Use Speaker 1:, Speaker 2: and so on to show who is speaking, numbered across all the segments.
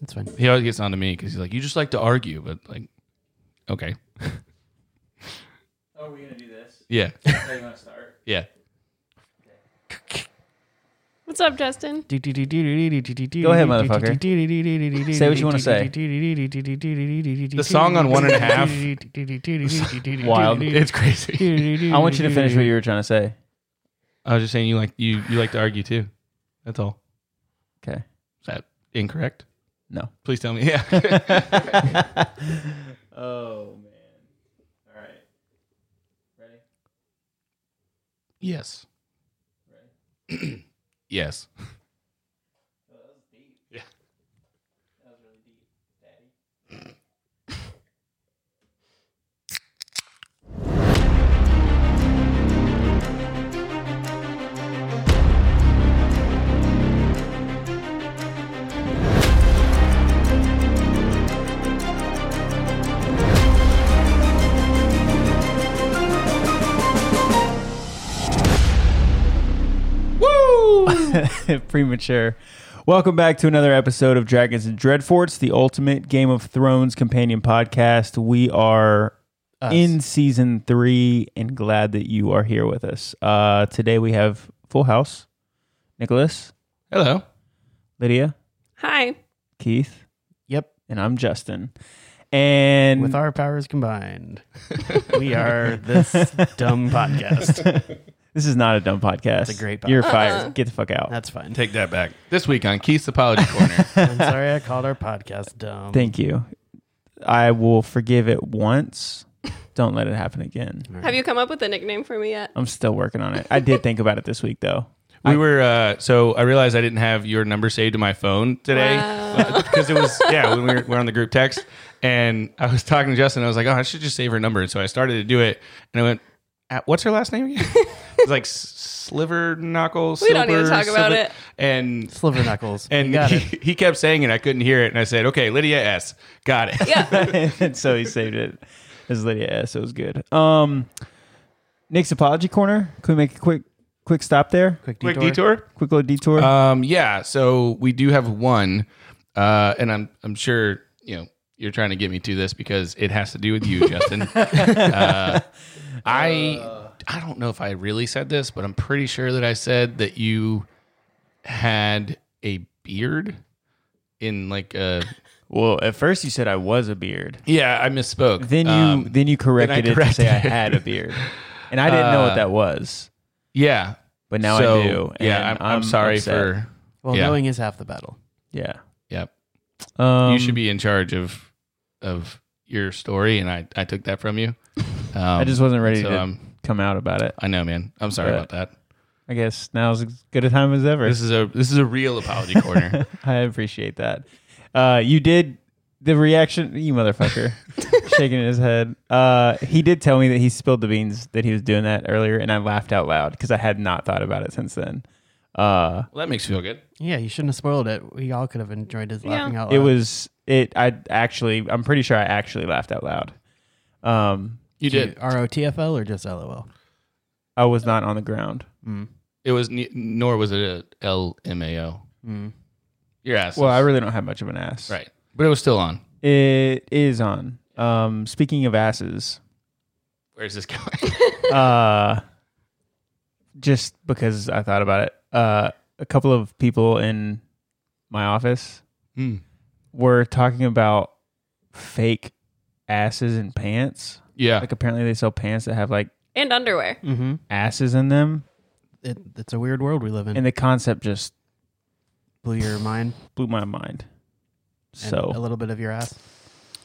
Speaker 1: That's fine.
Speaker 2: He always gets on to me because he's like, "You just like to argue," but like, okay,
Speaker 3: Oh, are we gonna do this?
Speaker 2: yeah,
Speaker 3: How you want to start?
Speaker 2: yeah.
Speaker 4: What's up, Justin?
Speaker 1: Go
Speaker 3: ahead,
Speaker 1: ahead,
Speaker 3: motherfucker. Say what you wanna say.
Speaker 1: The
Speaker 2: The song on One and a Half
Speaker 3: wild.
Speaker 2: It's crazy.
Speaker 3: I want you to finish what you were trying to say.
Speaker 2: I was just saying you like you you like to argue too. That's all.
Speaker 3: Okay.
Speaker 2: Is that incorrect?
Speaker 3: No.
Speaker 2: Please tell me. Yeah.
Speaker 3: Oh man. All right. Ready?
Speaker 2: yes. yes.
Speaker 3: That was deep.
Speaker 2: Yeah.
Speaker 3: That was really deep, Daddy. premature. Welcome back to another episode of Dragons and Dreadforts, the ultimate Game of Thrones companion podcast. We are in season three and glad that you are here with us. Uh, today we have Full House, Nicholas,
Speaker 2: Hello.
Speaker 3: Lydia,
Speaker 4: Hi.
Speaker 3: Keith,
Speaker 1: Yep.
Speaker 3: and I'm Justin. And
Speaker 1: With our powers combined, we are this dumb podcast.
Speaker 3: this is not a dumb podcast.
Speaker 1: It's a great
Speaker 3: You're
Speaker 1: podcast.
Speaker 3: fired. Get the fuck out.
Speaker 1: That's fine.
Speaker 2: Take that back. This week on Keith's Apology Corner.
Speaker 1: I'm sorry I called our podcast dumb.
Speaker 3: Thank you. I will forgive it once. Don't let it happen again.
Speaker 4: Have you come up with a nickname for me yet?
Speaker 3: I'm still working on it. I did think about it this week though.
Speaker 2: We were uh, so I realized I didn't have your number saved to my phone today because it was yeah when we were, we were on the group text and I was talking to Justin I was like oh I should just save her number and so I started to do it and I went "At- what's her last name again it's like S- Sliver Knuckles
Speaker 4: We don't need to
Speaker 2: Silver-
Speaker 4: talk about
Speaker 2: Silver-
Speaker 4: it.
Speaker 2: and
Speaker 1: Sliver Knuckles.
Speaker 2: and
Speaker 1: You got it.
Speaker 2: he, he kept saying it I couldn't hear it and I said okay Lydia S got it
Speaker 4: Yeah.
Speaker 3: and so he saved it as Lydia S. It was good. Um, Nick's apology corner. Can we make a quick, quick stop there? Quick,
Speaker 2: quick detour
Speaker 3: quick little detour.
Speaker 2: Um, yeah. So we do have one, uh, and I'm I'm sure you know you're trying to get me to this because it has to do with you, Justin. uh,
Speaker 1: Uh.
Speaker 2: I I don't know if I really said this, but I'm pretty sure that I said that you had a beard in like a
Speaker 3: well, at first you said I was a beard.
Speaker 2: yeah. I misspoke.
Speaker 3: Then you,
Speaker 2: Um,
Speaker 3: then you corrected
Speaker 2: then I
Speaker 3: it to say I
Speaker 2: corrected it.
Speaker 3: had a beard, and I didn't know what
Speaker 2: Uh,
Speaker 3: that was,
Speaker 2: yeah.
Speaker 3: but now
Speaker 2: So,
Speaker 3: I do. and
Speaker 2: Yeah, I'm, I'm sorry
Speaker 3: upset.
Speaker 2: for
Speaker 1: Well,
Speaker 2: Yeah.
Speaker 1: knowing is half the battle.
Speaker 3: yeah.
Speaker 2: yeah.
Speaker 3: Um,
Speaker 2: you should be in charge of of your story, and I I took that from you. Um,
Speaker 3: I just wasn't ready
Speaker 2: so
Speaker 3: to
Speaker 2: um,
Speaker 3: come out about it.
Speaker 2: I know, man. I'm sorry
Speaker 3: But-
Speaker 2: about that.
Speaker 3: I guess now's as good a time as ever.
Speaker 2: This is a this is a real apology corner.
Speaker 3: I appreciate that. Uh, you did the reaction, you motherfucker, shaking his head. Uh, he did tell me that he spilled the beans that he was doing that earlier, and I laughed out loud because I had not thought about it since then. Uh,
Speaker 2: well, that makes me feel good.
Speaker 1: Yeah, you shouldn't have spoiled it. We all could have enjoyed his laughing out loud.
Speaker 3: it was it. I actually, I'm pretty sure I actually laughed out loud. Um,
Speaker 2: You did.
Speaker 1: ROTFL or just LOL?
Speaker 3: I was not on the ground.
Speaker 2: It was ne- nor was it a LMAO. Your ass.
Speaker 3: Well, I really don't have much of an ass.
Speaker 2: right, but it was still on.
Speaker 3: It is on. Um, speaking of asses,
Speaker 2: Where's this going?
Speaker 3: uh, just because I thought about it. Uh, a couple of people in my office
Speaker 2: Hmm.
Speaker 3: were talking about fake asses and pants.
Speaker 1: Ah.
Speaker 2: Yeah,
Speaker 3: Like apparently they sell pants that have like
Speaker 4: and underwear.
Speaker 1: Mm-hmm.
Speaker 3: asses in them,
Speaker 1: It, it's a weird world we live in.
Speaker 3: and the concept just
Speaker 1: Blew your mind.
Speaker 3: blew my mind.
Speaker 1: and
Speaker 3: So
Speaker 1: a little bit of your ass.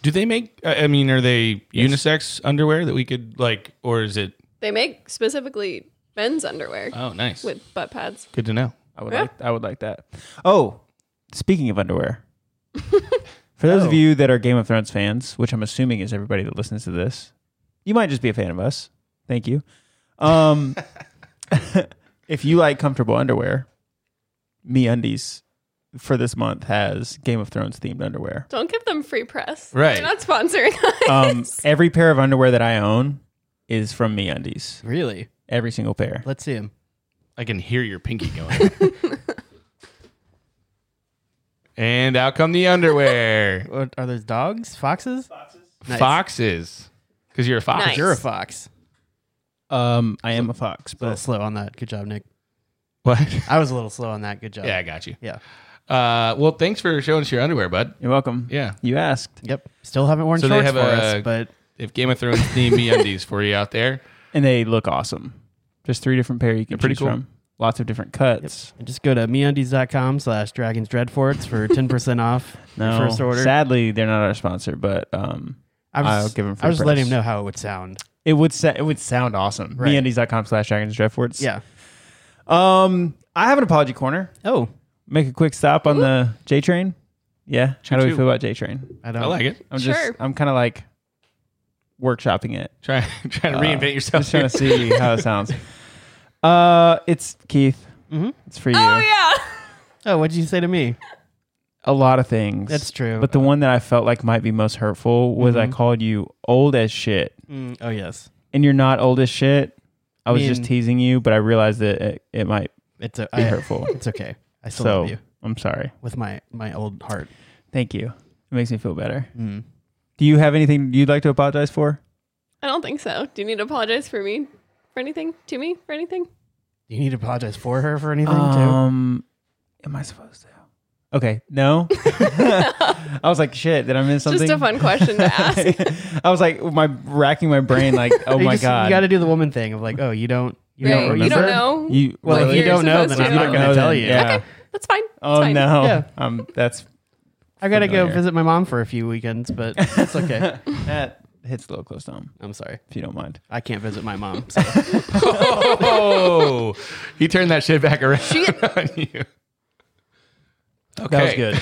Speaker 2: do they make? I I mean, are they unisex underwear that we could like, or is it?
Speaker 4: They make specifically men's underwear
Speaker 2: Oh, nice.
Speaker 4: with butt pads.
Speaker 2: Good to know.
Speaker 3: I would
Speaker 4: Yeah.
Speaker 3: like I would like that. Oh, speaking of underwear. For those of you that are Game of Thrones fans, which I'm assuming is everybody that listens to this, you might just be a fan of us. Thank you. Um, if you like comfortable underwear, Me Undies for this month has Game of Thrones themed underwear.
Speaker 4: Don't give them free press.
Speaker 2: Right.
Speaker 4: They're not sponsoring us.
Speaker 3: Um, every pair of underwear that I own is from Me Undies.
Speaker 1: Really?
Speaker 3: Every single pair.
Speaker 1: Let's see him.
Speaker 2: I can hear your pinky going. And out come the underwear.
Speaker 1: What, are those dogs? Foxes? Nice.
Speaker 2: Foxes. Because you're a fox.
Speaker 4: Nice.
Speaker 1: You're a fox.
Speaker 3: Um, I am a fox,
Speaker 1: A little
Speaker 3: but
Speaker 1: slow on that. Good job, Nick.
Speaker 2: What?
Speaker 1: I was a little slow on that. Good job.
Speaker 2: yeah, I got you.
Speaker 1: Yeah.
Speaker 2: Uh, well, thanks for showing us your underwear, bud.
Speaker 3: you're welcome.
Speaker 2: Yeah.
Speaker 3: You asked,
Speaker 1: Yep. Still haven't worn
Speaker 2: So they
Speaker 1: shorts
Speaker 2: have
Speaker 1: for
Speaker 2: a-
Speaker 1: us, but
Speaker 2: If Game of Thrones themed MeUndies for you out there,
Speaker 3: and they look awesome. There's three different pair you can
Speaker 2: They're pretty
Speaker 3: choose
Speaker 2: cool.
Speaker 3: from. Lots of different cuts.
Speaker 1: just go to meundies.com slash dragons dreadforts for 10% off
Speaker 3: No,
Speaker 1: your first order.
Speaker 3: sadly, they're not our sponsor, but um,
Speaker 1: I
Speaker 3: I'll
Speaker 1: was,
Speaker 3: give him
Speaker 1: I was
Speaker 3: free
Speaker 1: letting
Speaker 3: press.
Speaker 1: him know how it would sound.
Speaker 3: it would sa- it would sound awesome.
Speaker 1: Right.
Speaker 3: MeUndies.com slash Dragons Dreadforts.
Speaker 1: Yeah.
Speaker 3: Um, I have an apology corner.
Speaker 1: Oh,
Speaker 3: Make a quick stop on the J train. Yeah. How do we
Speaker 2: Choo-choo.
Speaker 3: feel about J train?
Speaker 1: I don't
Speaker 2: I like it.
Speaker 3: I'm just
Speaker 4: Sure.
Speaker 3: I'm kind of like workshopping it.
Speaker 2: Try trying to
Speaker 3: Uh,
Speaker 2: reinvent
Speaker 1: Oh.
Speaker 2: yourself.
Speaker 3: Just trying to see how it sounds. Uh, it's Keith.
Speaker 1: Mhm.
Speaker 3: It's for you.
Speaker 4: Oh yeah.
Speaker 1: Oh, what'd you say to me?
Speaker 3: A lot of things.
Speaker 1: That's true. Mm-hmm.
Speaker 3: But the one that I felt like might be most hurtful was I called you old as shit,
Speaker 1: Mm, oh, yes.
Speaker 3: and you're not old as shit. I was just
Speaker 1: Mean-
Speaker 3: teasing you, but I realized that it, it might
Speaker 1: It's a,
Speaker 3: be
Speaker 1: I-
Speaker 3: hurtful.
Speaker 1: It's okay. I still
Speaker 3: so
Speaker 1: love you
Speaker 3: I'm sorry.
Speaker 1: with my, my old heart.
Speaker 3: Thank you. It makes me feel better.
Speaker 1: Mm.
Speaker 3: Do you have anything you'd like to apologize for?
Speaker 4: I don't think so. Do you need to apologize for me for anything? To me for anything?
Speaker 1: Do you need to apologize for her for anything,
Speaker 3: Um, am I supposed to? Okay, no. I was like, shit. Did I miss something?
Speaker 4: Just a fun question to ask.
Speaker 3: I was like, my racking my brain, like, oh
Speaker 1: too? You
Speaker 3: my
Speaker 1: just-
Speaker 3: god,
Speaker 1: You got to do the woman thing of like, oh, you don't, you don't,
Speaker 4: Right,
Speaker 1: remember?
Speaker 4: you don't know.
Speaker 3: You
Speaker 1: Well,
Speaker 4: Like,
Speaker 1: if you
Speaker 4: you're
Speaker 1: don't know, then
Speaker 4: supposed
Speaker 1: I'm
Speaker 4: to.
Speaker 1: not
Speaker 4: You
Speaker 1: going
Speaker 3: don't know
Speaker 1: to tell
Speaker 3: then,
Speaker 1: you.
Speaker 3: yeah.
Speaker 4: That's fine. It's
Speaker 3: Oh
Speaker 4: fine.
Speaker 3: no,
Speaker 1: Yeah.
Speaker 3: um, that's
Speaker 1: I got to go
Speaker 3: Familiar.
Speaker 1: visit my mom for a few weekends, but it's okay.
Speaker 3: that hits a little close to home,
Speaker 1: I'm sorry.
Speaker 3: if you don't mind.
Speaker 1: I can't visit my mom. so.
Speaker 2: oh, he turned that shit back around on you. Okay.
Speaker 3: That was good.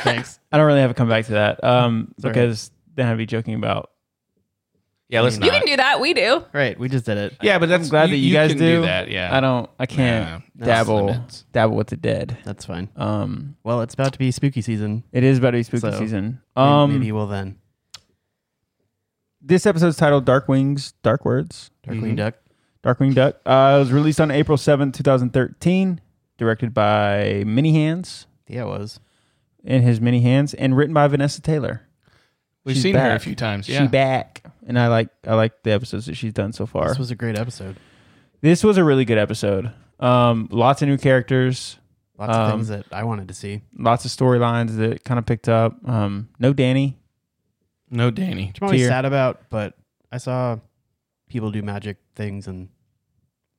Speaker 1: Thanks.
Speaker 3: I don't really have to come back to that, um,
Speaker 1: all right.
Speaker 3: because then I'd be joking about.
Speaker 2: Yeah, let's
Speaker 4: You
Speaker 2: not.
Speaker 4: can do that. We do.
Speaker 1: Right. We just did it.
Speaker 2: yeah, but that's
Speaker 3: I'm glad that you, guys
Speaker 2: can
Speaker 3: do.
Speaker 2: that. Yeah,
Speaker 3: I don't. I can't
Speaker 2: Nah,
Speaker 1: that's
Speaker 3: dabble
Speaker 2: limits.
Speaker 3: dabble with the dead.
Speaker 1: That's fine.
Speaker 3: Um,
Speaker 1: Well, it's about to be spooky season.
Speaker 3: it is about to be spooky
Speaker 1: So,
Speaker 3: season.
Speaker 1: Maybe-
Speaker 3: Um,
Speaker 1: maybe we'll then.
Speaker 3: this episode's titled "Dark Wings, Dark Words."
Speaker 1: Darkwing
Speaker 2: Mhm.
Speaker 1: Duck.
Speaker 3: Darkwing Duck. Uh, it was released on April seventh, two 2013, directed by Mini Hands
Speaker 1: Yeah, it was.
Speaker 3: and his Mini Hands, and written by Vanessa Taylor.
Speaker 2: We've
Speaker 3: She's
Speaker 2: seen her a
Speaker 3: back.
Speaker 2: few times.
Speaker 3: She
Speaker 2: Yeah,
Speaker 3: back, and I like I like the episodes that she's done so far.
Speaker 1: This was a great episode.
Speaker 3: This was a really good episode. Um, lots of new characters,
Speaker 1: Lots of
Speaker 3: Um,
Speaker 1: things that I wanted to see.
Speaker 3: lots of storylines that kind of picked up. Um, no Danny.
Speaker 2: no Danny.
Speaker 1: I'm always
Speaker 3: tier.
Speaker 1: sad about, but I saw people do magic things, and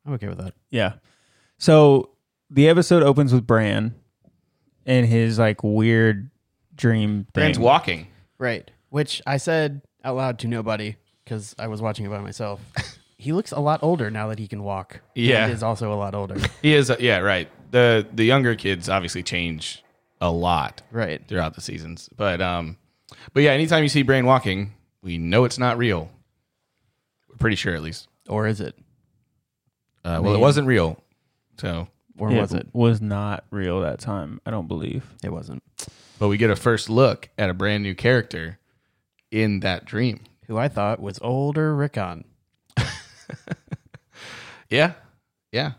Speaker 1: I'm okay with that.
Speaker 3: Yeah. So the episode opens with Bran and his like weird dream thing.
Speaker 2: Brand's walking.
Speaker 1: Right. Which I said out loud to nobody because I was watching it by myself. he looks a lot older now that he can walk.
Speaker 2: Yeah.
Speaker 1: And is also a lot older.
Speaker 2: He is. yeah, right. the The younger kids obviously change a lot
Speaker 1: right.
Speaker 2: throughout the seasons, but um, but yeah, anytime you see Brain walking, we know it's not real. We're pretty sure, at least.
Speaker 1: Or is it?
Speaker 2: Uh, well, it wasn't real, so
Speaker 1: Or was it?
Speaker 3: was not real that time. I don't believe.
Speaker 1: It wasn't.
Speaker 2: but we get a first look at a brand new character in that dream.
Speaker 1: Who I thought was older Rickon.
Speaker 2: Yeah, yeah.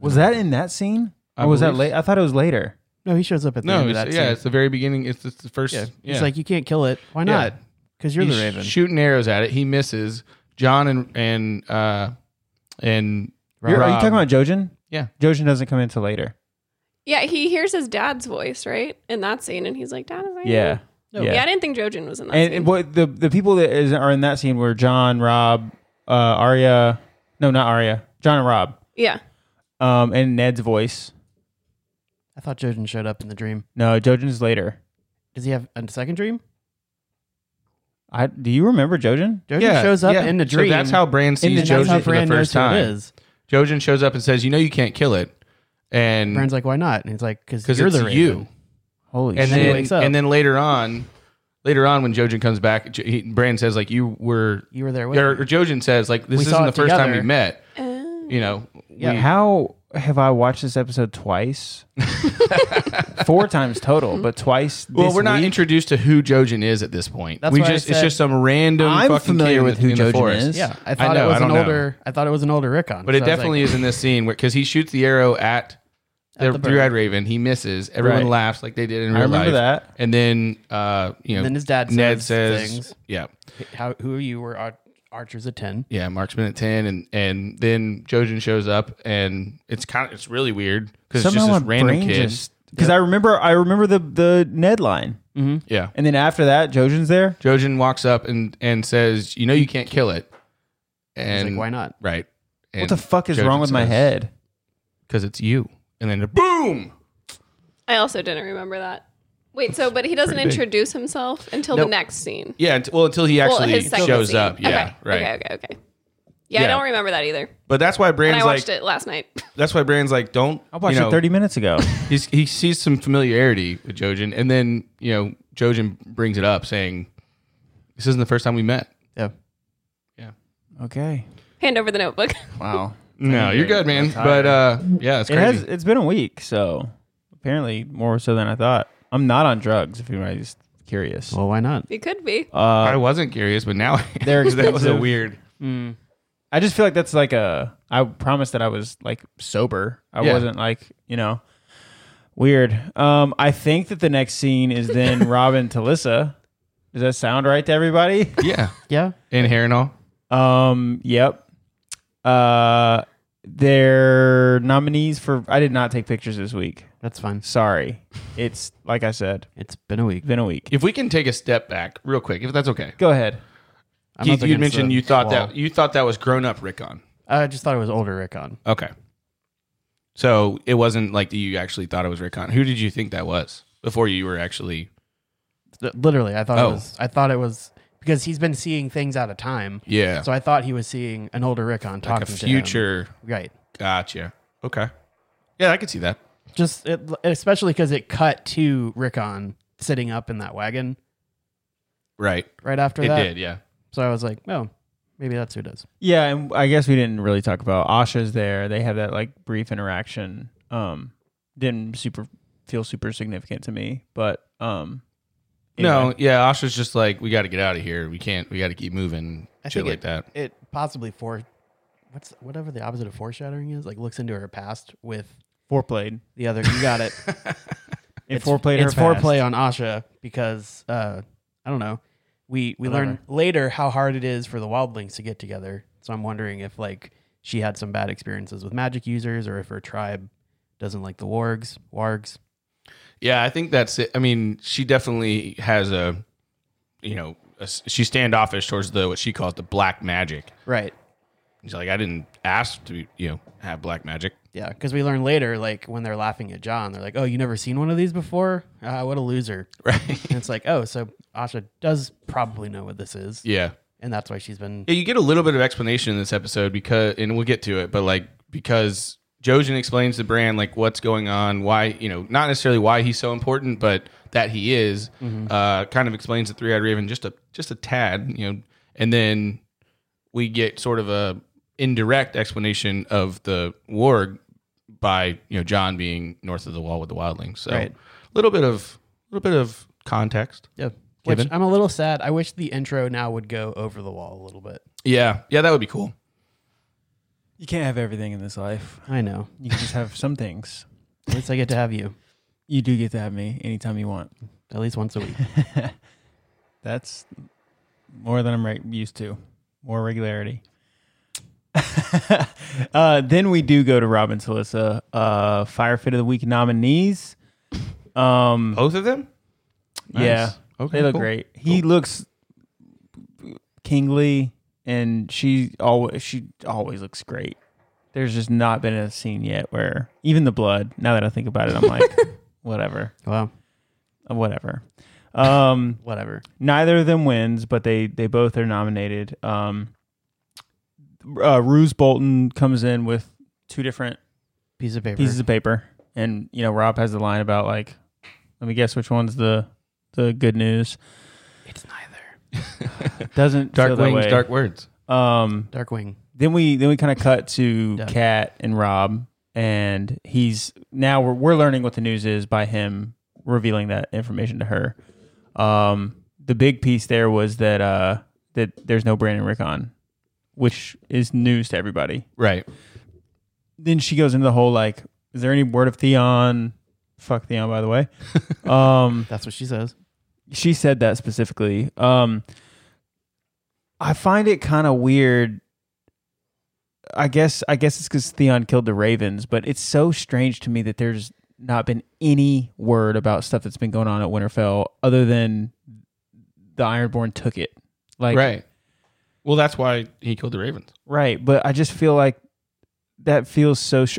Speaker 3: Was that in that scene?
Speaker 2: I
Speaker 3: or was that
Speaker 2: believe-
Speaker 3: late? I thought it was later.
Speaker 1: No, he shows up at the
Speaker 2: No,
Speaker 1: end of
Speaker 2: it's-
Speaker 1: that
Speaker 2: yeah,
Speaker 1: scene.
Speaker 2: it's the very beginning. It's, it's the first.
Speaker 1: Yeah.
Speaker 2: Yeah,
Speaker 1: He's like, you can't kill it. Why not? Because you're
Speaker 2: He's
Speaker 1: the Raven.
Speaker 2: shooting arrows at it. He misses. John and and uh and
Speaker 3: You're- are you
Speaker 2: Rob-
Speaker 3: talking about Jojen?
Speaker 2: Yeah.
Speaker 3: Jojen doesn't come in until later.
Speaker 4: Yeah, he hears his dad's voice, right? In that scene, and he's like, Dad, am I
Speaker 3: Yeah.
Speaker 4: Yeah. I didn't think Jojen was in that
Speaker 3: And,
Speaker 4: scene.
Speaker 3: and what the the people that is, are in that scene were John, Rob, uh, Arya. No, not Arya. John and Rob.
Speaker 4: yeah.
Speaker 3: Um, and Ned's voice.
Speaker 1: I thought Jojen showed up in the dream.
Speaker 3: No, Jojen's later.
Speaker 1: Does he have a second dream?
Speaker 3: I do you remember Jojen?
Speaker 1: Jojen shows up in the dream.
Speaker 2: So that's how Bran
Speaker 1: and
Speaker 2: sees
Speaker 1: that's how
Speaker 2: Jojen for the
Speaker 1: Bran
Speaker 2: first
Speaker 1: knows who it
Speaker 2: time.
Speaker 1: is.
Speaker 2: Jojen shows up and says, "You know, you can't kill it," and
Speaker 1: Bran's like, why not? And he's like, because
Speaker 2: because
Speaker 1: you're
Speaker 2: it's
Speaker 1: the Raven.
Speaker 2: you.
Speaker 3: Holy
Speaker 2: And
Speaker 3: shit!
Speaker 1: he
Speaker 2: then
Speaker 1: wakes up.
Speaker 2: and then later on, later on when Jojen comes back, Jo- he, Bran says like, "You were."
Speaker 1: You were there with
Speaker 2: Or,
Speaker 1: me.
Speaker 2: or Jojen says like, "This
Speaker 1: We saw
Speaker 2: isn't the
Speaker 1: it
Speaker 2: first time we
Speaker 1: together."
Speaker 2: met."
Speaker 4: Oh.
Speaker 2: You know.
Speaker 1: Yeah.
Speaker 2: we-
Speaker 3: How have I watched this episode twice? Four times total, but twice. This
Speaker 2: well, we're not
Speaker 3: week?
Speaker 2: introduced to who Jojen is at this point.
Speaker 1: That's
Speaker 2: we
Speaker 1: why I
Speaker 2: just it's
Speaker 1: said-
Speaker 2: just some random.
Speaker 3: I'm
Speaker 2: fucking
Speaker 3: familiar
Speaker 2: kid
Speaker 3: with
Speaker 2: in
Speaker 3: who
Speaker 2: the- in the
Speaker 3: Jojen
Speaker 2: forest.
Speaker 3: is.
Speaker 1: Yeah, I thought
Speaker 2: know,
Speaker 1: it was
Speaker 2: I
Speaker 1: an
Speaker 2: don't know.
Speaker 1: older. I thought it was an older Rickon.
Speaker 2: But it definitely is in this scene because he shoots the arrow at the,
Speaker 1: the bird.
Speaker 2: three-eyed raven. He misses. Everyone
Speaker 3: Right.
Speaker 2: laughs like they did in
Speaker 3: I
Speaker 2: real life.
Speaker 3: remember that.
Speaker 2: And then, uh, you know,
Speaker 1: then his dad
Speaker 2: Ned
Speaker 1: says
Speaker 2: says,
Speaker 1: things.
Speaker 2: "Yeah,
Speaker 1: How who are you? Were ar- archers at ten?
Speaker 2: yeah, marksman at ten, and and then Jojen shows up, and it's kind of it's really weird because it's just this random kid.
Speaker 3: because I remember I remember the the Ned line,
Speaker 2: yeah,
Speaker 3: and then after that, Jojen's there.
Speaker 2: Jojen walks up and and says, "You know, you can't kill it." And
Speaker 1: like, "Why not?"
Speaker 2: Right. And
Speaker 3: What the fuck is wrong with my head?
Speaker 2: Because it's you. And then boom.
Speaker 4: I also didn't remember that. Wait, so but he doesn't
Speaker 2: pretty big.
Speaker 4: introduce himself until
Speaker 2: Nope.
Speaker 4: the next scene.
Speaker 2: Yeah. unt- Well, until he
Speaker 4: well,
Speaker 2: actually
Speaker 4: his second
Speaker 2: shows
Speaker 4: scene.
Speaker 2: up. Yeah.
Speaker 4: okay.
Speaker 2: Right.
Speaker 4: Okay. Okay. Okay. Yeah,
Speaker 2: Yeah.
Speaker 4: I don't remember that either.
Speaker 2: But that's why
Speaker 4: And
Speaker 2: Brand's
Speaker 4: I watched
Speaker 2: like.
Speaker 4: it last night.
Speaker 2: That's why Brand's like, don't.
Speaker 3: I watched
Speaker 2: you know,
Speaker 3: it 30 minutes ago.
Speaker 2: He's, he sees some familiarity with Jojen, and then you know Jojen brings it up, saying, "This isn't the first time we met."
Speaker 1: Yeah.
Speaker 2: Yeah.
Speaker 3: okay.
Speaker 4: Hand over the notebook.
Speaker 3: Wow.
Speaker 2: No, you're good, man. But uh, yeah, it's
Speaker 3: It
Speaker 2: crazy.
Speaker 3: has it's been a week, so apparently more so than I thought. I'm not on drugs if anybody's curious.
Speaker 1: Well, why not?
Speaker 4: it could be.
Speaker 2: I wasn't curious, but now
Speaker 3: They're
Speaker 2: that was a
Speaker 3: expensive.
Speaker 2: weird.
Speaker 3: I just feel like that's like a I promised that I was like sober. I
Speaker 2: Yeah.
Speaker 3: wasn't like, you know, weird. Um I think that the next scene is then Robin Talissa. Does that sound right to everybody?
Speaker 2: Yeah,
Speaker 1: Yeah.
Speaker 2: and hair and all.
Speaker 3: Um yep. Uh their nominees for I did not take pictures this week.
Speaker 1: That's fine.
Speaker 3: Sorry. It's like I said,
Speaker 1: It's been a week.
Speaker 3: been a week.
Speaker 2: If we can take a step back real quick, if that's okay.
Speaker 3: Go ahead.
Speaker 1: I'm
Speaker 2: Keith,
Speaker 1: up
Speaker 2: you
Speaker 1: against
Speaker 2: mentioned
Speaker 1: the
Speaker 2: you thought
Speaker 1: wall.
Speaker 2: that you thought that was grown up Rickon.
Speaker 1: I just thought it was older Rickon.
Speaker 2: Okay. So it wasn't like that you actually thought it was Rickon. Who did you think that was before you were actually?
Speaker 1: Th- Literally, I thought
Speaker 2: Oh.
Speaker 1: it was. I thought it was because he's been seeing things out of time.
Speaker 2: Yeah.
Speaker 1: So I thought he was seeing an older Rickon talking
Speaker 2: like a
Speaker 1: to him.
Speaker 2: future.
Speaker 1: Right.
Speaker 2: Gotcha. Okay. Yeah, I could see that.
Speaker 1: Just it, especially because it cut to Rickon sitting up in that wagon
Speaker 2: Right.
Speaker 1: right after
Speaker 2: it
Speaker 1: that.
Speaker 2: did. Yeah.
Speaker 1: So I was like, oh, maybe that's who it is.
Speaker 3: Yeah, and I guess we didn't really talk about Asha's there. They have that like brief interaction. Um didn't super feel super significant to me, but um
Speaker 2: No.
Speaker 3: anyway.
Speaker 2: Yeah. Asha's just like, we got to get out of here. We can't. We got to keep moving. shit like
Speaker 1: it,
Speaker 2: that.
Speaker 1: It possibly for what's whatever the opposite of foreshadowing is. Like looks into her past with
Speaker 3: foreplayed.
Speaker 1: the other. You got it.
Speaker 3: It foreplayed her
Speaker 1: it's
Speaker 3: past.
Speaker 1: foreplay on Asha because uh, I don't know. We we learn later how hard it is for the wildlings to get together. So I'm wondering if like she had some bad experiences with magic users, or if her tribe doesn't like the wargs. Wargs.
Speaker 2: Yeah, I think that's it. I mean, she definitely has a, you know, a, she's standoffish towards the what she calls the black magic.
Speaker 1: Right.
Speaker 2: She's like, I didn't ask to, you know, have black magic.
Speaker 1: Yeah, because we learn later, like when they're laughing at John, they're like, "Oh, you never seen one of these before? Ah, what a loser!"
Speaker 2: Right.
Speaker 1: And it's like, "Oh, so Asha does probably know what this is,
Speaker 2: yeah.
Speaker 1: and that's why she's been
Speaker 2: Yeah, you get a little bit of explanation in this episode because, and we'll get to it, but like because Jojen explains to Bran like what's going on, why you know not necessarily why he's so important, but that he is,
Speaker 3: Mm-hmm.
Speaker 2: uh, kind of explains the three eyed raven just a just a tad, you know, and then we get sort of a indirect explanation of the warg by you know John being north of the wall with the wildlings, so
Speaker 1: Right.
Speaker 2: a little bit of a little bit of context.
Speaker 1: yeah." Which
Speaker 2: Given.
Speaker 1: I'm a little sad. I wish the intro now would go over the wall a little bit.
Speaker 2: Yeah, yeah, that would be cool.
Speaker 3: You can't have everything in this life.
Speaker 1: I know.
Speaker 3: You can just have some things.
Speaker 1: At least I get to have you
Speaker 3: You do get to have me anytime you want.
Speaker 1: at least once a week.
Speaker 3: That's more than I'm re- used to. More regularity. uh, then we do go to Robin Talissa, uh, Firefit of the Week nominees. Um,
Speaker 2: Both of them. Nice.
Speaker 3: Yeah,
Speaker 2: Okay,
Speaker 3: they look
Speaker 2: cool.
Speaker 3: great. He looks kingly, and she always she always looks great. There's just not been a scene yet where even the blood. Now that I think about it, I'm like, whatever, uh,
Speaker 1: Wow.
Speaker 3: whatever. Um,
Speaker 1: Whatever.
Speaker 3: neither of them wins, but they they both are nominated. Um, uh, Ruse Bolton comes in with two different
Speaker 1: Piece of paper.
Speaker 3: pieces of paper, and you know Rob has the line about like, let me guess which one's the the good news.
Speaker 1: it's neither.
Speaker 3: Doesn't
Speaker 2: Dark
Speaker 3: feel that
Speaker 2: wings,
Speaker 3: way.
Speaker 2: dark words.
Speaker 3: Um,
Speaker 1: Darkwing.
Speaker 3: then we then we kind of cut to
Speaker 1: Doug.
Speaker 3: Kat and Rob, and he's now we're we're learning what the news is by him revealing that information to her. Um, the big piece there was that uh that there's no Brandon Rickon, which is news to everybody.
Speaker 2: Right.
Speaker 3: Then she goes into the whole like Is there any word of Theon? Fuck Theon, by the way. Um,
Speaker 1: That's what she says.
Speaker 3: she said that specifically. Um, I find it kind of weird. I guess I guess it's because Theon killed the Ravens, but it's so strange to me that there's not been any word about stuff that's been going on at Winterfell other than the Ironborn took it. Like
Speaker 2: right. Well, that's why he killed the ravens.
Speaker 3: Right, but I just feel like that feels so. Sh-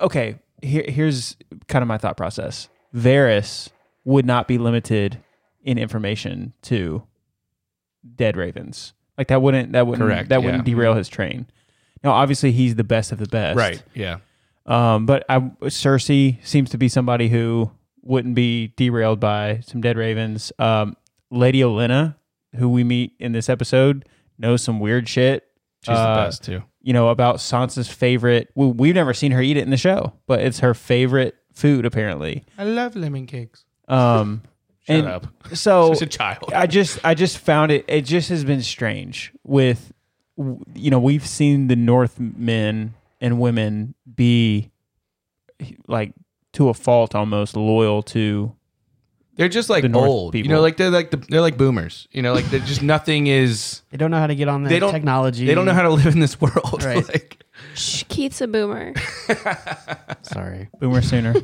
Speaker 3: okay, here, here's kind of my thought process. Varys would not be limited in information to dead ravens. Like that wouldn't that wouldn't
Speaker 2: Correct,
Speaker 3: that wouldn't
Speaker 2: yeah.
Speaker 3: derail his train. Now, obviously, he's the best of the best.
Speaker 2: Yeah.
Speaker 3: Um, but I, Cersei seems to be somebody who wouldn't be derailed by some dead ravens. Um, Lady Olenna, who we meet in this episode, knows some weird shit.
Speaker 2: She's the
Speaker 3: Uh,
Speaker 2: best too.
Speaker 3: you know, about Sansa's favorite. Well, we've never seen her eat it in the show, but it's her favorite food apparently.
Speaker 2: I love lemon cakes.
Speaker 3: Um,
Speaker 2: Shut
Speaker 3: and
Speaker 2: up.
Speaker 3: so
Speaker 2: She's a child.
Speaker 3: I just, I just found it. It just has been strange. With, w- you know, we've seen the North men and women be like to a fault almost loyal to
Speaker 2: They're just like
Speaker 3: The North
Speaker 2: old. You know,
Speaker 3: people.
Speaker 2: like they're like the, they're like boomers. You know, like they're just nothing is.
Speaker 1: They don't know how to get on the
Speaker 2: They don't-
Speaker 1: technology.
Speaker 2: They don't know how to live in this world.
Speaker 1: Mm. Right.
Speaker 2: Like,
Speaker 4: Shh, Keith's a boomer.
Speaker 1: Sorry.
Speaker 3: Boomer sooner.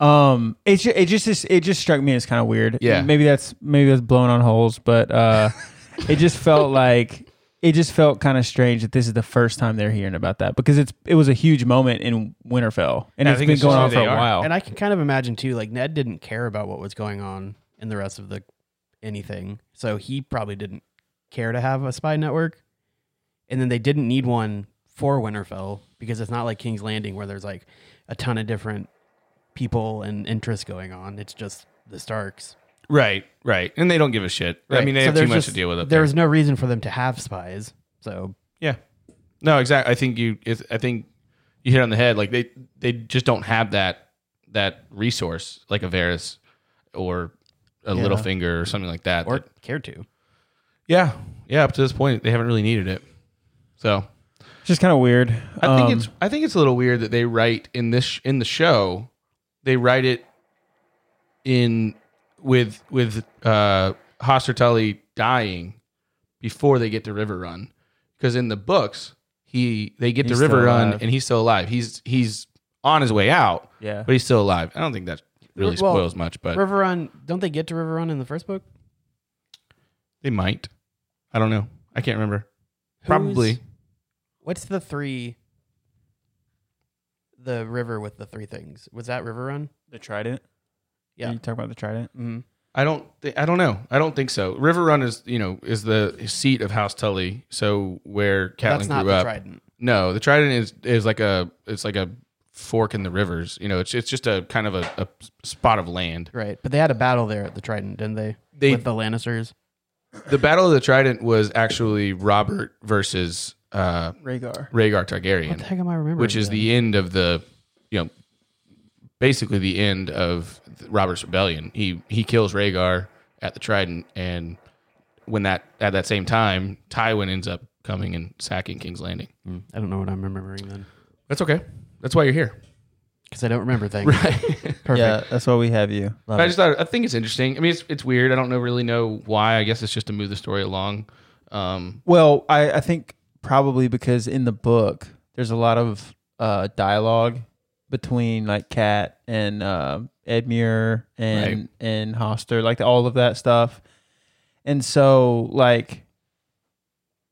Speaker 3: um, it ju- it just is- it just struck me as kind of weird.
Speaker 2: Yeah.
Speaker 3: maybe that's maybe that's blown on holes, but uh, it just felt like it just felt kind of strange that this is the first time they're hearing about that because it's it was a huge moment in Winterfell and
Speaker 2: Yeah, I
Speaker 3: it's
Speaker 2: think
Speaker 3: been
Speaker 2: it's
Speaker 3: going
Speaker 2: just
Speaker 3: on
Speaker 2: who
Speaker 3: for a
Speaker 2: they are.
Speaker 3: while.
Speaker 1: And I can kind of imagine too, like Ned didn't care about what was going on in the rest of the anything. So he probably didn't care to have a spy network. And then they didn't need one for Winterfell because it's not like King's Landing where there's like a ton of different people and interests going on. It's just the Starks.
Speaker 2: right, right. And they don't give a shit. I mean, they
Speaker 1: So
Speaker 2: have too
Speaker 1: there's
Speaker 2: much
Speaker 1: just-
Speaker 2: to deal with up
Speaker 1: There
Speaker 2: there.
Speaker 1: was no reason for them to have spies. So
Speaker 2: Yeah. No, exactly. I think you. If, I think you hit it on the head. Like they, they just don't have that that resource like a Varys or a
Speaker 1: Yeah.
Speaker 2: little finger or something like that.
Speaker 1: or
Speaker 2: That-
Speaker 1: care to.
Speaker 2: yeah, yeah. Up to this point, they haven't really needed it. So
Speaker 3: It's just kind of weird.
Speaker 2: I
Speaker 3: Um,
Speaker 2: think it's I think it's a little weird that they write in this sh- in the show, they write it in with with uh Hoster Tully dying before they get to River Run because in the books he they get
Speaker 3: He's
Speaker 2: to River
Speaker 3: still
Speaker 2: Run
Speaker 3: alive.
Speaker 2: and he's still alive. He's he's on his way out,
Speaker 3: yeah.
Speaker 2: but he's still alive. I don't think that really
Speaker 1: Well,
Speaker 2: spoils much, but
Speaker 1: River Run, don't they get to River Run in the first book?
Speaker 2: they might. I don't know. I can't remember.
Speaker 1: Who's-
Speaker 2: Probably.
Speaker 1: What's the three? The river with the three things. Was that River Run?
Speaker 3: The Trident.
Speaker 1: Yeah.
Speaker 3: you talking about the Trident?
Speaker 1: Mm-hmm.
Speaker 2: I don't. Th- I don't know. I don't think so. River Run is you know is the seat of House Tully, so where Catelyn
Speaker 1: That's not
Speaker 2: grew
Speaker 1: the
Speaker 2: up.
Speaker 1: Trident.
Speaker 2: No, the Trident is is like a it's like a fork in the rivers. You know, it's it's just a kind of a, a spot of land.
Speaker 1: Right. But they had a battle there at the Trident, didn't they?
Speaker 2: They-
Speaker 1: With the Lannisters.
Speaker 2: The Battle of the Trident was actually Robert versus uh,
Speaker 3: Rhaegar.
Speaker 2: Rhaegar
Speaker 1: What the
Speaker 2: Targaryen,
Speaker 1: heck am I remembering?
Speaker 2: which is
Speaker 1: then?
Speaker 2: the end of the you know basically the end of th- Robert's rebellion. He he kills Rhaegar at the Trident and. When that at that same time, Tywin ends up coming and sacking King's Landing.
Speaker 1: Mm, I don't know what I'm remembering then.
Speaker 2: That's okay. That's why you're here.
Speaker 1: Because I don't remember things.
Speaker 2: Right.
Speaker 1: Perfect.
Speaker 3: Yeah, that's why we have you.
Speaker 1: Love
Speaker 2: But I
Speaker 1: it.
Speaker 2: just thought I think it's interesting. I mean, it's it's weird. I don't know really know why. I guess it's just to move the story along. Um,
Speaker 3: Well, I, I think probably because in the book there's a lot of uh, dialogue between like Kat and uh, Edmure and
Speaker 2: Right.
Speaker 3: and Hoster, like all of that stuff, and so like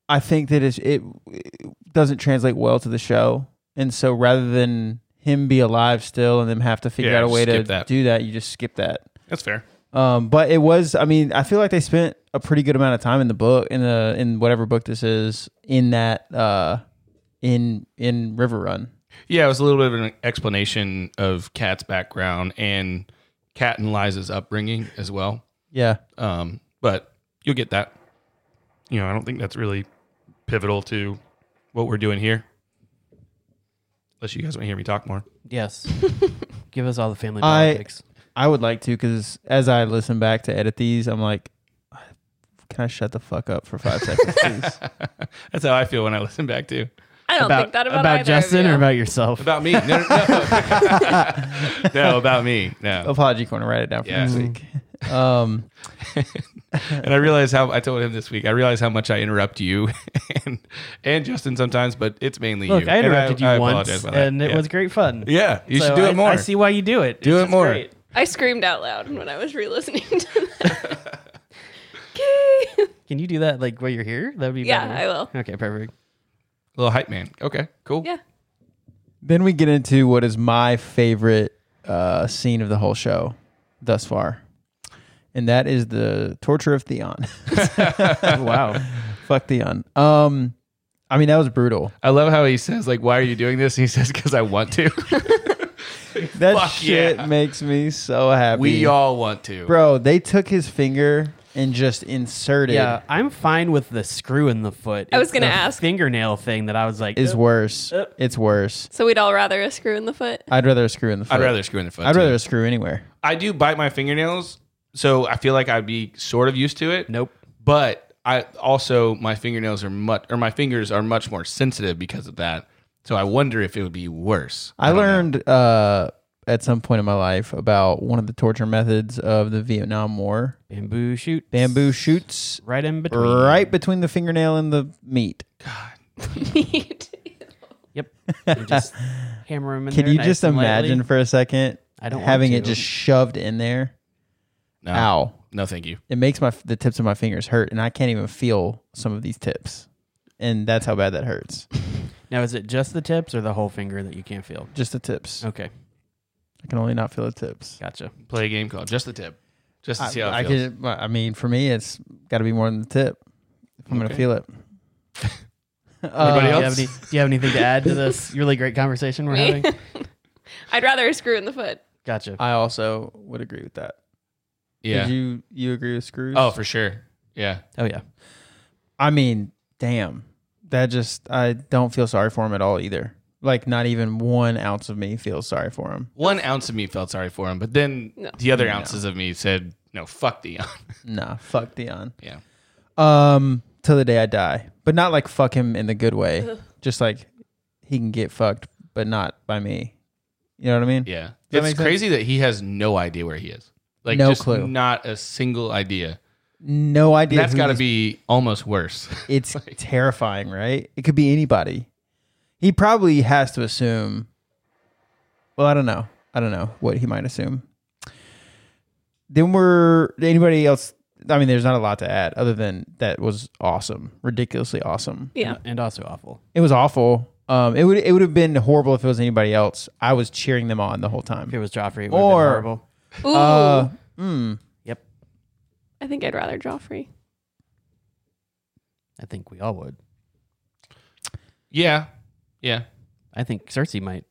Speaker 3: I think that it's, it, it doesn't translate well to the show, and so rather than him be alive still and them have to figure
Speaker 2: Yeah,
Speaker 3: out a way to
Speaker 2: skip that.
Speaker 3: do that, you just skip that.
Speaker 2: That's fair.
Speaker 3: Um, but it was, I mean, I feel like they spent a pretty good amount of time in the book, in the in whatever book this is, in that uh, in in River Run.
Speaker 2: Yeah, it was a little bit of an explanation of Kat's background and Kat and Liza's upbringing as well.
Speaker 3: Yeah,
Speaker 2: Um, but you'll get that. You know, I don't think that's really pivotal to what we're doing here. Unless you guys want to hear me talk more.
Speaker 1: yes. Give us all the family
Speaker 3: I-
Speaker 1: politics.
Speaker 3: I would like to because as I listen back to edit these, I'm like, can I shut the fuck up for five seconds, please?
Speaker 2: That's how I feel when I listen back to.
Speaker 4: I don't
Speaker 1: about
Speaker 4: think that about, either of
Speaker 1: Justin
Speaker 4: you.
Speaker 1: or about yourself?
Speaker 2: About me? No, no, no. No, about me. No.
Speaker 3: Apology corner. Write it down for
Speaker 2: Yeah.
Speaker 3: next week. Um,
Speaker 2: And I realize how I told him this week. I realize how much I interrupt you and and Justin sometimes, but it's mainly
Speaker 1: Look,
Speaker 2: you.
Speaker 1: I
Speaker 2: And
Speaker 1: interrupted you
Speaker 2: I apologize
Speaker 1: once,
Speaker 2: about that.
Speaker 1: and it
Speaker 2: Yeah.
Speaker 1: was great fun.
Speaker 2: Yeah, you
Speaker 1: So
Speaker 2: should do
Speaker 1: I-
Speaker 2: it more.
Speaker 1: I see why you do it.
Speaker 2: Do
Speaker 1: It's
Speaker 2: it
Speaker 1: just
Speaker 2: more.
Speaker 1: great.
Speaker 4: I screamed out loud when I was re-listening to that. Okay.
Speaker 1: Can you do that like while you're here? That would be
Speaker 4: Yeah,
Speaker 1: better.
Speaker 4: I will.
Speaker 1: Okay, perfect.
Speaker 2: Little hype man. Okay, cool.
Speaker 4: yeah.
Speaker 3: then we get into what is my favorite uh, scene of the whole show thus far, and that is the torture of Theon.
Speaker 1: wow.
Speaker 3: Fuck Theon. Um, I mean that was brutal.
Speaker 2: I love how he says like, "Why are you doing this?" And he says, "Because I want to."
Speaker 3: That
Speaker 2: Fuck
Speaker 3: shit
Speaker 2: yeah.
Speaker 3: makes me so happy.
Speaker 2: we all want to.
Speaker 3: bro. They took his finger and just inserted.
Speaker 1: Yeah, I'm fine with the screw in the foot.
Speaker 4: I was
Speaker 1: It's
Speaker 4: gonna
Speaker 1: the
Speaker 4: ask.
Speaker 1: fingernail thing that I was like,
Speaker 3: is
Speaker 1: "Ugh."
Speaker 3: worse.
Speaker 1: Uh.
Speaker 3: It's worse.
Speaker 4: So we'd all rather a screw in the foot.
Speaker 3: I'd rather screw in the foot.
Speaker 2: I'd rather screw in the foot.
Speaker 3: I'd
Speaker 2: too.
Speaker 3: rather screw anywhere.
Speaker 2: I do bite my fingernails, so I feel like I'd be sort of used to it.
Speaker 1: Nope.
Speaker 2: But I also my fingernails are much or my fingers are much more sensitive because of that. So I wonder if it would be worse.
Speaker 3: I,
Speaker 2: don't know.
Speaker 3: learned uh, at some point in my life about one of the torture methods of the Vietnam War:
Speaker 1: bamboo shoot,
Speaker 3: bamboo shoots
Speaker 1: right in between.
Speaker 3: right between the fingernail and the meat.
Speaker 1: Yep. You just hammer him in
Speaker 3: Can
Speaker 1: there
Speaker 3: you
Speaker 1: nice
Speaker 3: just
Speaker 1: and lightly.
Speaker 3: imagine for a second
Speaker 1: I don't want
Speaker 3: having it
Speaker 1: to.
Speaker 3: just shoved in there?
Speaker 2: No,
Speaker 3: Ow!
Speaker 2: no, thank you.
Speaker 3: It makes my the tips of my fingers hurt, and I can't even feel some of these tips, and that's how bad that hurts.
Speaker 1: Now, is it just the tips or the whole finger that you can't feel?
Speaker 3: Just the tips.
Speaker 1: Okay,
Speaker 3: I can only not feel the tips.
Speaker 1: gotcha.
Speaker 2: Play a game called just the tip, just to see how it
Speaker 3: I, I
Speaker 2: feels.
Speaker 3: get. well, I mean, for me, it's got to be more than the tip. If I'm gonna
Speaker 2: Okay.
Speaker 3: feel it. Uh,
Speaker 2: Anybody
Speaker 1: do,
Speaker 2: else?
Speaker 1: you have any, do you have anything to add to this really great conversation we're
Speaker 4: Me?
Speaker 1: having?
Speaker 4: I'd rather a screw in the foot.
Speaker 1: Gotcha.
Speaker 3: I also would agree with that.
Speaker 2: Yeah.
Speaker 3: Did you you agree with screws?
Speaker 2: oh, for sure. Yeah.
Speaker 1: Oh yeah.
Speaker 3: I mean, damn. That just I don't feel sorry for him at all either. Like not even one ounce of me feels sorry for him.
Speaker 2: One ounce of me felt sorry for him, but then
Speaker 4: No.
Speaker 2: the other ounces of me said, "No, fuck Dion."
Speaker 3: Nah, fuck Dion.
Speaker 2: yeah.
Speaker 3: Um, till the day I die, but not like fuck him in the good way. Just like he can get fucked, but not by me. You know what I mean?
Speaker 2: Yeah.
Speaker 3: that make
Speaker 2: it's
Speaker 3: sense?
Speaker 2: crazy that he has no idea where he is. Like
Speaker 3: No
Speaker 2: just
Speaker 3: clue.
Speaker 2: not a single idea.
Speaker 3: No idea.
Speaker 2: That's
Speaker 3: who
Speaker 2: got to
Speaker 3: this-
Speaker 2: be almost worse.
Speaker 3: It's terrifying, right? It could be anybody. He probably has to assume. Well, I don't know. I don't know what he might assume. Then we're anybody else. I mean, there's not a lot to add other than that was awesome, ridiculously awesome.
Speaker 4: Yeah.
Speaker 1: Uh, And also awful.
Speaker 3: It was awful. Um, it would it would have been horrible if it was anybody else. I was cheering them on the whole time.
Speaker 1: If it was Joffrey, it would
Speaker 3: Or-
Speaker 1: have been horrible.
Speaker 4: Ooh.
Speaker 3: Uh, mm,
Speaker 1: Yep.
Speaker 4: I think I'd rather Joffrey.
Speaker 1: I think we all would.
Speaker 2: yeah. Yeah.
Speaker 1: I think Cersei might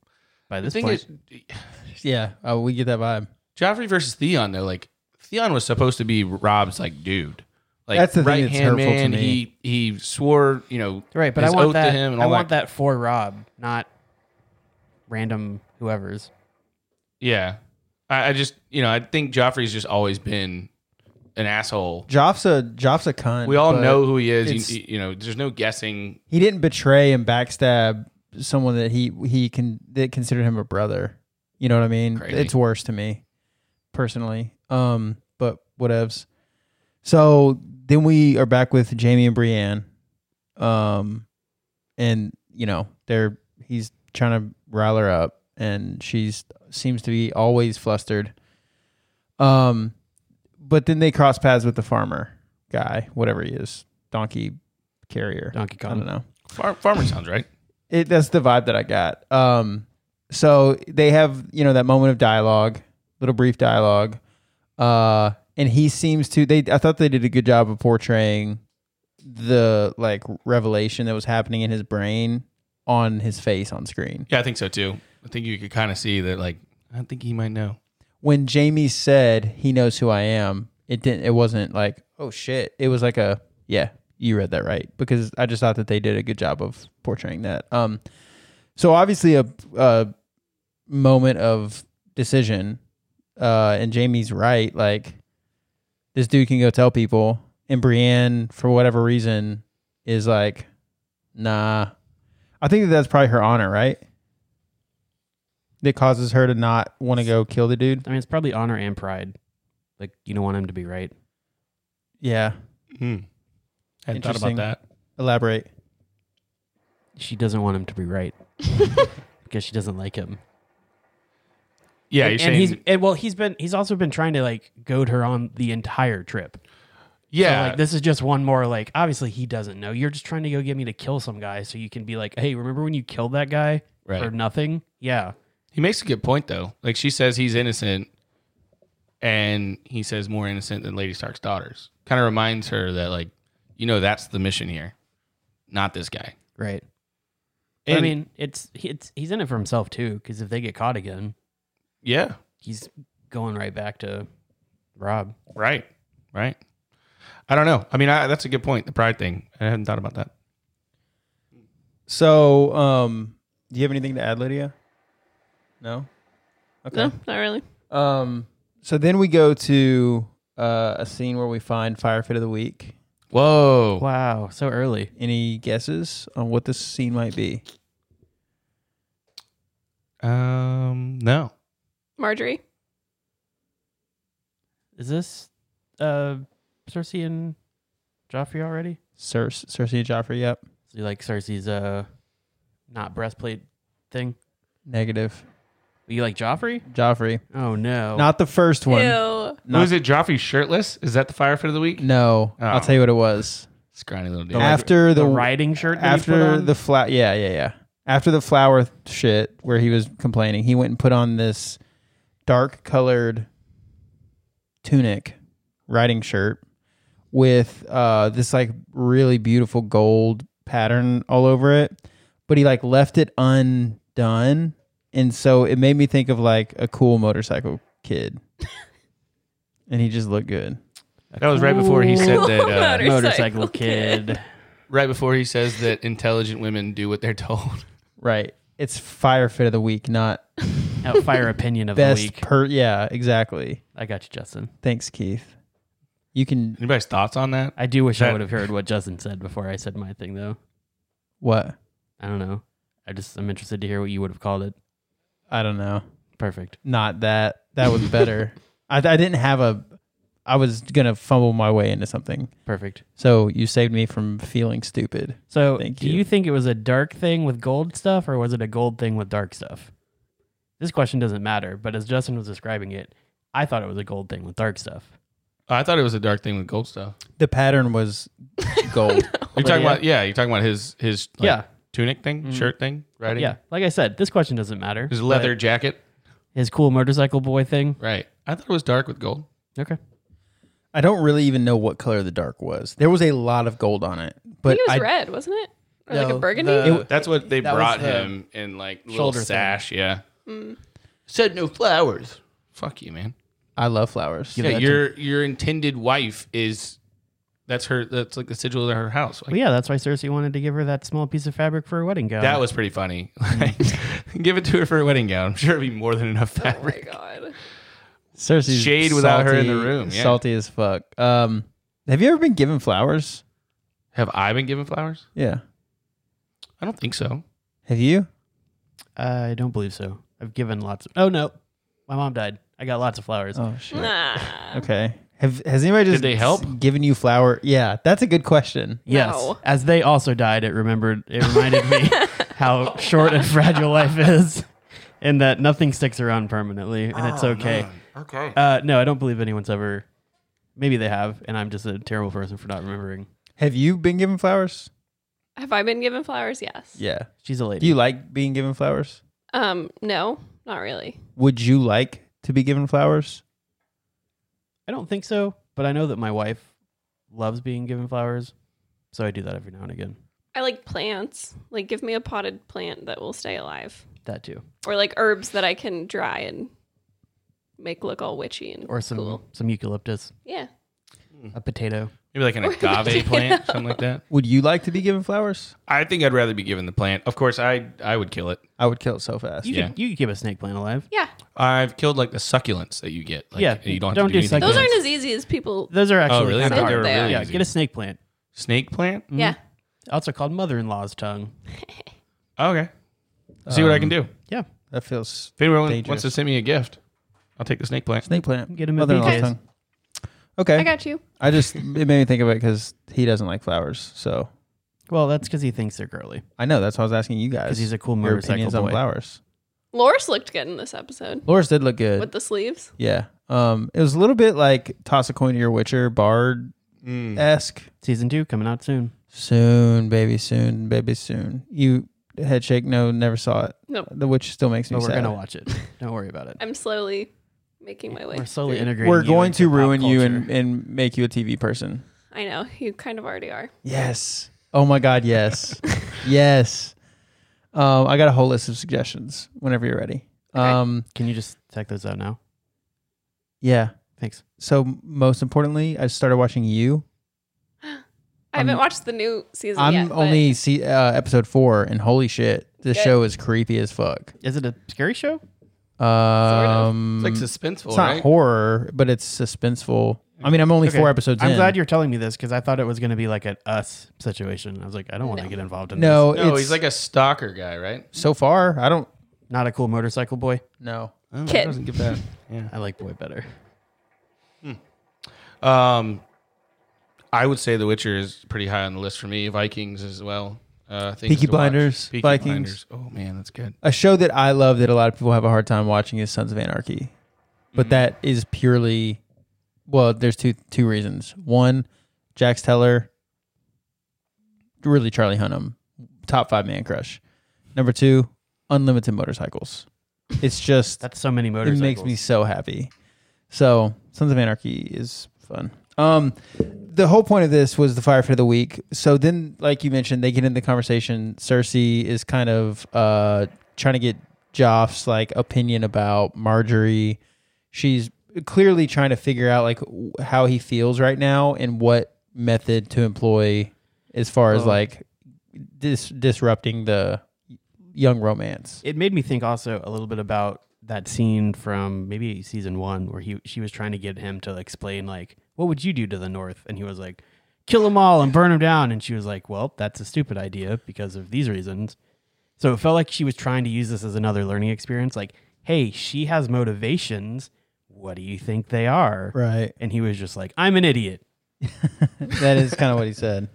Speaker 1: by
Speaker 2: The
Speaker 1: this
Speaker 2: thing
Speaker 1: point.
Speaker 2: is,
Speaker 3: yeah, uh, we get that vibe.
Speaker 2: Joffrey versus Theon though, like Theon was supposed to be Rob's like dude. Like
Speaker 3: That's the thing
Speaker 2: right
Speaker 3: that's hurtful
Speaker 2: hand
Speaker 3: to
Speaker 2: man.
Speaker 3: me.
Speaker 2: He he swore, you know,
Speaker 1: right, but I
Speaker 2: his
Speaker 1: want
Speaker 2: oath
Speaker 1: that.
Speaker 2: to him and
Speaker 1: I
Speaker 2: all
Speaker 1: want
Speaker 2: that.
Speaker 1: that for Rob, not random whoever's.
Speaker 2: Yeah. I, I just you know, I think Joffrey's just always been an asshole.
Speaker 3: Joff's a Joff's a cunt.
Speaker 2: We all
Speaker 3: but-
Speaker 2: know who he is.
Speaker 3: it's-
Speaker 2: You, you know, there's no guessing.
Speaker 3: he didn't betray and backstab someone that he he can that considered him a brother. You know what I mean?
Speaker 2: Crazy.
Speaker 3: It's worse to me personally. Um, but whatevs. So then we are back with Jamie and Brienne. Um, and you know they're he's trying to rile her up, and she's seems to be always flustered. Um, but then they cross paths with the farmer guy, whatever he is, donkey carrier,
Speaker 1: Donkey Kong.
Speaker 3: I don't know.
Speaker 2: Far, farmer sounds right.
Speaker 3: It that's the vibe that I got. Um, so they have you know that moment of dialogue, little brief dialogue, uh, and he seems to. They I thought they did a good job of portraying the like revelation that was happening in his brain on his face on screen
Speaker 2: Yeah, I think so too. I think you could kind of see that. Like, I think he might know.
Speaker 3: when Jamie said he knows who I am. It didn't. It wasn't like oh shit. It was like a yeah. You read that right because I just thought that they did a good job of portraying that. Um, so obviously a, a moment of decision uh and jamie's right like this dude can go tell people and brienne for whatever reason is like nah I think that that's probably her honor, right? That causes her to not want to go kill the dude.
Speaker 1: I mean, it's probably honor and pride. Like you don't want him to be right.
Speaker 3: Yeah.
Speaker 2: Hmm. I hadn't thought
Speaker 3: Interesting.
Speaker 2: about that.
Speaker 3: Elaborate.
Speaker 1: She doesn't want him to be right because she doesn't like him.
Speaker 2: Yeah, you're
Speaker 1: and
Speaker 2: saying
Speaker 1: he's and well, he's been he's also been trying to like goad her on the entire trip. So,
Speaker 2: yeah.
Speaker 1: like this is just one more like obviously he doesn't know. You're just trying to go get me to kill some guy so you can be like, "Hey, remember when you killed that guy
Speaker 2: Right.
Speaker 1: for nothing?" Yeah.
Speaker 2: He makes a good point though. Like she says he's innocent, and he says more innocent than Lady Stark's daughters. Kind of reminds her that like, you know, that's the mission here, not this guy.
Speaker 1: Right.
Speaker 2: And,
Speaker 1: I mean, it's it's he's in it for himself too cuz if they get caught again,
Speaker 2: yeah,
Speaker 1: he's going right back to Rob.
Speaker 2: right, right. I don't know. I mean, I, that's a good point. The pride thing. I hadn't thought about that.
Speaker 3: So, um, do you have anything to add, Lydia? No. Okay.
Speaker 4: No, not really.
Speaker 3: Um, so then we go to uh, a scene where we find fire fit of the week.
Speaker 2: Whoa.
Speaker 1: Wow, so early.
Speaker 3: Any guesses on what this scene might be?
Speaker 2: Um. No.
Speaker 4: Marjorie.
Speaker 1: Is this uh Cersei and Joffrey already?
Speaker 3: Cersei, Cersei and Joffrey. Yep.
Speaker 1: So you like Cersei's uh not breastplate thing?
Speaker 3: Negative.
Speaker 1: You like Joffrey?
Speaker 3: Joffrey.
Speaker 1: Oh no.
Speaker 3: Not the first one.
Speaker 4: Ew.
Speaker 3: Not-
Speaker 2: Was it Joffrey shirtless? Is that the fire fit of the week?
Speaker 3: No.
Speaker 2: Oh.
Speaker 3: I'll tell you what it was.
Speaker 2: Scrawny little dude.
Speaker 3: after
Speaker 1: the,
Speaker 3: the,
Speaker 1: riding shirt that he put
Speaker 3: after
Speaker 1: on?
Speaker 3: the flower. Yeah, yeah, yeah. After the flower th- shit, where he was complaining, he went and put on this dark colored tunic, riding shirt with uh, this like really beautiful gold pattern all over it. But he like left it undone, and so it made me think of like a cool motorcycle kid. and he just looked good.
Speaker 2: That was right before he said that. Uh,
Speaker 4: Motor-
Speaker 1: motorcycle
Speaker 4: Motorcycle
Speaker 1: kid.
Speaker 2: right before he says that intelligent women do what they're told.
Speaker 3: Right. It's fire fit of the week, not
Speaker 1: Outfire opinion of
Speaker 3: best
Speaker 1: the week.
Speaker 3: per. Yeah, exactly.
Speaker 1: I got you, Justin.
Speaker 3: Thanks, Keith. You can
Speaker 2: Anybody's thoughts on that?
Speaker 1: I do wish I
Speaker 2: That-
Speaker 1: would have heard what Justin said before I said my thing, though.
Speaker 3: what?
Speaker 1: I don't know. I just I'm interested to hear what you would have called it.
Speaker 3: I don't know.
Speaker 1: Perfect.
Speaker 3: Not that. That was better. I, I didn't have a. I was gonna fumble my way into something.
Speaker 1: Perfect.
Speaker 3: So you saved me from feeling stupid.
Speaker 1: So,
Speaker 3: Thank
Speaker 1: do
Speaker 3: you.
Speaker 1: you. think it was a dark thing with gold stuff, or was it a gold thing with dark stuff? This question doesn't matter, but as Justin was describing it, I thought it was a gold thing with dark stuff.
Speaker 2: I thought it was a dark thing with gold stuff.
Speaker 3: The pattern was gold.
Speaker 2: You're talking
Speaker 1: yeah.
Speaker 2: about Oh, yeah. Mm-hmm. You're talking about his his like,
Speaker 1: Yeah.
Speaker 2: tunic thing, shirt thing, right?
Speaker 1: Yeah, like I said, this question doesn't matter.
Speaker 2: his leather jacket.
Speaker 1: but his cool motorcycle boy thing.
Speaker 2: Right. I thought it was dark with gold.
Speaker 1: Okay,
Speaker 3: I don't really even know what color the dark was. There was a lot of gold on it,
Speaker 4: I
Speaker 3: but
Speaker 4: think it was
Speaker 3: I,
Speaker 4: red, wasn't it? Or like
Speaker 2: No,
Speaker 4: a burgundy?
Speaker 2: the- Uh, that's what they
Speaker 3: that was
Speaker 2: brought
Speaker 3: the
Speaker 2: him in like little
Speaker 1: shoulder
Speaker 2: sash. Yeah. Mm. Said no flowers. Fuck you, man.
Speaker 3: I love flowers.
Speaker 2: Yeah, your your intended wife is. That's her. That's like the sigil of her house. Like,
Speaker 1: well, yeah, that's why Cersei wanted to give her that small piece of fabric for her wedding gown.
Speaker 2: That was pretty funny. Like, give it to her for a wedding gown. I'm sure it'd be more than enough
Speaker 4: Oh my
Speaker 2: fabric.
Speaker 4: god.
Speaker 3: Cersei's
Speaker 2: Shade without her in the
Speaker 3: salty-
Speaker 2: room, yeah.
Speaker 3: Salty as fuck. Um, have you ever been given flowers?
Speaker 2: Have I been given flowers?
Speaker 3: Yeah.
Speaker 2: I don't think so.
Speaker 3: Have you?
Speaker 1: I don't believe so. I've given lots. Of, oh no, my mom died. I got lots of flowers.
Speaker 3: Oh shit.
Speaker 4: Nah.
Speaker 3: Okay. Have has anybody just
Speaker 2: they help?
Speaker 3: given you flour? Yeah, that's a good question.
Speaker 1: yes,
Speaker 4: No.
Speaker 1: as they also died, it remembered. It reminded me how short and fragile life is, and that nothing sticks around permanently, and it's okay.
Speaker 2: Okay.
Speaker 1: Uh, no, I don't believe anyone's ever. Maybe they have, and I'm just a terrible person for not remembering.
Speaker 3: Have you been given flowers?
Speaker 4: Have I been given flowers? Yes.
Speaker 3: Yeah.
Speaker 1: She's a lady.
Speaker 3: Do you like being given flowers?
Speaker 4: Um, no, not really.
Speaker 3: Would you like to be given flowers?
Speaker 1: I don't think so, but I know that my wife loves being given flowers, so I do that every now and again.
Speaker 4: I like plants. Like give me a potted plant that will stay alive.
Speaker 1: That too,
Speaker 4: Or like herbs that I can dry and make look all witchy and
Speaker 1: or some
Speaker 4: cool.
Speaker 1: some eucalyptus,
Speaker 4: Yeah.
Speaker 1: a potato.
Speaker 2: Maybe like an agave plant, something like that.
Speaker 3: Would you like to be given flowers?
Speaker 2: I think I'd rather be given the plant. Of course, I I would kill it.
Speaker 3: I would kill it so fast.
Speaker 1: You
Speaker 2: Yeah.
Speaker 1: could you could keep a snake plant alive.
Speaker 4: Yeah.
Speaker 2: I've killed like the succulents that you get. Like,
Speaker 1: Yeah,
Speaker 2: you don't have
Speaker 1: don't
Speaker 2: to do,
Speaker 1: do
Speaker 2: anything. Oh,
Speaker 4: Those
Speaker 1: succulents.
Speaker 4: aren't as easy as people
Speaker 1: Those are actually
Speaker 2: really? I
Speaker 1: kinda
Speaker 2: thought
Speaker 4: they
Speaker 1: hard.
Speaker 4: were really
Speaker 1: yeah,
Speaker 2: easy.
Speaker 1: get a snake plant.
Speaker 3: Mm-hmm.
Speaker 2: Snake plant.
Speaker 4: Yeah.
Speaker 1: Also called mother-in-law's tongue.
Speaker 2: Okay. See what I can do. If
Speaker 1: Yeah,
Speaker 3: That feels
Speaker 2: anyone
Speaker 3: dangerous.
Speaker 2: wants to send me a gift, I'll take the snake plant.
Speaker 3: snake plant.
Speaker 1: Get him a
Speaker 3: Mother-in-law's
Speaker 1: BJ's.
Speaker 3: tongue. Okay.
Speaker 4: I got you.
Speaker 3: I just it made me think of it because he doesn't like flowers. So
Speaker 1: well, that's because he thinks they're girly.
Speaker 3: I know that's why I was asking you guys.
Speaker 1: Because he's a cool
Speaker 3: your
Speaker 1: motorcycle
Speaker 3: opinions on
Speaker 1: boy.
Speaker 3: flowers.
Speaker 4: Loris looked good in this episode
Speaker 3: Laura's did look good.
Speaker 4: with the sleeves.
Speaker 3: yeah. Um, it was a little bit like toss a coin to your Witcher bard esque.
Speaker 1: Season two coming out soon.
Speaker 3: Soon, baby, soon, baby, soon. You head shake. No, never saw it.
Speaker 4: No.
Speaker 3: The Witch still makes me
Speaker 1: But we're
Speaker 3: sad.
Speaker 1: gonna watch it. Don't worry about it.
Speaker 4: I'm slowly making my way.
Speaker 1: We're slowly
Speaker 4: through.
Speaker 1: integrating.
Speaker 3: We're
Speaker 1: you
Speaker 3: going
Speaker 1: into
Speaker 3: to
Speaker 1: pop
Speaker 3: ruin you
Speaker 1: culture.
Speaker 3: and, and make you a TV person.
Speaker 4: I know you kind of already are.
Speaker 3: Yes. Oh my God. Yes. yes. Um, I got a whole list of suggestions whenever you're ready.
Speaker 4: Okay.
Speaker 3: Um,
Speaker 1: Can you just check those out now?
Speaker 3: yeah.
Speaker 1: Thanks.
Speaker 3: So most importantly, I started watching you.
Speaker 4: I haven't
Speaker 3: I'm-
Speaker 4: watched the new season
Speaker 3: I'm
Speaker 4: yet. but
Speaker 3: only see uh, episode four, and holy shit, this
Speaker 4: Good.
Speaker 3: show is creepy as fuck.
Speaker 1: Is it a scary show?
Speaker 4: of.
Speaker 2: It's
Speaker 3: Um,
Speaker 2: like
Speaker 3: it's,
Speaker 2: suspenseful,
Speaker 3: not
Speaker 2: right?
Speaker 3: horror, but it's suspenseful. I mean, I'm only
Speaker 1: Okay.
Speaker 3: four episodes.
Speaker 1: I'm
Speaker 3: in.
Speaker 1: glad you're telling me this because I thought it was going to be like an us situation. I was like, I don't want to
Speaker 4: No.
Speaker 1: get involved in
Speaker 3: No,
Speaker 1: this.
Speaker 2: no,
Speaker 3: it's
Speaker 2: he's like a stalker guy, right?
Speaker 3: so far. I don't
Speaker 1: Not a cool motorcycle boy.
Speaker 3: know.
Speaker 2: Oh,
Speaker 4: Kid.
Speaker 2: doesn't get that. Yeah.
Speaker 1: I like boy better.
Speaker 2: Um, I would say The Witcher is pretty high on the list for me. Vikings as well. Uh, things
Speaker 3: Peaky
Speaker 2: to watch.
Speaker 3: Blinders,
Speaker 2: Peaky
Speaker 3: Vikings.
Speaker 2: Blinders. Oh man, that's good.
Speaker 3: A show that I love that a lot of people have a hard time watching is Sons of Anarchy,
Speaker 1: Mhm.
Speaker 3: but that is purely. Well, there's two two reasons. One, Jax Teller, really Charlie Hunnam, top five man crush. Number two, unlimited motorcycles. It's just
Speaker 1: That's so many
Speaker 3: it
Speaker 1: motorcycles.
Speaker 3: makes me so happy. So Sons of Anarchy is fun. Um, the whole point of this was the firefighter of the week. So then, like you mentioned, they get in the conversation. Cersei is kind of uh trying to get Joff's like opinion about Marjorie. She's clearly trying to figure out like w- how he feels right now and what method to employ as far as
Speaker 1: Oh.
Speaker 3: like dis- disrupting the young romance.
Speaker 1: It made me think also a little bit about that scene from maybe season one where he she was trying to get him to explain like what would you do to the North and he was like kill them all and burn them down and she was like well that's a stupid idea because of these reasons so it felt like she was trying to use this as another learning experience like hey she has motivations what do you think they are
Speaker 3: Right.
Speaker 1: and he was just like I'm an idiot
Speaker 3: That is kind of what he said.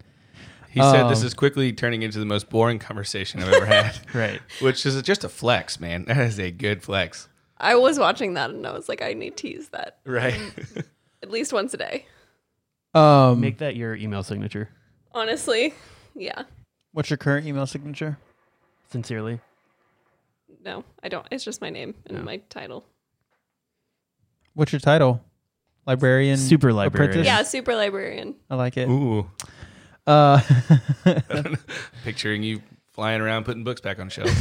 Speaker 2: He said this
Speaker 3: Um,
Speaker 2: is quickly turning into the most boring conversation I've ever had,
Speaker 1: right
Speaker 2: which is just a flex, man. That is a good flex,
Speaker 4: I was watching that and I was like, I need to use that
Speaker 2: right?
Speaker 4: at least once a day.
Speaker 3: Um,
Speaker 1: make that your email signature
Speaker 4: Honestly, yeah.
Speaker 3: What's your current email signature?
Speaker 1: sincerely
Speaker 4: No, I don't. It's just my name and my title.
Speaker 3: What's your title? Librarian.
Speaker 1: Super librarian.
Speaker 3: apprentice?
Speaker 4: Yeah, super librarian.
Speaker 3: I like it.
Speaker 2: Ooh,
Speaker 3: Uh,
Speaker 2: picturing you flying around putting books back on shelves.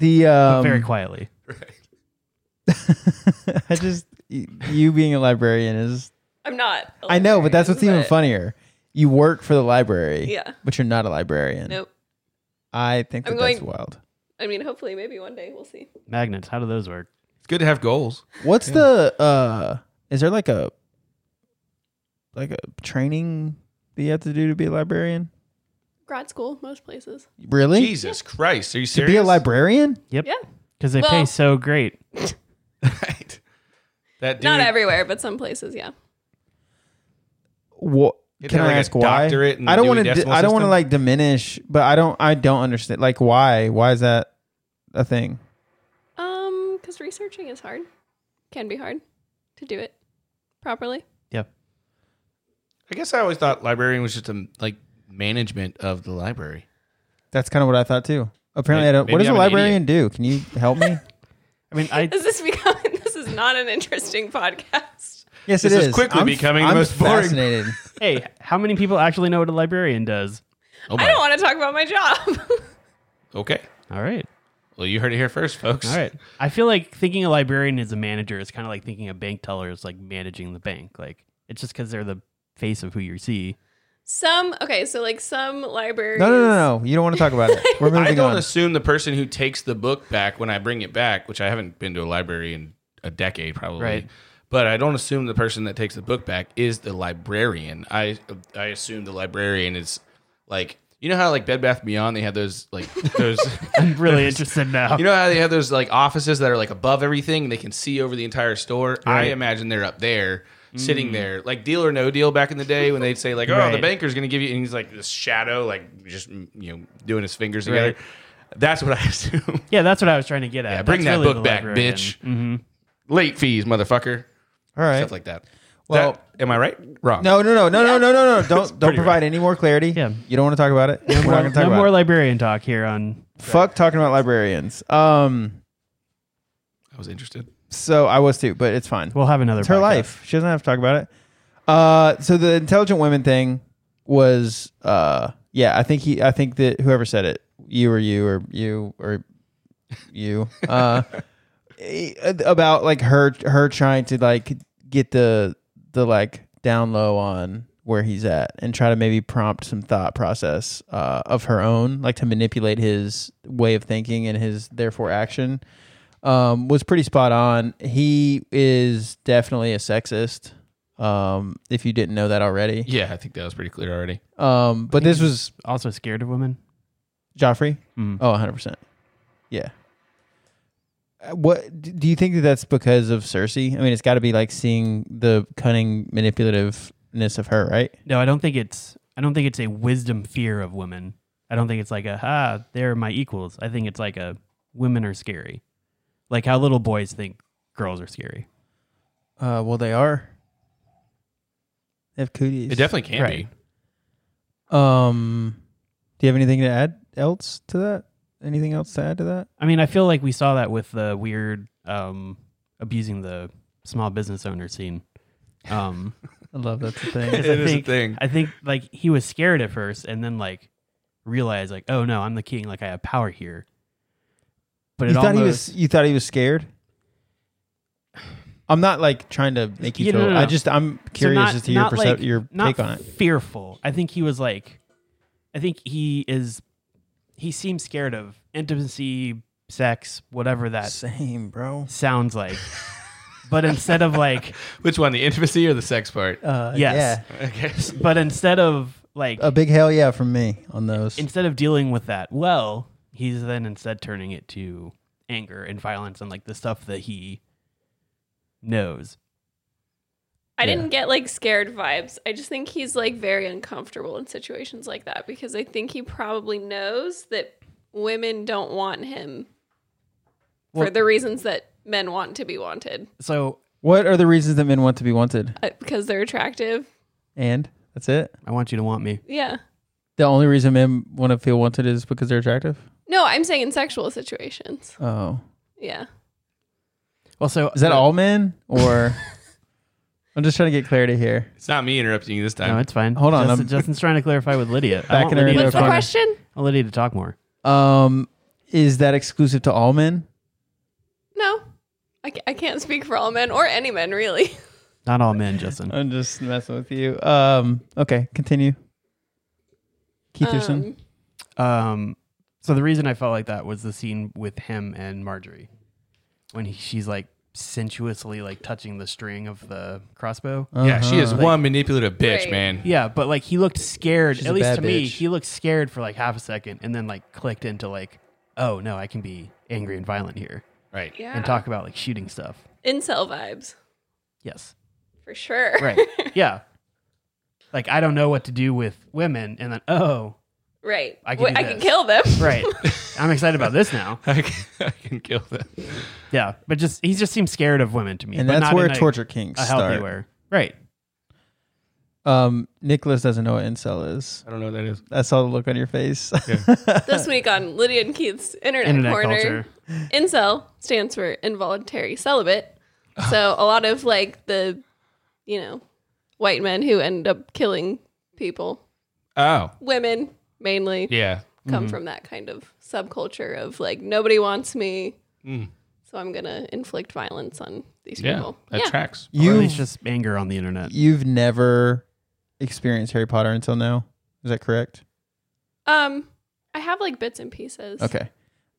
Speaker 3: the
Speaker 1: but
Speaker 3: um,
Speaker 1: very quietly
Speaker 3: I just y- you being a librarian is.
Speaker 4: I'm not. I
Speaker 3: I know, but that's what's even funnier. You work for the library,
Speaker 4: Yeah.
Speaker 3: but you're not a librarian.
Speaker 4: Nope.
Speaker 3: I think that
Speaker 4: I'm
Speaker 3: that's
Speaker 4: going-
Speaker 3: wild.
Speaker 4: I mean, hopefully, maybe one day we'll see.
Speaker 1: magnets how do those work
Speaker 2: It's good to have goals.
Speaker 3: What's the? uh Is there like a like a training that you have to do to be a librarian?
Speaker 4: Grad school, most places.
Speaker 3: Really?
Speaker 2: Jesus Christ, are you
Speaker 3: to
Speaker 2: serious?
Speaker 3: be a librarian?
Speaker 1: yep
Speaker 4: Yeah.
Speaker 1: because they pay
Speaker 4: Well-
Speaker 1: so great
Speaker 2: right? That dude,
Speaker 4: Not everywhere, but some places, yeah.
Speaker 3: what
Speaker 2: You have to
Speaker 3: can
Speaker 2: have,
Speaker 3: I
Speaker 2: like, a
Speaker 3: ask why?
Speaker 2: doctorate in
Speaker 3: I don't
Speaker 2: Dewey
Speaker 3: want to.
Speaker 2: Decimal
Speaker 3: I don't want to
Speaker 2: System?
Speaker 3: like diminish, but I don't. I don't understand. Like why? Why is that a thing?
Speaker 4: Um, because researching is hard. Can be hard to do it properly.
Speaker 1: yep
Speaker 2: I guess I always thought librarian was just a like management of the library.
Speaker 3: That's kind of what I thought too. Apparently,
Speaker 2: May-
Speaker 3: I don't. What
Speaker 2: maybe
Speaker 3: does
Speaker 2: I'm
Speaker 3: a
Speaker 2: an
Speaker 3: librarian do? Can you help me?
Speaker 1: I mean, I
Speaker 4: Is this becoming? This is not an interesting podcast.
Speaker 3: yes,
Speaker 2: This
Speaker 3: it
Speaker 2: is
Speaker 3: is.
Speaker 2: quickly
Speaker 3: I'm,
Speaker 2: becoming the
Speaker 3: I'm
Speaker 2: most boring.
Speaker 3: fascinated.
Speaker 1: hey, how many people actually know what a librarian does?
Speaker 2: Oh
Speaker 4: I don't want to talk about my job.
Speaker 2: Okay.
Speaker 1: All right,
Speaker 2: Well, you heard it here first, folks.
Speaker 1: all right. I feel like thinking a librarian is a manager is kind of like thinking a bank teller is like managing the bank. Like it's just because they're the face of who you see.
Speaker 4: some okay, so like some libraries.
Speaker 3: No, no, no, no. You don't want to talk about it. We're
Speaker 2: I
Speaker 3: moving
Speaker 2: don't
Speaker 3: on.
Speaker 2: assume the person who takes the book back when I bring it back, which I haven't been to a library in a decade probably.
Speaker 1: Right.
Speaker 2: But I don't assume the person that takes the book back is the librarian. I I assume the librarian is like You know how like Bed Bath Beyond, they have those like those.
Speaker 1: I'm really interested now.
Speaker 2: you know how they have those like offices that are like above everything, and they can see over the entire store. I
Speaker 1: Right. Mm.
Speaker 2: imagine they're up there. Sitting there, like deal or no deal back in the day when they'd say, like, oh, the
Speaker 1: Right.
Speaker 2: banker's going to give you, and he's like this shadow, like just, mm, you know, doing his fingers together. That's what I assume.
Speaker 1: yeah, that's what I was trying to get at.
Speaker 2: Yeah, bring
Speaker 1: That's
Speaker 2: that
Speaker 1: really
Speaker 2: book
Speaker 1: the
Speaker 2: back,
Speaker 1: librarian.
Speaker 2: bitch.
Speaker 1: Mhm.
Speaker 2: Late fees, motherfucker.
Speaker 3: All right.
Speaker 2: Stuff like that.
Speaker 3: Well-
Speaker 2: That- am I right? Wrong.
Speaker 3: No, no, no, no, no, no, no, no. Don't don't provide any more clarity.
Speaker 1: Yeah.
Speaker 3: You don't want to talk about it. We're
Speaker 1: No
Speaker 3: not
Speaker 1: more,
Speaker 3: going to talk
Speaker 1: no
Speaker 3: about
Speaker 1: more
Speaker 3: it.
Speaker 1: librarian talk here on.
Speaker 3: Fuck talking about librarians. Um,
Speaker 2: I was interested.
Speaker 3: so I was too, but it's fine.
Speaker 1: We'll have another.
Speaker 3: It's her
Speaker 1: podcast.
Speaker 3: life. She doesn't have to talk about it. Uh, so the intelligent women thing was, uh, yeah, I think he, I think that whoever said it, you or you or you or you, uh, eh, about like her, her trying to like get the, the like down low on where he's at and try to maybe prompt some thought process, uh, of her own, like to manipulate his way of thinking and his therefore action um, was pretty spot on. He is definitely a sexist. Um, if you didn't know that already,
Speaker 2: Yeah, I think that was pretty clear already.
Speaker 3: um, but this was
Speaker 1: Also scared of women.
Speaker 3: Joffrey.
Speaker 1: Mm.
Speaker 3: Oh, 100 percent. Yeah. Uh, What d- do you think that that's because of Cersei? I mean, it's got to be like seeing the cunning manipulativeness of her, right?
Speaker 1: No, I don't think it's. I don't think it's a wisdom fear of women. I don't think it's like a ah, they're my equals. I think it's like a women are scary, like how little boys think girls are scary.
Speaker 3: Uh, well, they are. They have cooties.
Speaker 2: It definitely can
Speaker 1: Right.
Speaker 3: um, do you have anything to add else to that? Anything else to add to that?
Speaker 1: I mean, I feel like we saw that with the weird um, abusing the small business owner scene. Um,
Speaker 3: I love that's the thing.
Speaker 2: be.
Speaker 1: because
Speaker 2: It
Speaker 1: I
Speaker 2: is
Speaker 1: think,
Speaker 2: a thing.
Speaker 1: I think like he was scared at first, and then like realized like, oh no, I'm the king. Like I have power here. But
Speaker 3: you
Speaker 1: it
Speaker 3: thought
Speaker 1: almost,
Speaker 3: he was you thought he was scared i'm not like trying to make you
Speaker 1: Yeah, no,
Speaker 3: feel
Speaker 1: no, no.
Speaker 3: i just i'm curious
Speaker 1: not-
Speaker 3: as to your
Speaker 1: not,
Speaker 3: percep-
Speaker 1: like-
Speaker 3: your
Speaker 1: not
Speaker 3: take on it
Speaker 1: Fearful. I think he was like, I think he is, he seems scared of intimacy, sex, whatever that
Speaker 3: same bro
Speaker 1: sounds like. but instead of like,
Speaker 2: Which one, the intimacy or the sex part?
Speaker 3: uh,
Speaker 1: Yes.
Speaker 2: Okay.
Speaker 1: but instead of like,
Speaker 3: yeah a big hell yeah from me on those
Speaker 1: instead of dealing with that well, he's then instead turning it to anger and violence and like the stuff that he knows.
Speaker 4: I didn't get like scared vibes. I just think he's like very uncomfortable in situations like that because I think he probably knows that women don't want him for
Speaker 1: Well-
Speaker 4: the reasons that men want to be wanted
Speaker 1: So
Speaker 3: what are the reasons that men want to be wanted
Speaker 4: uh, because they're attractive.
Speaker 3: and that's it
Speaker 1: I want you to want me.
Speaker 4: Yeah.
Speaker 3: the only reason men want to feel wanted is because they're attractive
Speaker 4: No, I'm saying in sexual situations.
Speaker 3: oh
Speaker 4: Yeah.
Speaker 1: Well, so uh,
Speaker 3: is that all men or i'm just trying to get clarity here
Speaker 2: It's not me interrupting you this time.
Speaker 1: No, it's fine.
Speaker 3: Hold on,
Speaker 1: Justin,
Speaker 3: I'm-
Speaker 1: Justin's trying to clarify with Lydia. I
Speaker 3: Back
Speaker 1: want
Speaker 3: in her
Speaker 1: Lydia
Speaker 3: No,
Speaker 4: What's
Speaker 1: to
Speaker 4: the
Speaker 3: fine.
Speaker 1: talk-
Speaker 4: question?
Speaker 1: I want Lydia to talk more.
Speaker 3: um is that exclusive to all men
Speaker 4: No. I, ca- I can't speak for all men or any men, really.
Speaker 1: Not all men, Justin.
Speaker 3: I'm just messing with you. Um, okay, continue. Keitherson.
Speaker 4: Um,
Speaker 1: Um, so the reason I felt like that was the scene with him and Marjorie when he, she's like sensuously like touching the string of the crossbow.
Speaker 2: yeah, she is
Speaker 1: Uh-huh.
Speaker 2: one manipulative bitch,
Speaker 4: Right.
Speaker 2: man.
Speaker 1: Yeah, but like he looked scared.
Speaker 3: She's a
Speaker 1: at least
Speaker 3: bad
Speaker 1: to me,
Speaker 3: bitch.
Speaker 1: he looked scared for like half a second, and then like clicked into like, oh no, I can be angry and violent here
Speaker 2: Right.
Speaker 4: yeah.
Speaker 1: and talk about like shooting stuff.
Speaker 4: Incel vibes,
Speaker 1: Yes.
Speaker 4: for sure.
Speaker 1: Right. yeah. Like I don't know what to do with women, and then oh
Speaker 4: right.
Speaker 1: I
Speaker 4: I
Speaker 1: can
Speaker 4: can,
Speaker 1: do
Speaker 4: I can
Speaker 1: this.
Speaker 4: kill them.
Speaker 1: right, I'm excited about this now.
Speaker 2: I can, I can kill them.
Speaker 1: Yeah, but just he just seems scared of women to me,
Speaker 3: and
Speaker 1: but
Speaker 3: that's
Speaker 1: not
Speaker 3: where
Speaker 1: in a,
Speaker 3: torture kinks
Speaker 1: a healthy
Speaker 3: start.
Speaker 1: way. Right.
Speaker 3: Um, Nicholas doesn't know what incel is.
Speaker 2: I don't know what that is.
Speaker 3: I saw the look on your face.
Speaker 4: This week on Lydia and Keith's Internet,
Speaker 1: Internet
Speaker 4: Corner,
Speaker 1: culture.
Speaker 4: incel stands for involuntary celibate. So a lot of like the, you know, white men who end up killing people,
Speaker 2: Oh,
Speaker 4: women mainly,
Speaker 2: yeah.
Speaker 4: come from that kind of subculture of like nobody wants me,
Speaker 2: Mm.
Speaker 4: so I'm gonna inflict violence on these
Speaker 2: Yeah.
Speaker 4: people.
Speaker 2: That tracks.
Speaker 1: Or at
Speaker 3: you've
Speaker 1: least just anger on the internet.
Speaker 3: you've never experienced Harry Potter until now. Is that correct?
Speaker 4: Um, I have like bits and pieces.
Speaker 3: Okay,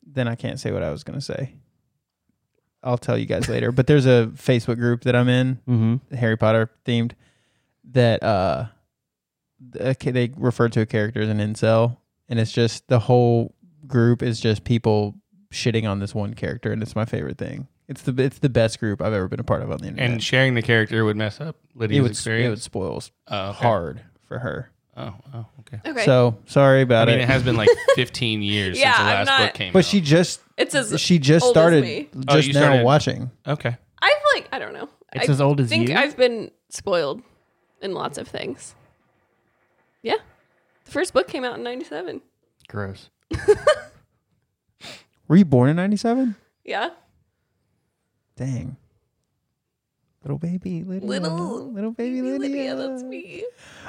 Speaker 3: then I can't say what I was gonna say. I'll tell you guys later. But there's a Facebook group that I'm in
Speaker 1: Mm-hmm.
Speaker 3: Harry Potter themed that uh th- okay they referred to a character as an incel and it's just the whole group is just people shitting on this one character, and it's my favorite thing. It's the it's the best group I've ever been a part of on the internet.
Speaker 2: And sharing the character would mess up Lydia's
Speaker 3: it would it would
Speaker 2: experience.
Speaker 3: spoil
Speaker 2: Oh, okay.
Speaker 3: hard for her.
Speaker 2: Oh, oh, okay.
Speaker 4: Okay.
Speaker 3: So sorry
Speaker 2: I
Speaker 3: about
Speaker 2: mean,
Speaker 3: it.
Speaker 2: it has been like 15 years
Speaker 4: Yeah,
Speaker 2: since the
Speaker 4: I'm
Speaker 2: last
Speaker 4: not-
Speaker 2: book came out.
Speaker 3: but she just
Speaker 4: it's as
Speaker 3: she just
Speaker 4: old as
Speaker 3: started
Speaker 4: me.
Speaker 2: Oh,
Speaker 3: just
Speaker 2: you
Speaker 3: now
Speaker 2: started-
Speaker 3: watching.
Speaker 2: okay.
Speaker 4: I've like I don't know.
Speaker 1: It's
Speaker 4: I
Speaker 1: as old as
Speaker 4: think
Speaker 1: you.
Speaker 4: I've been spoiled in lots of things. Yeah. The first book came out in 97.
Speaker 1: Gross.
Speaker 3: Were you born in '97?
Speaker 4: Yeah.
Speaker 3: Dang. Little baby Lydia.
Speaker 4: Little
Speaker 3: little baby
Speaker 4: Lydia,
Speaker 3: Lydia.
Speaker 4: that's me.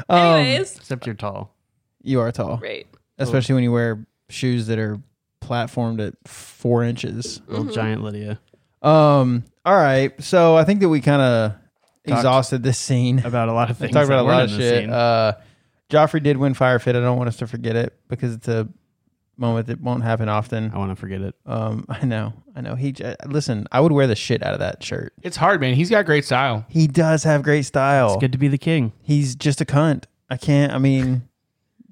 Speaker 3: Um,
Speaker 4: Anyways,
Speaker 1: Except you're tall.
Speaker 3: You are tall,
Speaker 4: right.
Speaker 3: especially when you wear shoes that are platformed at four inches.
Speaker 1: Little giant Lydia.
Speaker 3: Um. All right. So I think that we kind of exhausted this scene.
Speaker 1: About a lot of things.
Speaker 3: Talked about
Speaker 1: that
Speaker 3: a
Speaker 1: weren't
Speaker 3: lot of
Speaker 1: in this
Speaker 3: shit.
Speaker 1: scene.
Speaker 3: Uh, Joffrey did win Fire Fit. I don't want us to forget it because it's a moment that won't happen often.
Speaker 1: I want to forget it.
Speaker 3: Um, I know, I know. He j- listen. I would wear the shit out of that shirt.
Speaker 2: It's hard, man. He's got great style.
Speaker 3: He does have great style.
Speaker 1: It's good to be the king.
Speaker 3: He's just a cunt. I can't. I mean,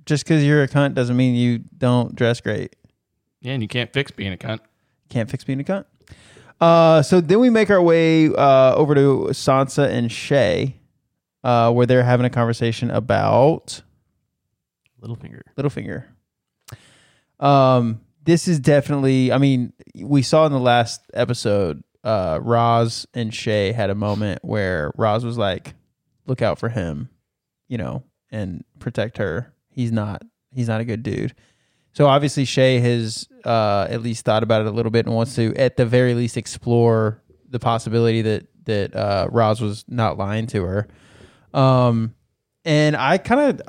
Speaker 3: just because you're a cunt doesn't mean you don't dress great.
Speaker 2: Yeah, and you can't fix being a cunt.
Speaker 3: Can't fix being a cunt. Uh, so then we make our way uh, over to Sansa and Shay, uh, where they're having a conversation about
Speaker 1: Littlefinger.
Speaker 3: Littlefinger. Um, this is definitely. I mean, we saw in the last episode, uh, Roz and Shay had a moment where Roz was like, "Look out for him," you know, and protect her. He's not. He's not a good dude. So obviously, Shay has uh, at least thought about it a little bit and wants to, at the very least, explore the possibility that that uh, Roz was not lying to her. Um, and I kind of,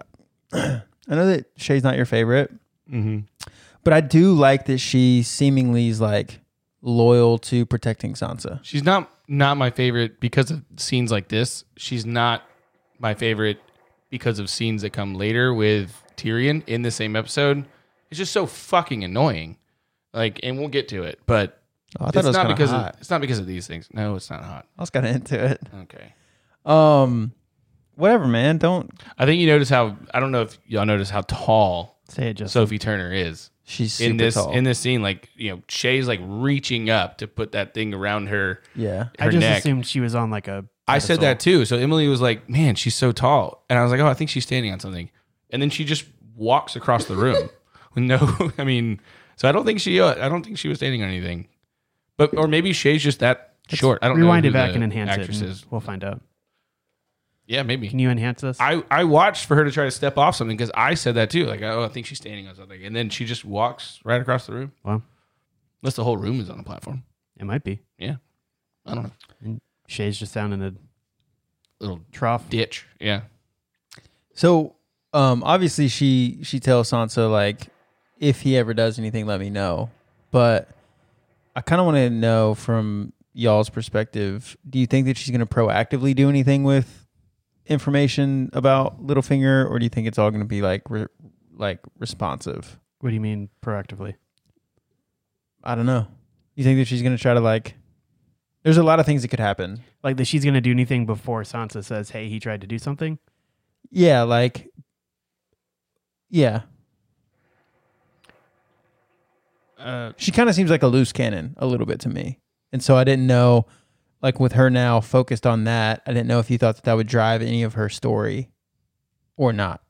Speaker 3: I know that Shay's not your favorite,
Speaker 2: Mm-hmm.
Speaker 3: but I do like that she seemingly is like loyal to protecting Sansa.
Speaker 2: She's not not my favorite because of scenes like this. She's not my favorite because of scenes that come later with Tyrion in the same episode. It's just so fucking annoying. Like, and we'll get to it, but
Speaker 3: Oh, I thought
Speaker 2: it's
Speaker 3: it was
Speaker 2: not
Speaker 3: kind of
Speaker 2: because
Speaker 3: hot.
Speaker 2: Of, it's not because of these things. No, it's not hot.
Speaker 3: I was kind of into it.
Speaker 2: Okay.
Speaker 3: Um, whatever, man. Don't.
Speaker 2: I think you notice how I don't know if y'all notice how tall
Speaker 1: Say it, Justin.
Speaker 2: Sophie Turner is
Speaker 3: She's super
Speaker 2: in this
Speaker 3: tall.
Speaker 2: in this scene. Like, you know, Shay's like reaching up to put that thing around her
Speaker 3: yeah.
Speaker 2: her
Speaker 1: I just
Speaker 2: neck.
Speaker 1: assumed she was on like a.
Speaker 2: I said
Speaker 1: pedestal.
Speaker 2: that too. So Emily was like, "Man, she's so tall," and I was like, "Oh, I think she's standing on something," and then she just walks across the room. no, I mean, so I don't think she. Uh, I don't think she was standing on anything, but or maybe Shay's just that short. I don't
Speaker 1: Rewind
Speaker 2: know who
Speaker 1: it back
Speaker 2: the
Speaker 1: and enhance
Speaker 2: actress
Speaker 1: it. and
Speaker 2: is.
Speaker 1: We'll find out.
Speaker 2: Yeah, maybe.
Speaker 1: Can you enhance this?
Speaker 2: I, I watched for her to try to step off something because I said that too. Like, oh, I think she's standing on something, and then she just walks right across the room.
Speaker 1: Wow.
Speaker 2: Unless the whole room is on a platform.
Speaker 1: It might be.
Speaker 2: Yeah, I don't know.
Speaker 1: Shay's just down in a
Speaker 2: Little
Speaker 1: trough.
Speaker 2: ditch. Yeah,
Speaker 3: So, um, obviously she she tells Sansa like, if he ever does anything, let me know. But I kind of want to know from y'all's perspective. Do you think that she's going to proactively do anything with information about Littlefinger, or do you think it's all going to be like re- like responsive?
Speaker 1: What do you mean proactively?
Speaker 3: I don't know. You think that she's going to try to like? There's a lot of things that could happen.
Speaker 1: Like that she's going to do anything before Sansa says, hey, he tried to do something?
Speaker 3: Yeah, like, yeah.
Speaker 2: uh,
Speaker 3: she kind of seems like a loose cannon a little bit to me and so i didn't know like with her now focused on that i didn't know if you thought that that would drive any of her story or not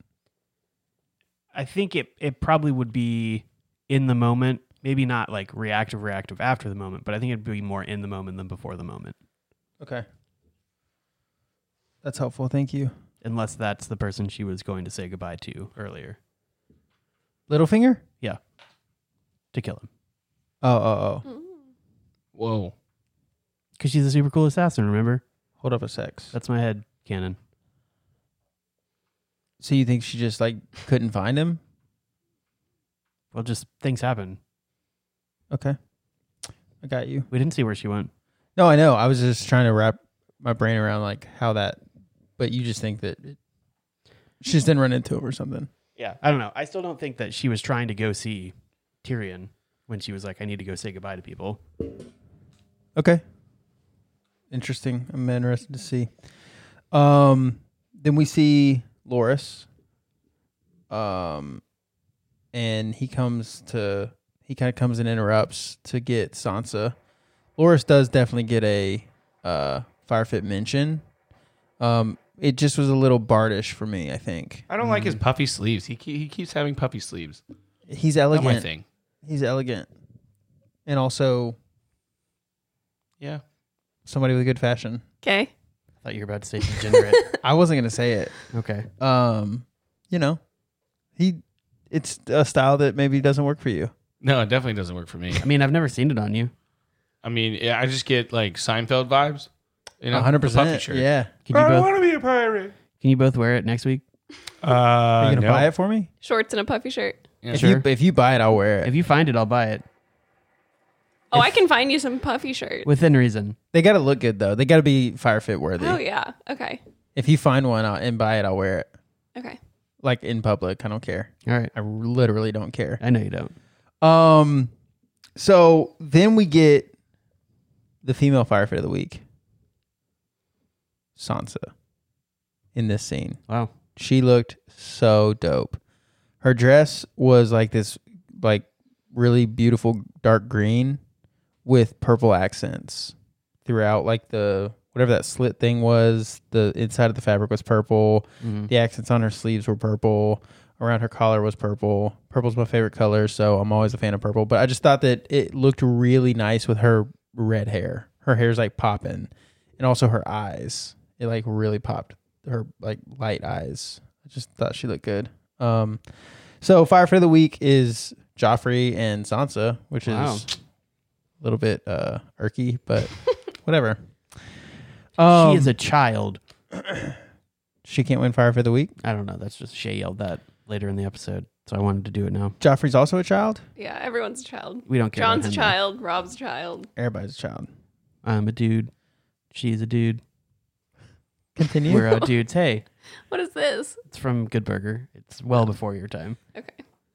Speaker 1: I think it, it probably would be in the moment. Maybe not like reactive, reactive after the moment, but I think it'd be more in the moment than before the moment.
Speaker 3: okay that's helpful thank you
Speaker 1: Unless that's the person she was going to say goodbye to earlier
Speaker 3: littlefinger
Speaker 1: to kill him.
Speaker 3: oh oh oh
Speaker 2: whoa.
Speaker 1: Because she's a super cool assassin, remember?
Speaker 3: hold up a sex
Speaker 1: That's my head canon.
Speaker 3: so you think she just like couldn't find him
Speaker 1: Well, just things happen.
Speaker 3: okay i got you
Speaker 1: We didn't see where she went.
Speaker 3: no i know i was just trying to wrap my brain around like how that but you just think that it, she just didn't run into him or something
Speaker 1: Yeah, I don't know. I still don't think that she was trying to go see Tyrion when she was like, "I need to go say goodbye to people."
Speaker 3: Okay. Interesting. I'm interested to see. Um, then we see Loris. Um, and he comes to he kind of comes and interrupts to get Sansa. Loris does definitely get a uh, Firefit mention. Um, it just was a little bardish for me. I think
Speaker 2: I don't like his puffy sleeves. He ke- he keeps having puffy sleeves.
Speaker 3: he's
Speaker 2: Not
Speaker 3: elegant.
Speaker 2: my thing.
Speaker 3: He's elegant, and also
Speaker 2: Yeah.
Speaker 3: somebody with good fashion.
Speaker 4: Okay.
Speaker 1: I thought you were about to say degenerate.
Speaker 3: I wasn't gonna say it.
Speaker 1: okay.
Speaker 3: Um, you know, he it's a style that maybe doesn't work for you.
Speaker 2: No, it definitely doesn't work for me.
Speaker 1: I mean, I've never seen it on you.
Speaker 2: I mean, yeah, I just get like Seinfeld vibes. You know,
Speaker 3: One hundred
Speaker 2: the puffy
Speaker 3: percent.
Speaker 2: shirt.
Speaker 3: Yeah.
Speaker 1: Can you both
Speaker 2: to be a pirate.
Speaker 1: can you both wear it next week?
Speaker 3: Are
Speaker 2: Uh,
Speaker 3: you gonna buy it for me?
Speaker 4: Shorts and a puffy shirt.
Speaker 2: Yeah.
Speaker 3: If
Speaker 1: Sure.
Speaker 3: you if you buy it, I'll wear it.
Speaker 1: If you find it, I'll buy it
Speaker 4: Oh, I can find you some puffy shirt.
Speaker 1: within reason.
Speaker 3: They gotta look good though. They gotta be fire fit worthy.
Speaker 4: Oh yeah. Okay.
Speaker 3: If you find one I'll, and buy it, I'll wear it.
Speaker 4: Okay.
Speaker 3: Like in public, I don't care.
Speaker 1: All right.
Speaker 3: I literally don't care.
Speaker 1: I know you don't.
Speaker 3: Um, so then we get the female firefighter of the week, Sansa. In this scene,
Speaker 1: Wow.
Speaker 3: she looked so dope. Her dress was like this, like really beautiful dark green with purple accents throughout. Like the whatever that slit thing was, the inside of the fabric was purple.
Speaker 1: Mhm.
Speaker 3: The accents on her sleeves were purple. Around her collar was purple. Purple's my favorite color, so I'm always a fan of purple. But I just thought that it looked really nice with her red hair. Her hair's like popping, and also her eyes. It like really popped her like light eyes. I just thought she looked good. Um, so fire for the week is Joffrey and Sansa, which
Speaker 1: Wow.
Speaker 3: is a little bit uh irky, but whatever. Um,
Speaker 1: she is a child.
Speaker 3: She can't win fire for the week.
Speaker 1: I don't know. That's just Shay yelled that later in the episode, so I wanted to do it now.
Speaker 3: Joffrey's also a child.
Speaker 4: Yeah. Everyone's a child.
Speaker 1: We don't care. about
Speaker 4: John's a
Speaker 1: him, though.
Speaker 4: child. Rob's a child.
Speaker 3: Everybody's a child.
Speaker 1: I'm a dude. She's a dude.
Speaker 3: Continue.
Speaker 1: We're all dudes. Hey,
Speaker 4: What is this?
Speaker 1: it's from Good Burger. It's well before your time.
Speaker 4: Okay.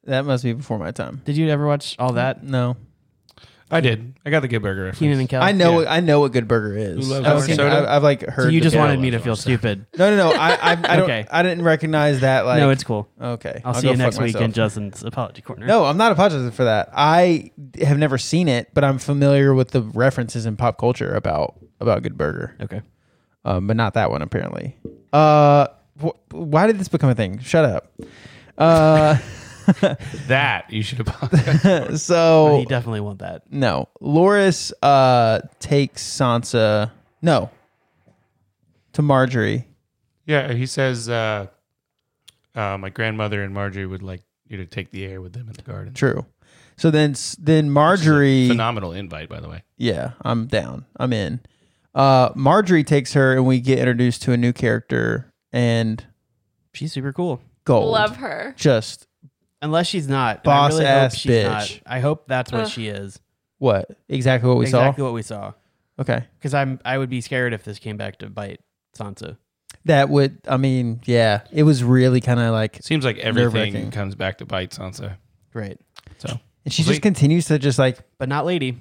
Speaker 3: that must be before my time.
Speaker 1: Did you ever watch all that?
Speaker 3: No,
Speaker 2: I did. I got the Good Burger reference.
Speaker 1: Keenan and Kel.
Speaker 3: I know. I know what Good Burger is.
Speaker 2: Who loves
Speaker 3: I've,
Speaker 2: orange
Speaker 3: seen,
Speaker 2: soda?
Speaker 3: I've, I've like heard.
Speaker 1: So you
Speaker 3: the-
Speaker 1: just
Speaker 2: Yeah,
Speaker 1: wanted
Speaker 2: I
Speaker 1: me to
Speaker 2: love
Speaker 1: feel
Speaker 2: John's.
Speaker 1: stupid.
Speaker 3: no, no, no. I, I, I don't.
Speaker 1: Okay.
Speaker 3: I didn't recognize that. Like,
Speaker 1: no, it's cool.
Speaker 3: okay.
Speaker 1: I'll, see
Speaker 3: go
Speaker 1: you next
Speaker 3: fuck
Speaker 1: week
Speaker 3: myself.
Speaker 1: in Justin's apology corner.
Speaker 3: No, I'm not apologizing for that. I have never seen it, but I'm familiar with the references in pop culture about about Good Burger,
Speaker 1: Okay.
Speaker 3: um, but not that one apparently. Uh, wh- why did this become a thing? Shut up. Uh,
Speaker 2: That you should have.
Speaker 3: so
Speaker 1: You definitely want that.
Speaker 3: No. Loris uh takes Sansa. No. To Marjorie.
Speaker 2: yeah, he says uh, uh, my grandmother and Marjorie would like you to take the air with them in the garden.
Speaker 3: True. So then s- then Marjorie
Speaker 2: Phenomenal invite, by the way.
Speaker 3: Yeah, I'm down. I'm in. Uh Marjorie takes her and we get introduced to a new character and
Speaker 1: She's super cool.
Speaker 3: gold.
Speaker 4: Love her.
Speaker 3: Just
Speaker 1: Unless she's not. and
Speaker 3: Boss
Speaker 1: I really
Speaker 3: ass
Speaker 1: hope she's
Speaker 3: bitch.
Speaker 1: Not. I hope that's what
Speaker 4: Ugh.
Speaker 1: she is.
Speaker 3: what? Exactly what we
Speaker 1: exactly what we saw.
Speaker 3: saw. Okay.
Speaker 1: Because I'm I would be scared if this came back to bite Sansa.
Speaker 3: That would I mean, yeah. It was really kind of like
Speaker 2: It seems like
Speaker 3: Nerve-wracking.
Speaker 2: everything comes back to bite Sansa.
Speaker 1: Right.
Speaker 2: So
Speaker 3: and she just
Speaker 2: Wait.
Speaker 3: continues to just like
Speaker 1: But not lady.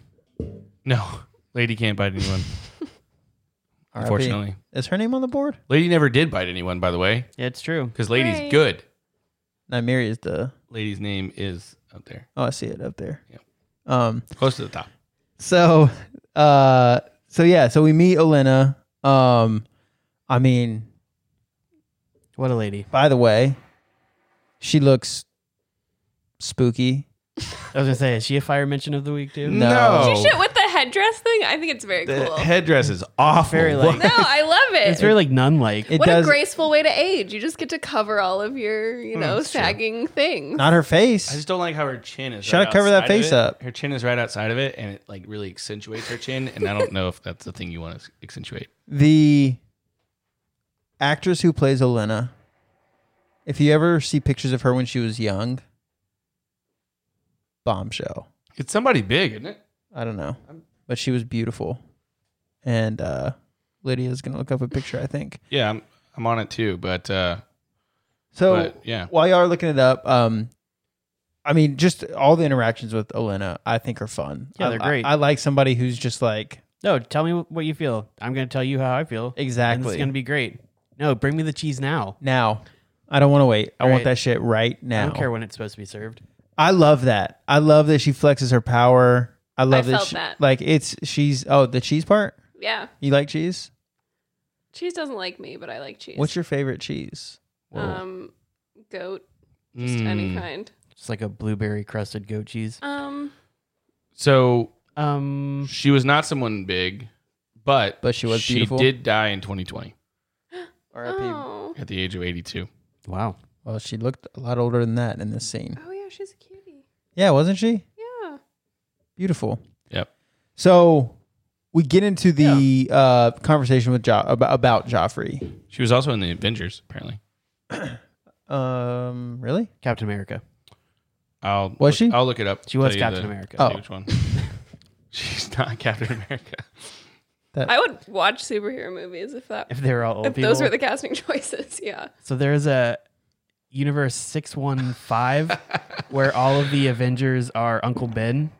Speaker 2: no, lady can't bite anyone.
Speaker 3: RIP.
Speaker 2: unfortunately,
Speaker 3: Is her name on the board?
Speaker 2: lady never did bite anyone. By the way,
Speaker 1: It's true.
Speaker 2: because lady's
Speaker 4: Right.
Speaker 2: good.
Speaker 3: Nymeria is the
Speaker 2: Lady's name is up there,
Speaker 3: Oh, I see it up there.
Speaker 2: Yep.
Speaker 3: Um
Speaker 2: close to the top.
Speaker 3: so uh so yeah so we meet olena um i mean
Speaker 1: What a lady.
Speaker 3: by the way she looks spooky
Speaker 1: I was gonna say, is she a fire mention of the week too?
Speaker 3: No.
Speaker 4: She shit with the headdress thing. I think it's very
Speaker 2: The
Speaker 4: cool.
Speaker 2: headdress is awful.
Speaker 1: Very like
Speaker 4: no, I love it.
Speaker 1: it's very like nun like.
Speaker 3: it
Speaker 4: what
Speaker 3: does
Speaker 4: a graceful way to age. You just get to cover all of your, you know, sagging things.
Speaker 3: not her
Speaker 2: I
Speaker 3: face
Speaker 2: just don't like how her chin is.
Speaker 3: She gotta cover that
Speaker 2: outside of
Speaker 3: face
Speaker 2: it.
Speaker 3: up.
Speaker 2: Her chin is right outside of it, and it like really accentuates her chin. And I don't know if that's the thing you want to accentuate.
Speaker 3: the actress who plays olena if you ever see pictures of her when she was young bombshell
Speaker 2: It's somebody big, isn't it?
Speaker 3: i don't know but she was beautiful and uh lydia's gonna look up a picture i think
Speaker 2: Yeah, I'm I'm on it too, but uh,
Speaker 3: so
Speaker 2: but yeah,
Speaker 3: while y'all are looking it up, um, I mean, just all the interactions with Olena, I think are fun.
Speaker 1: Yeah,
Speaker 3: I-
Speaker 1: they're great.
Speaker 3: I, I like somebody who's just like
Speaker 1: No, tell me what you feel. I'm gonna tell you how I feel. And this
Speaker 3: exactly
Speaker 1: is gonna be great. No, bring me the cheese now.
Speaker 3: now. I don't want to wait. I want
Speaker 1: Right.
Speaker 3: that shit right now.
Speaker 1: I don't care when it's supposed to be served.
Speaker 3: I love that. I love that she flexes her power. I love that,
Speaker 4: felt
Speaker 3: she-
Speaker 4: that.
Speaker 3: Like it's she's oh the cheese part.
Speaker 4: Yeah.
Speaker 3: You like cheese?
Speaker 4: Cheese doesn't like me, but I like cheese.
Speaker 3: What's your favorite cheese?
Speaker 2: Whoa.
Speaker 4: um goat? Just any
Speaker 2: Mm.
Speaker 4: kind.
Speaker 1: It's like a blueberry crusted goat cheese.
Speaker 4: Um
Speaker 2: So
Speaker 1: Um,
Speaker 2: she was not someone big, but
Speaker 3: But she was
Speaker 2: she
Speaker 3: beautiful.
Speaker 2: did die in 2020
Speaker 3: R.I.P.
Speaker 4: oh.
Speaker 2: at the age of 82.
Speaker 1: wow.
Speaker 3: Well, she looked a lot older than that in this scene.
Speaker 4: oh yeah, she's a cutie.
Speaker 3: Yeah, wasn't she
Speaker 4: Yeah.
Speaker 3: beautiful?
Speaker 2: Yep.
Speaker 3: So we get into the uh, conversation with jo- about, about Joffrey.
Speaker 2: She was also in the Avengers, apparently.
Speaker 3: Um, really?
Speaker 1: Captain America.
Speaker 2: I'll
Speaker 3: Was
Speaker 2: look-
Speaker 3: she?
Speaker 2: I'll look it up.
Speaker 1: She
Speaker 2: tell
Speaker 1: was
Speaker 2: you
Speaker 1: Captain
Speaker 2: the-
Speaker 1: America.
Speaker 2: tell you
Speaker 3: Oh.
Speaker 2: which one? She's not Captain America.
Speaker 4: I would watch superhero movies if that
Speaker 1: If they're all old
Speaker 4: if
Speaker 1: people.
Speaker 4: those were the casting choices. Yeah.
Speaker 1: so there's a universe 615 where all of the Avengers are Uncle Ben.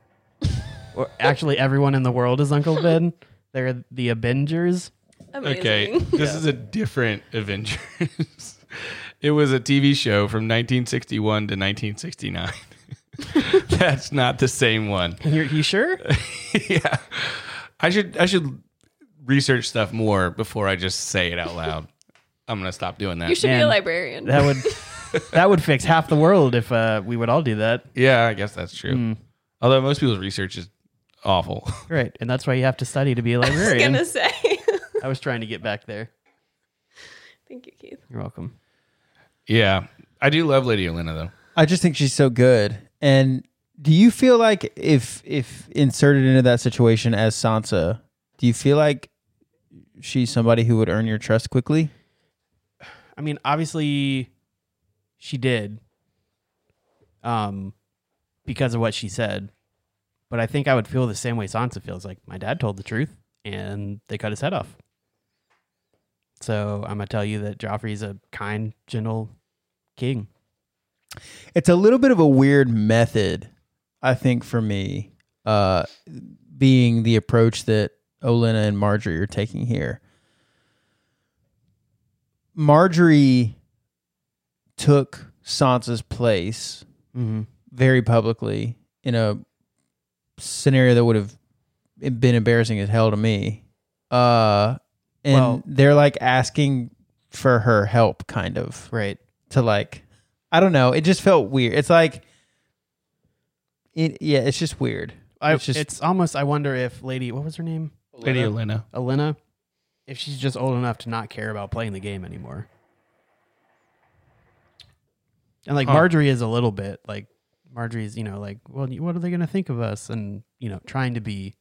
Speaker 1: Or actually everyone in the world is Uncle Ben. They're the Avengers.
Speaker 4: Amazing.
Speaker 2: Okay, this is a different Avengers. it was a TV show from 1961 to 1969. That's not the same one.
Speaker 1: You're, you sure?
Speaker 2: yeah, I should I should research stuff more before I just say it out loud. I'm gonna stop doing that.
Speaker 4: You should be a
Speaker 1: Man.
Speaker 4: librarian.
Speaker 1: That would that would fix half the world if uh, we would all do that.
Speaker 2: yeah, I guess that's true.
Speaker 1: Mm.
Speaker 2: Although most people's research is awful.
Speaker 1: Right. And that's why you have to study to be a
Speaker 4: I was
Speaker 1: librarian.
Speaker 4: gonna say.
Speaker 1: I was trying to get back there.
Speaker 4: Thank you, Keith.
Speaker 1: You're welcome.
Speaker 2: yeah, I do love Lady Olenna though.
Speaker 3: I just think she's so good. And do you feel like if if inserted into that situation as Sansa, do you feel like she's somebody who would earn your trust quickly?
Speaker 1: I mean, obviously, she did, um, because of what she said. But I think I would feel the same way Sansa feels. Like my dad told the truth, and they cut his head off. So I'm gonna tell you that Joffrey's a kind, gentle king.
Speaker 3: It's a little bit of a weird method, I think, for me, uh, being the approach that Olenna and Marjorie are taking here. Marjorie took Sansa's place
Speaker 1: Mm-hmm.
Speaker 3: very publicly in a scenario that would have been embarrassing as hell to me. Uh, and
Speaker 1: Well-
Speaker 3: they're like asking for her help, kind of
Speaker 1: Right.
Speaker 3: to like, I don't know. It just felt weird. It's like, it, yeah, it's just weird.
Speaker 1: I,
Speaker 3: It's
Speaker 1: it's,
Speaker 3: just-
Speaker 1: almost. I wonder if Lady, what was her name,
Speaker 2: Lady Olenna.
Speaker 1: Elena, if she's just old enough to not care about playing the game anymore. And like
Speaker 2: Huh.
Speaker 1: Marjorie is a little bit like Marjorie's, you know, like, well, what are they going to think of us? And you know, trying to be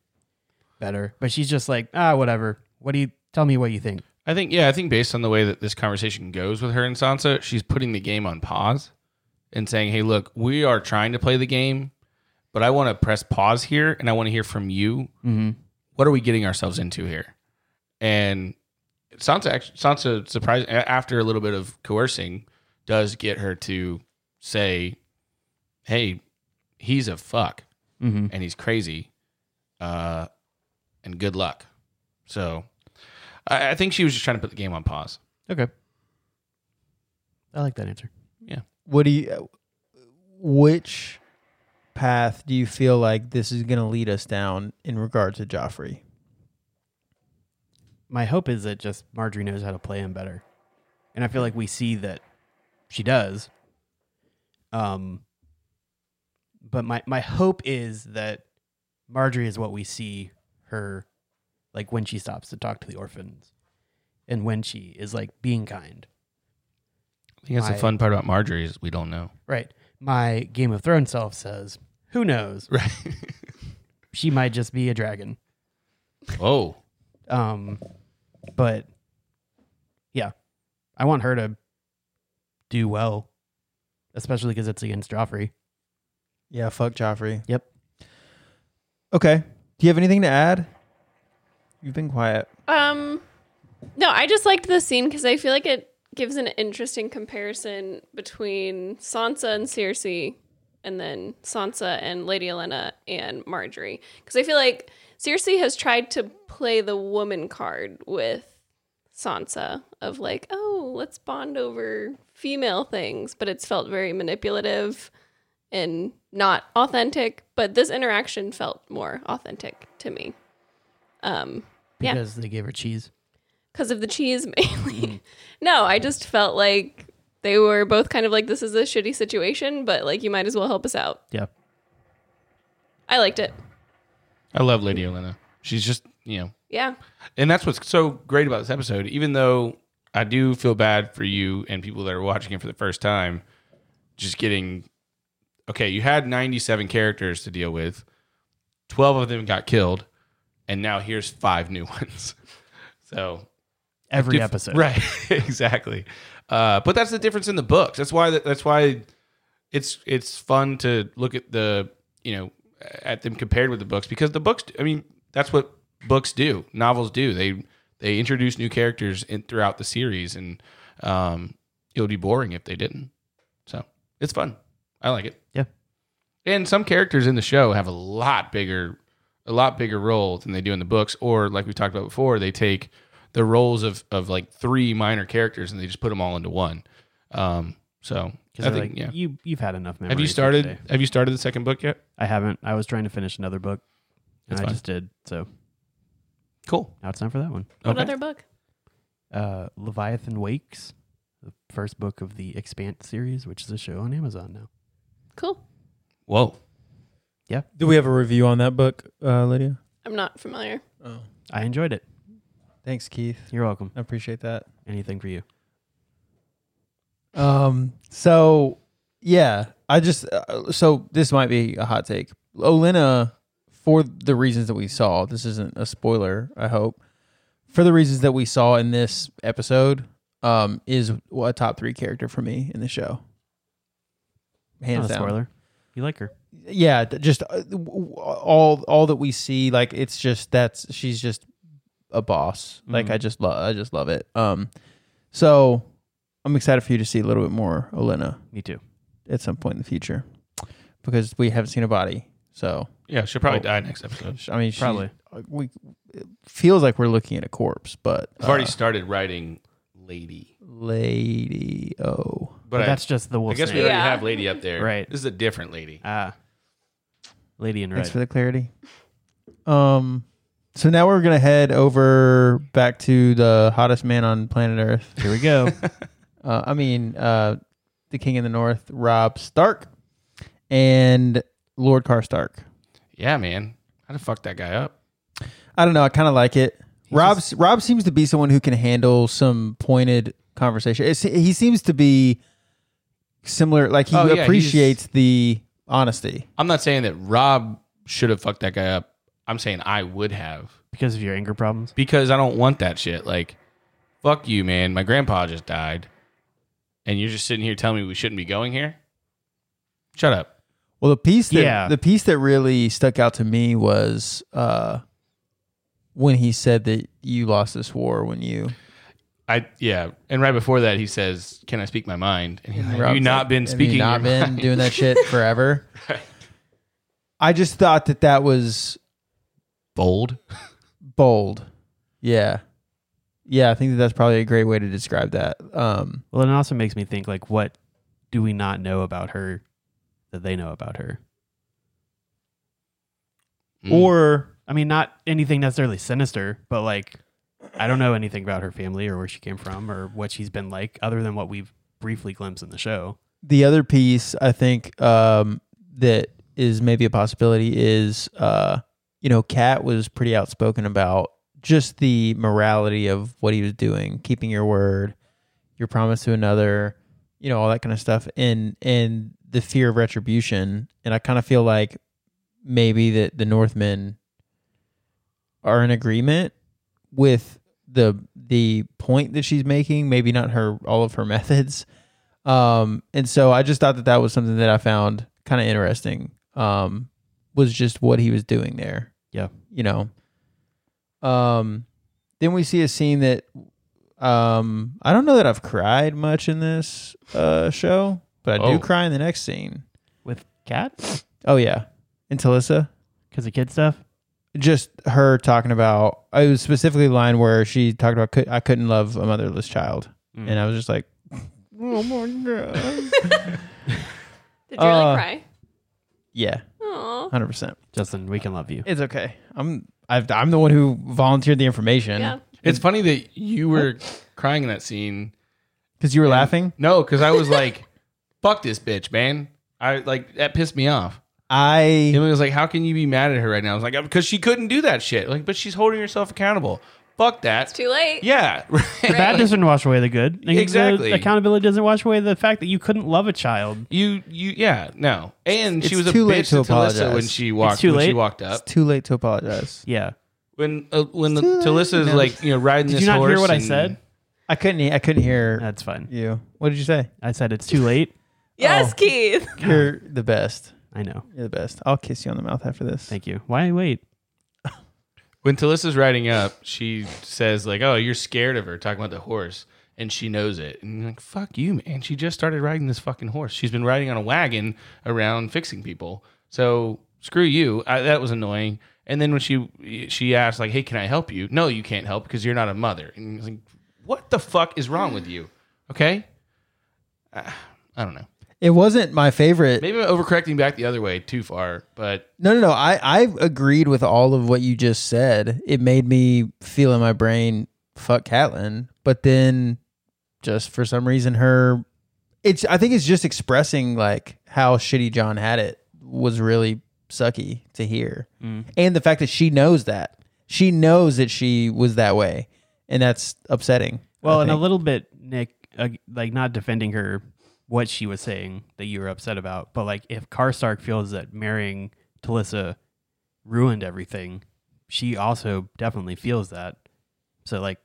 Speaker 1: better, but she's just like, ah, whatever. What do you tell me? What you think?
Speaker 2: I think yeah, I think based on the way that this conversation goes with her and Sansa, she's putting the game on pause and saying, "Hey, look, we are trying to play the game, but I want to press pause here and I want to hear from you.
Speaker 1: Mm-hmm.
Speaker 2: What are we getting ourselves into here?" And Sansa act- Sansa surprised a- after a little bit of coercing does get her to say, "Hey, he's a fuck
Speaker 1: Mm-hmm.
Speaker 2: and he's crazy. Uh, and good luck. So I, I think she was just trying to put the game on pause.
Speaker 1: Okay. I like that answer.
Speaker 3: What do you, which path do you feel like this is going to lead us down in regards to Joffrey?
Speaker 1: my hope is that just Marjorie knows how to play him better. And I feel like we see that she does. Um but my my hope is that Marjorie is what we see her like when she stops to talk to the orphans and when she is like being kind.
Speaker 2: I think that's
Speaker 1: I-
Speaker 2: the fun part about Marjorie is we don't know.
Speaker 1: Right. My Game of Thrones self says, who knows?
Speaker 2: Right.
Speaker 1: She might just be a dragon.
Speaker 2: oh,
Speaker 1: Um, but yeah, I want her to do well, especially because it's against Joffrey.
Speaker 3: Yeah, fuck Joffrey.
Speaker 1: Yep.
Speaker 3: Okay. Do you have anything to add? You've been quiet.
Speaker 4: Um, no, I just liked this scene because I feel like it gives an interesting comparison between Sansa and Cersei, and then Sansa and Lady Elena and Marjorie. Because I feel like Cersei has tried to play the woman card with Sansa of like, oh, let's bond over female things, but it's felt very manipulative and not authentic, but this interaction felt more authentic to me. Um, Yeah.
Speaker 1: because they gave her cheese.
Speaker 4: because of the cheese
Speaker 2: Mm.
Speaker 4: mainly. no, I just felt like they were both kind of like, this is a shitty situation, but like, you might as well help us out.
Speaker 1: Yeah.
Speaker 4: I liked it.
Speaker 2: I love Lady Elena. She's just, you know,
Speaker 4: Yeah.
Speaker 2: and that's what's so great about this episode. Even though I do feel bad for you and people that are watching it for the first time, just getting okay, you had 97 characters to deal with, 12 of them got killed, and now here's five new ones. So
Speaker 1: Every
Speaker 2: Dif-
Speaker 1: episode.
Speaker 2: right? exactly. Uh, but that's the difference in the books. That's why. That's why it's it's fun to look at the you know at them compared with the books because the books. I mean, that's what books do. Novels do. They they introduce new characters in, throughout the series, and um, it would be boring if they didn't. So it's fun. I like it.
Speaker 1: Yeah.
Speaker 2: And some characters in the show have a lot bigger a lot bigger role than they do in the books, or like we talked about before, they take the roles of, of like three minor characters and they just put them all into one. Um, so I
Speaker 1: Because
Speaker 2: think
Speaker 1: like,
Speaker 2: yeah.
Speaker 1: you you've had enough memories.
Speaker 2: Have you
Speaker 1: for
Speaker 2: started?
Speaker 1: today."
Speaker 2: Have you started the second book yet?
Speaker 1: I haven't. I was trying to finish another book, and
Speaker 2: That's
Speaker 1: I
Speaker 2: fine.
Speaker 1: just did. So
Speaker 2: Cool.
Speaker 1: now it's time for that one.
Speaker 4: What
Speaker 2: Okay.
Speaker 4: other book?
Speaker 1: Uh, Leviathan Wakes, the first book of the Expanse series, which is a show on Amazon now.
Speaker 4: Cool.
Speaker 2: Whoa.
Speaker 3: Do we have a review on that book, uh, Lydia?
Speaker 4: I'm not familiar.
Speaker 3: Oh,
Speaker 1: I enjoyed it.
Speaker 3: thanks, Keith.
Speaker 1: You're welcome.
Speaker 3: I appreciate that.
Speaker 1: Anything for you?
Speaker 3: Um. So yeah, I just uh, so this might be a hot take. Olena, for the reasons that we saw, this isn't a spoiler. I hope for the reasons that we saw in this episode, um, is a top three character for me in the show. Hands
Speaker 1: Not a
Speaker 3: down.
Speaker 1: spoiler. You like her?
Speaker 3: Yeah, th- just uh, w- w- all all that we see, like it's just that's she's just a boss. Like
Speaker 1: Mhm.
Speaker 2: Mm-hmm.
Speaker 3: I just love, I just love it. Um, so I'm excited for you to see a little bit more Olena
Speaker 1: Me too.
Speaker 3: at some point in the future because we haven't seen a body. So
Speaker 2: Yeah, she'll probably
Speaker 3: Oh.
Speaker 2: die next episode.
Speaker 3: sh- I mean, she's-
Speaker 1: Probably.
Speaker 3: we it feels like we're looking at a corpse, but
Speaker 2: I've already
Speaker 3: uh,
Speaker 2: started writing Lady,
Speaker 3: Lady O.
Speaker 1: But,
Speaker 2: but, I,
Speaker 1: that's just the
Speaker 2: I
Speaker 1: wolf.
Speaker 2: guess we
Speaker 1: snake.
Speaker 2: already
Speaker 4: Yeah.
Speaker 2: have Lady up there.
Speaker 1: Right.
Speaker 2: This is a different Lady.
Speaker 1: Ah, Lady in
Speaker 3: Thanks
Speaker 1: Red.
Speaker 3: for the clarity. Um, so now we're gonna head over back to the hottest man on planet Earth.
Speaker 1: Here we go.
Speaker 3: Uh, I mean, uh, the King in the North, Rob Stark, and Lord Karstark.
Speaker 2: Yeah, man. How to fuck that guy up?
Speaker 3: I don't know. I kind of like it. Rob Rob seems to be someone who can handle some pointed conversation. It's, he seems to be similar. Like he
Speaker 2: Oh, yeah, he's-
Speaker 3: appreciates the honesty.
Speaker 2: I'm not saying that Rob should have fucked that guy up. I'm saying I would have.
Speaker 1: because of your anger problems.
Speaker 2: because I don't want that shit. Like, fuck you, man. My grandpa just died, and you're just sitting here telling me we shouldn't be going here. Shut up.
Speaker 3: Well, the piece that
Speaker 1: Yeah.
Speaker 3: the piece that really stuck out to me was uh, when he said that you lost this war when you
Speaker 2: I yeah. And right before that, he says, "Can I speak my mind?" And he's like,
Speaker 3: Rob's
Speaker 2: "You not
Speaker 3: like,
Speaker 2: been
Speaker 3: "Have
Speaker 2: speaking
Speaker 3: You not
Speaker 2: your
Speaker 3: been
Speaker 2: mind?"
Speaker 3: doing that shit forever.
Speaker 2: Right.
Speaker 3: I just thought that that was
Speaker 2: bold."
Speaker 3: bold. Yeah, yeah. I think that that's probably a great way to describe that. Um,
Speaker 1: Well, it also makes me think like, what do we not know about her that they know about her?
Speaker 2: Mm.
Speaker 1: Or I mean, not anything necessarily sinister, but like, I don't know anything about her family or where she came from or what she's been like, other than what we've briefly glimpsed in the show.
Speaker 3: the other piece I think um, that is maybe a possibility is uh, you know Kat was pretty outspoken about just the morality of what he was doing, keeping your word, your promise to another, you know all that kind of stuff, and and the fear of retribution. And I kind of feel like maybe that the Northmen are in agreement with the the point that she's making maybe not her all of her methods um, and so I just thought that that was something that I found kind of interesting. Um, was just what he was doing there.
Speaker 1: Yeah.
Speaker 3: You know. Um, then we see a scene that, um, I don't know that I've cried much in this uh show, but I
Speaker 2: Oh.
Speaker 3: do cry in the next scene.
Speaker 1: With Kat?
Speaker 3: Oh yeah, and Talissa,
Speaker 1: Because of kid stuff?
Speaker 3: just her talking about. It was specifically the line where she talked about could, I couldn't love a motherless child,
Speaker 1: Mm.
Speaker 3: and I was just like, oh my god. Uh,
Speaker 4: Did you really cry?
Speaker 3: Yeah,
Speaker 4: Aw.
Speaker 3: hundred percent.
Speaker 1: Justin, we can love you.
Speaker 3: It's okay. I'm I've, I'm the one who volunteered the information.
Speaker 4: Yeah.
Speaker 2: It's funny that you were crying in that scene.
Speaker 3: because you were laughing.
Speaker 2: No, because I was like, "Fuck this bitch, man." I like that pissed me off.
Speaker 3: I
Speaker 2: Emily was like, "How can you be mad at her right now?" I was like, "Because she couldn't do that shit." Like, but she's holding herself accountable. Fuck that.
Speaker 4: Too late.
Speaker 2: yeah. right.
Speaker 1: That
Speaker 2: Like,
Speaker 1: doesn't wash away the good. And the
Speaker 2: Exactly.
Speaker 1: accountability doesn't wash away the fact that you couldn't love a child.
Speaker 2: you you yeah no. And she
Speaker 3: It's
Speaker 2: was a
Speaker 3: too
Speaker 2: bitch
Speaker 3: late
Speaker 2: to,
Speaker 3: to
Speaker 2: Talissa
Speaker 3: apologize.
Speaker 2: when she walked
Speaker 1: too
Speaker 2: when she
Speaker 1: late.
Speaker 2: walked up.
Speaker 3: it's too late to apologize.
Speaker 1: Yeah.
Speaker 2: When uh, when the, Talissa's like you know riding
Speaker 1: Did
Speaker 2: this
Speaker 1: you not
Speaker 2: horse.
Speaker 1: hear what I
Speaker 2: and-
Speaker 1: said?
Speaker 3: I couldn't he- I couldn't hear
Speaker 1: That's fine.
Speaker 3: you. What did you say?
Speaker 1: I said it's too late.
Speaker 2: Oh.
Speaker 4: Yes, Keith.
Speaker 3: You're the best.
Speaker 1: I know.
Speaker 3: You're the best. I'll kiss you on the mouth after this.
Speaker 1: Thank you. Why wait?
Speaker 2: When Talissa's riding up, she says like, "Oh, you're scared of her," talking about the horse, and she knows it. And you're like, "Fuck you, man!" She just started riding this fucking horse. She's been riding on a wagon around fixing people. So screw you. I, that was annoying. And then when she she asked like, "Hey, can I help you?" No, you can't help because you're not a mother. And you're like, "What the fuck is wrong with you?" Okay, Uh, I, I don't know.
Speaker 3: It wasn't my favorite.
Speaker 2: Maybe I'm overcorrecting back the other way too far, but
Speaker 3: No, no, no. I I agreed with all of what you just said. It made me feel in my brain, fuck Catelyn. But then, just for some reason, her, it's. I think it's just expressing like how shitty John had it was really sucky to hear,
Speaker 1: Mm.
Speaker 3: and the fact that she knows that she knows that she was that way, and that's upsetting.
Speaker 1: Well,
Speaker 3: I
Speaker 1: and a
Speaker 3: think.
Speaker 1: little bit, Nick, uh, like not defending her, what she was saying that you were upset about, but like if Karstark feels that marrying Talissa ruined everything, she also definitely feels that. So like,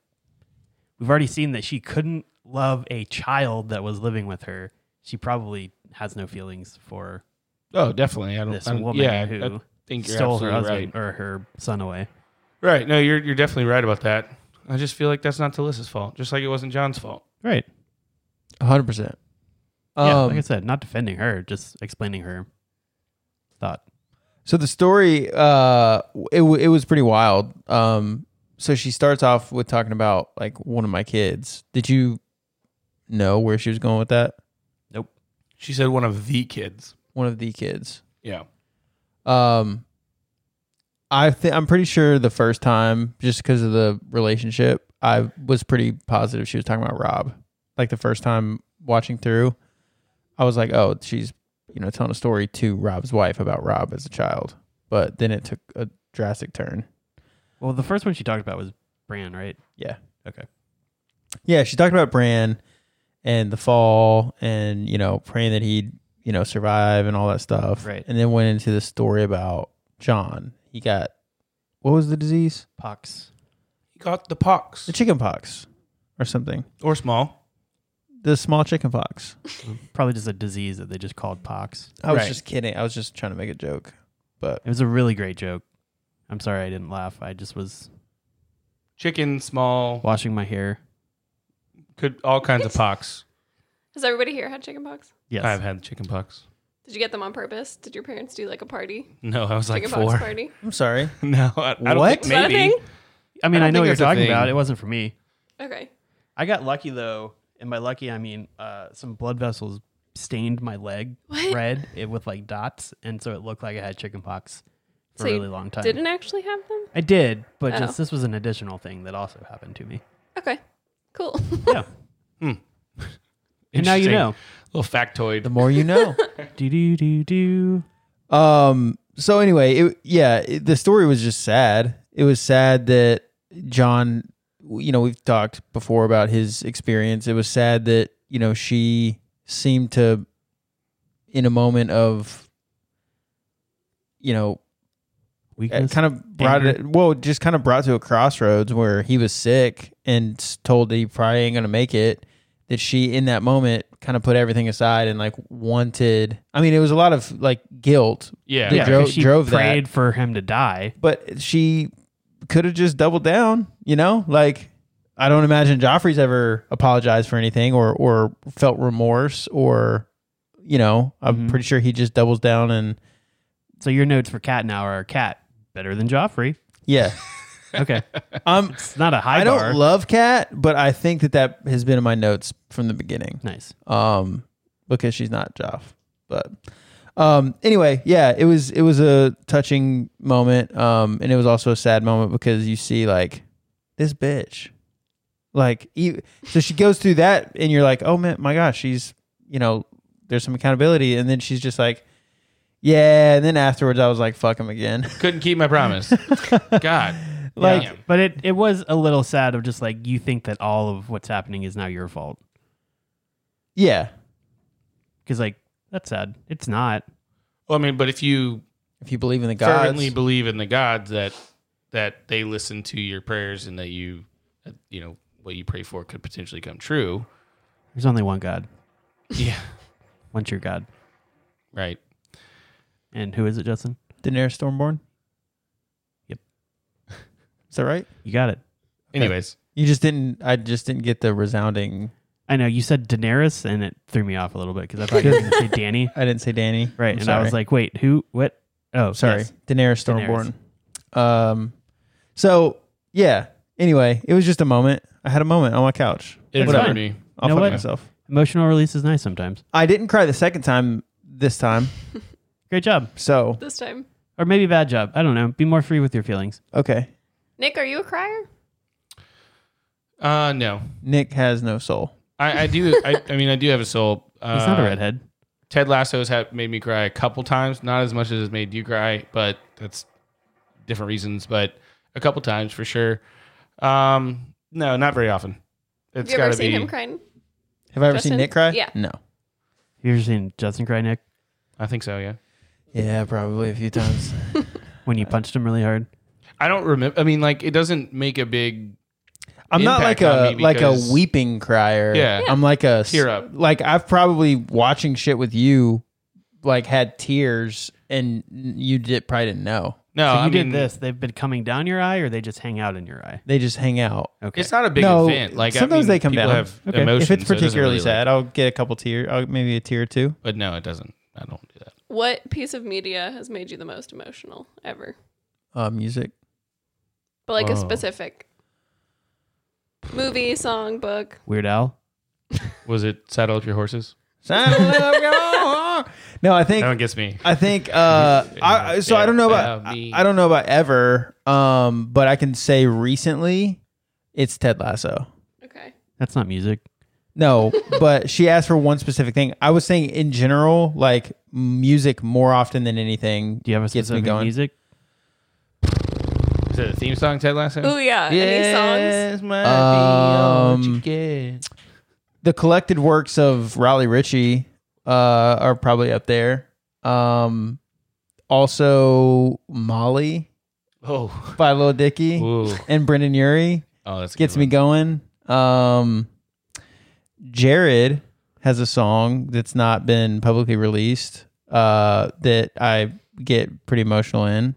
Speaker 1: we've already seen that she couldn't love a child that was living with her. She probably has no feelings for
Speaker 2: oh, definitely. I don't.
Speaker 1: this
Speaker 2: I don't-
Speaker 1: woman
Speaker 2: yeah,
Speaker 1: who
Speaker 2: I think you're
Speaker 1: stole her
Speaker 2: absolutely right.
Speaker 1: husband or her son away.
Speaker 2: Right. No, you're you're definitely right about that. I just feel like that's not Talissa's fault, just like it wasn't John's fault.
Speaker 1: Right.
Speaker 3: hundred percent.
Speaker 1: Yeah.
Speaker 3: Um,
Speaker 1: like I said, not defending her, just explaining her thought.
Speaker 3: So the story, uh, it w- it was pretty wild. Um, so she starts off with talking about like one of my kids. Did you know where she was going with that?
Speaker 2: She said one of the kids.
Speaker 3: One of the kids.
Speaker 2: Yeah.
Speaker 3: Um, I think I'm pretty sure the first time, just because of the relationship, I was pretty positive she was talking about Rob. Like the first time watching through, I was like, oh, she's you know telling a story to Rob's wife about Rob as a child. But then it took a drastic turn.
Speaker 1: Well, the first one she talked about was Bran, right?
Speaker 3: Yeah.
Speaker 1: Okay.
Speaker 3: Yeah, she talked about Bran and the fall and, you know, praying that he'd, you know, survive and all that stuff.
Speaker 1: Right.
Speaker 3: And then went into the story about John. He got what was the disease?
Speaker 1: Pox.
Speaker 2: He got the pox.
Speaker 3: The chicken pox or something.
Speaker 2: Or small.
Speaker 3: The small chicken pox.
Speaker 1: Probably just a disease that they just called pox.
Speaker 3: I was
Speaker 2: Right.
Speaker 3: just kidding. I was just trying to make a joke. But
Speaker 1: It was a really great joke. I'm sorry I didn't laugh. I just was
Speaker 2: Chicken, small,
Speaker 1: washing my hair.
Speaker 2: could all kinds of pox.
Speaker 4: Has everybody here had chickenpox?
Speaker 1: Yes.
Speaker 2: I've had chicken pox.
Speaker 4: Did you get them on purpose? Did your parents do like a party?
Speaker 2: No, I was like
Speaker 4: chickenpox
Speaker 2: four.
Speaker 4: party?
Speaker 3: I'm sorry.
Speaker 2: No, I, I don't
Speaker 3: What?
Speaker 2: think
Speaker 4: Is that a
Speaker 2: maybe.
Speaker 4: thing?
Speaker 1: I mean,
Speaker 2: I
Speaker 1: I,
Speaker 2: don't
Speaker 1: know what you're
Speaker 2: think that's a
Speaker 1: talking
Speaker 2: thing.
Speaker 1: about. It wasn't for me.
Speaker 4: Okay.
Speaker 1: I got lucky, though. And by lucky, I mean uh, some blood vessels stained my leg
Speaker 4: What?
Speaker 1: red it, with like dots. And so it looked like I had chicken pox for
Speaker 4: So
Speaker 1: a
Speaker 4: you
Speaker 1: really long time.
Speaker 4: Didn't actually have them?
Speaker 1: I did, but
Speaker 4: Oh.
Speaker 1: just this was an additional thing that also happened to me.
Speaker 4: Okay. Cool.
Speaker 1: Yeah. and now you
Speaker 2: Interesting.
Speaker 1: know.
Speaker 2: Little factoid.
Speaker 3: The more you know.
Speaker 1: Do, do, do, do.
Speaker 3: Um. So anyway, it, yeah, it, the story was just sad. It was sad that John, you know, we've talked before about his experience. It was sad that you know she seemed to, in a moment of, you know, it
Speaker 1: Weakness.
Speaker 3: kind of brought
Speaker 1: Anger.
Speaker 3: it. Well, just kind of brought to a crossroads where he was sick and s- told that he probably ain't gonna make it. That she, in that moment, kind of put everything aside and like wanted. I mean, it was a lot of like guilt,
Speaker 2: Yeah.
Speaker 3: They
Speaker 1: yeah,
Speaker 3: dro-
Speaker 1: because she
Speaker 3: drove that.
Speaker 1: prayed for him to die.
Speaker 3: but she could have just doubled down, you know? Like I don't imagine Joffrey's ever apologized for anything or or felt remorse or you know, I'm
Speaker 1: Mhm.
Speaker 3: pretty sure he just doubles down and
Speaker 1: So your notes for Cat now are Cat better than Joffrey.
Speaker 3: yeah.
Speaker 1: Okay,
Speaker 3: Um
Speaker 1: it's not a high
Speaker 3: I
Speaker 1: bar.
Speaker 3: don't love Kat, but I think that that has been in my notes from the beginning.
Speaker 1: nice.
Speaker 3: Um because she's not Joff. But Um, anyway, yeah, it was it was a touching moment, um, and it was also a sad moment because you see like this bitch, like e- so she goes through that, and you're like, oh man, my gosh, she's you know there's some accountability, and then she's just like, yeah, and then afterwards I was like, fuck him again,
Speaker 2: Couldn't keep my promise. God.
Speaker 3: like
Speaker 2: Damn.
Speaker 5: But it, it was a little sad of just like you think that all of what's happening is now your fault
Speaker 3: yeah,
Speaker 5: because like that's sad. It's not.
Speaker 2: Well, I mean, but if you
Speaker 3: if you believe in the gods,
Speaker 2: fervently believe in the gods that that they listen to your prayers and that you, that, you know, what you pray for could potentially come true.
Speaker 5: There's only one God,
Speaker 2: Yeah.
Speaker 5: one true God,
Speaker 2: Right.
Speaker 5: and who is it, Justin?
Speaker 3: Daenerys Stormborn.
Speaker 5: Yep.
Speaker 3: is that right?
Speaker 5: You got it.
Speaker 2: Anyways,
Speaker 3: You just didn't. I just didn't get the resounding.
Speaker 5: I know you said Daenerys, and it threw me off a little bit because I thought you were going to say Danny,
Speaker 3: I didn't say Danny.
Speaker 5: right?
Speaker 3: I'm
Speaker 5: and I
Speaker 3: sorry.
Speaker 5: was like, wait, who? What? Oh,
Speaker 3: sorry,
Speaker 5: yes.
Speaker 3: Daenerys
Speaker 5: Daenerys.
Speaker 3: Stormborn. Um, so yeah. Anyway, it was just a moment. I had a moment on my couch.
Speaker 2: it
Speaker 5: Whatever.
Speaker 2: annoyed me.
Speaker 3: I'll
Speaker 5: You know
Speaker 3: fuck
Speaker 5: what?
Speaker 3: myself.
Speaker 5: Emotional release is nice sometimes.
Speaker 3: I didn't cry the second time. This time,
Speaker 5: Great job,
Speaker 3: so
Speaker 4: this time.
Speaker 5: or maybe bad job. I don't know. Be more free with your feelings.
Speaker 3: okay.
Speaker 4: Nick, are you a crier?
Speaker 2: Uh, no,
Speaker 3: Nick has no soul.
Speaker 2: I, I do. I, I mean, I do have a soul. Uh,
Speaker 5: He's not a redhead.
Speaker 2: Ted Lasso's ha made me cry a couple times, not as much as it's made you cry, but that's different reasons. But a couple times for sure. Um, no, not very often.
Speaker 4: Have
Speaker 2: It's
Speaker 4: you
Speaker 2: got
Speaker 4: ever
Speaker 2: to be.
Speaker 4: seen him crying?
Speaker 3: Have I ever
Speaker 4: Justin?
Speaker 3: seen Nick cry?
Speaker 4: Yeah.
Speaker 3: No.
Speaker 5: You ever seen Justin cry, Nick,
Speaker 2: I think so. Yeah.
Speaker 3: Yeah, probably a few times.
Speaker 5: when
Speaker 2: uh,
Speaker 5: you punched him really hard?
Speaker 2: I don't remember. I mean, like it doesn't make a big.
Speaker 3: I'm not like
Speaker 2: Impact
Speaker 3: a
Speaker 2: on me
Speaker 3: like a
Speaker 2: because-
Speaker 3: weeping crier.
Speaker 2: Yeah. Yeah.
Speaker 3: I'm like a s-
Speaker 2: Tear up.
Speaker 3: Like I've probably watching shit with you, like had tears and you did probably didn't know.
Speaker 2: No,
Speaker 5: so you
Speaker 2: I
Speaker 5: did
Speaker 2: mean
Speaker 5: this. They've been coming down your eye, or they just hang out in your eye.
Speaker 3: They just hang out.
Speaker 5: Okay.
Speaker 2: It's not a big
Speaker 3: no,
Speaker 2: event. Like I
Speaker 3: sometimes
Speaker 2: mean,
Speaker 3: they come
Speaker 2: people
Speaker 3: down.
Speaker 2: Have
Speaker 5: Okay.
Speaker 2: emotions,
Speaker 3: if it's
Speaker 2: so it doesn't
Speaker 3: particularly
Speaker 2: really, like-
Speaker 3: sad, I'll get a couple tear, I'll, maybe a tear or two.
Speaker 2: but no, it doesn't. I don't do that.
Speaker 4: What piece of media has made you the most emotional ever?
Speaker 3: Uh, music.
Speaker 4: But like a
Speaker 2: Whoa.
Speaker 4: specific movie, song, book.
Speaker 5: Weird Al.
Speaker 2: Was it saddle up your horses?
Speaker 3: no, I think
Speaker 2: That one gets me.
Speaker 3: I think uh, I, I- so. I don't know about I I don't know about ever, um, but I can say recently, it's Ted Lasso.
Speaker 4: Okay.
Speaker 5: That's not music.
Speaker 3: No, but she asked for one specific thing. I was saying in general, like music more often than anything.
Speaker 5: Do you have a
Speaker 3: gets me
Speaker 5: specific
Speaker 3: going.
Speaker 5: music?
Speaker 2: Is it a theme song, Ted Lasso?
Speaker 4: Oh yeah. Any songs?
Speaker 3: Um, The collected works of Raleigh Ritchie uh, are probably up there. Um, also, Molly
Speaker 2: Oh,
Speaker 3: by Lil Dicky
Speaker 2: Ooh.
Speaker 3: and Brendan Urie
Speaker 2: oh, that's a
Speaker 3: gets
Speaker 2: good
Speaker 3: me
Speaker 2: one.
Speaker 3: going. Um, Jared has a song that's not been publicly released uh, that I get pretty emotional in.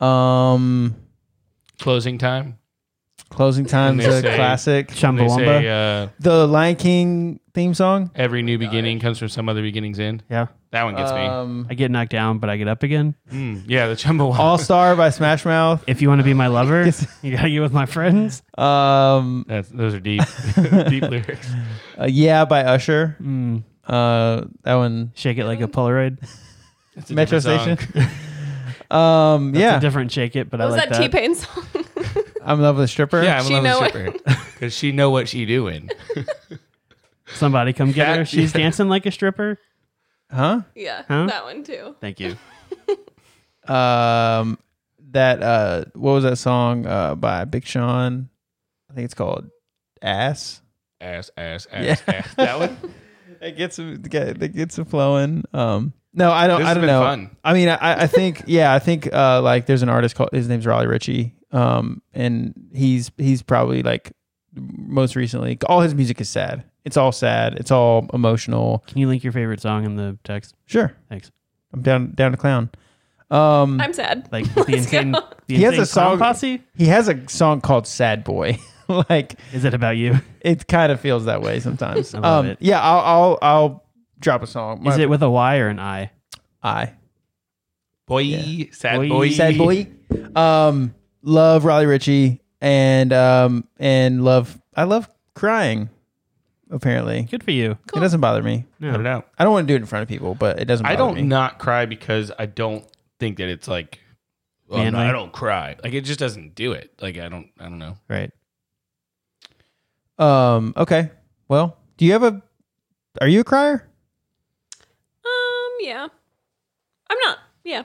Speaker 3: Um,
Speaker 2: Closing time.
Speaker 3: Closing Time's
Speaker 2: they
Speaker 3: a
Speaker 2: say-
Speaker 3: classic.
Speaker 2: When They
Speaker 5: Chumbawamba.
Speaker 2: say uh,
Speaker 3: The Lion King theme song.
Speaker 2: every new beginning comes from some other beginning's end.
Speaker 5: yeah.
Speaker 2: That one gets
Speaker 3: Um,
Speaker 5: I get knocked down, but I get up again.
Speaker 2: me. Mm, yeah, the Chumbawamba.
Speaker 3: All Star by Smash Mouth.
Speaker 5: If you want to be my lover, you gotta get with my friends.
Speaker 3: Um,
Speaker 2: That's, those are deep, deep lyrics.
Speaker 3: uh, yeah by Usher.
Speaker 5: Mm,
Speaker 3: Uh, that one.
Speaker 5: shake it like a Polaroid.
Speaker 2: That's a
Speaker 3: Metro
Speaker 2: different song.
Speaker 3: Station. um,
Speaker 5: That's a
Speaker 3: yeah,
Speaker 5: different shake it, but I
Speaker 4: What was
Speaker 5: like
Speaker 4: that T Pain song?
Speaker 3: I'm in love with a stripper.
Speaker 2: Yeah, I'm
Speaker 4: She
Speaker 2: in
Speaker 4: know
Speaker 2: love
Speaker 4: what-
Speaker 2: with Stripper because she know what she doing.
Speaker 5: Somebody come get
Speaker 2: Yeah,
Speaker 5: her. She's
Speaker 2: yeah.
Speaker 5: dancing like a stripper.
Speaker 3: Huh?
Speaker 4: yeah.
Speaker 5: Huh?
Speaker 4: That one too.
Speaker 5: Thank you.
Speaker 3: Um, that uh, what was that song uh by Big Sean? I think it's called Ass.
Speaker 2: Ass, ass, ass, ass. That one.
Speaker 3: It gets it get- it gets it flowing. Um, no, I don't.
Speaker 2: This
Speaker 3: I
Speaker 2: has
Speaker 3: don't
Speaker 2: been
Speaker 3: know.
Speaker 2: fun.
Speaker 3: I mean, I, I think yeah, I think uh, like there's an artist called his name's Raleigh Ritchie. Um, and he's he's probably like most recently all his music is sad. It's all sad. It's all emotional.
Speaker 5: Can you link your favorite song in the text?
Speaker 3: Sure,
Speaker 5: Thanks.
Speaker 3: I'm down down to clown. Um,
Speaker 4: I'm sad.
Speaker 5: Like
Speaker 4: Let's
Speaker 5: the insane.
Speaker 4: go.
Speaker 5: The
Speaker 3: He has
Speaker 5: insane
Speaker 3: a song-
Speaker 5: Clown posse.
Speaker 3: he has a song called Sad Boy. like
Speaker 5: Is it about you?
Speaker 3: it kind of feels that way sometimes.
Speaker 5: I love
Speaker 3: um,
Speaker 5: it.
Speaker 3: yeah, I'll I'll I'll drop a song.
Speaker 5: Is it with a Y or an I?
Speaker 3: I?
Speaker 2: Boy, sad
Speaker 5: Boy.
Speaker 2: boy.
Speaker 3: sad boy. Um, love Raleigh Ritchie and um and love I love crying. apparently.
Speaker 1: Good for you.
Speaker 3: It doesn't bother me.
Speaker 2: Cut it out.
Speaker 3: I don't want to do it in front of people, but it doesn't bother
Speaker 2: I don't
Speaker 3: me.
Speaker 2: not cry because I don't think that it's like well, no,
Speaker 1: Manly?
Speaker 2: I don't cry. Like it just doesn't do it. Like I don't I don't know.
Speaker 3: Right. Um, okay. Well, do you have a are you a crier?
Speaker 4: Um, yeah. I'm not. Yeah.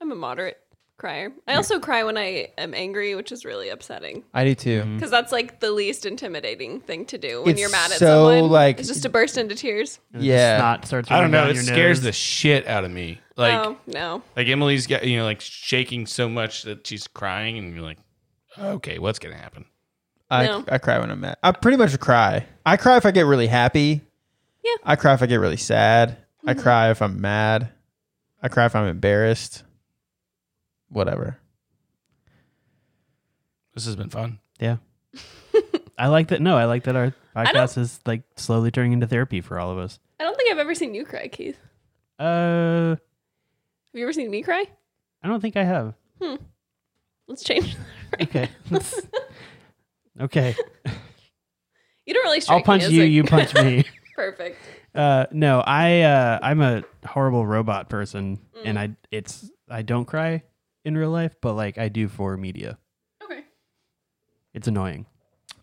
Speaker 4: I'm a moderate crier. I also cry when I am angry, which is really upsetting
Speaker 3: I do too.
Speaker 5: Mm.
Speaker 4: because that's like the least intimidating thing to do when
Speaker 3: It's
Speaker 4: you're mad at
Speaker 3: so,
Speaker 4: someone.
Speaker 3: like-
Speaker 4: it's just to burst into tears.
Speaker 1: And it
Speaker 3: Yeah.
Speaker 1: just snot starts.
Speaker 2: I don't
Speaker 1: running
Speaker 2: know.
Speaker 1: down
Speaker 2: It
Speaker 1: your
Speaker 2: scares
Speaker 1: nose.
Speaker 2: the shit out of me. Like
Speaker 4: oh no.
Speaker 2: like Emily's got you know like shaking so much that she's crying and you're like, okay, what's gonna happen?
Speaker 3: I,
Speaker 4: No.
Speaker 3: I cry when I'm mad. I pretty much cry. I cry if I get really happy.
Speaker 4: Yeah. Mm-hmm.
Speaker 3: I cry if I get really sad. I cry if I'm mad. I cry if I'm embarrassed. Whatever.
Speaker 2: This has been fun.
Speaker 1: Yeah. I like that. No, I like that our
Speaker 4: don't-
Speaker 1: podcast is like slowly turning into therapy for all of us.
Speaker 4: I don't think I've ever seen you cry, Keith.
Speaker 1: Uh,
Speaker 4: Have you ever seen me cry?
Speaker 1: I don't think I have.
Speaker 4: Let's change.
Speaker 1: Okay. okay.
Speaker 4: You don't really. strike
Speaker 1: I'll
Speaker 4: me
Speaker 1: punch
Speaker 4: as,
Speaker 1: you.
Speaker 4: like-
Speaker 1: You punch me.
Speaker 4: Perfect.
Speaker 1: Uh, no, I uh, I'm a horrible robot person,
Speaker 4: Mm.
Speaker 1: and I it's I don't cry in real life, but like I do for media.
Speaker 4: Okay.
Speaker 1: It's annoying.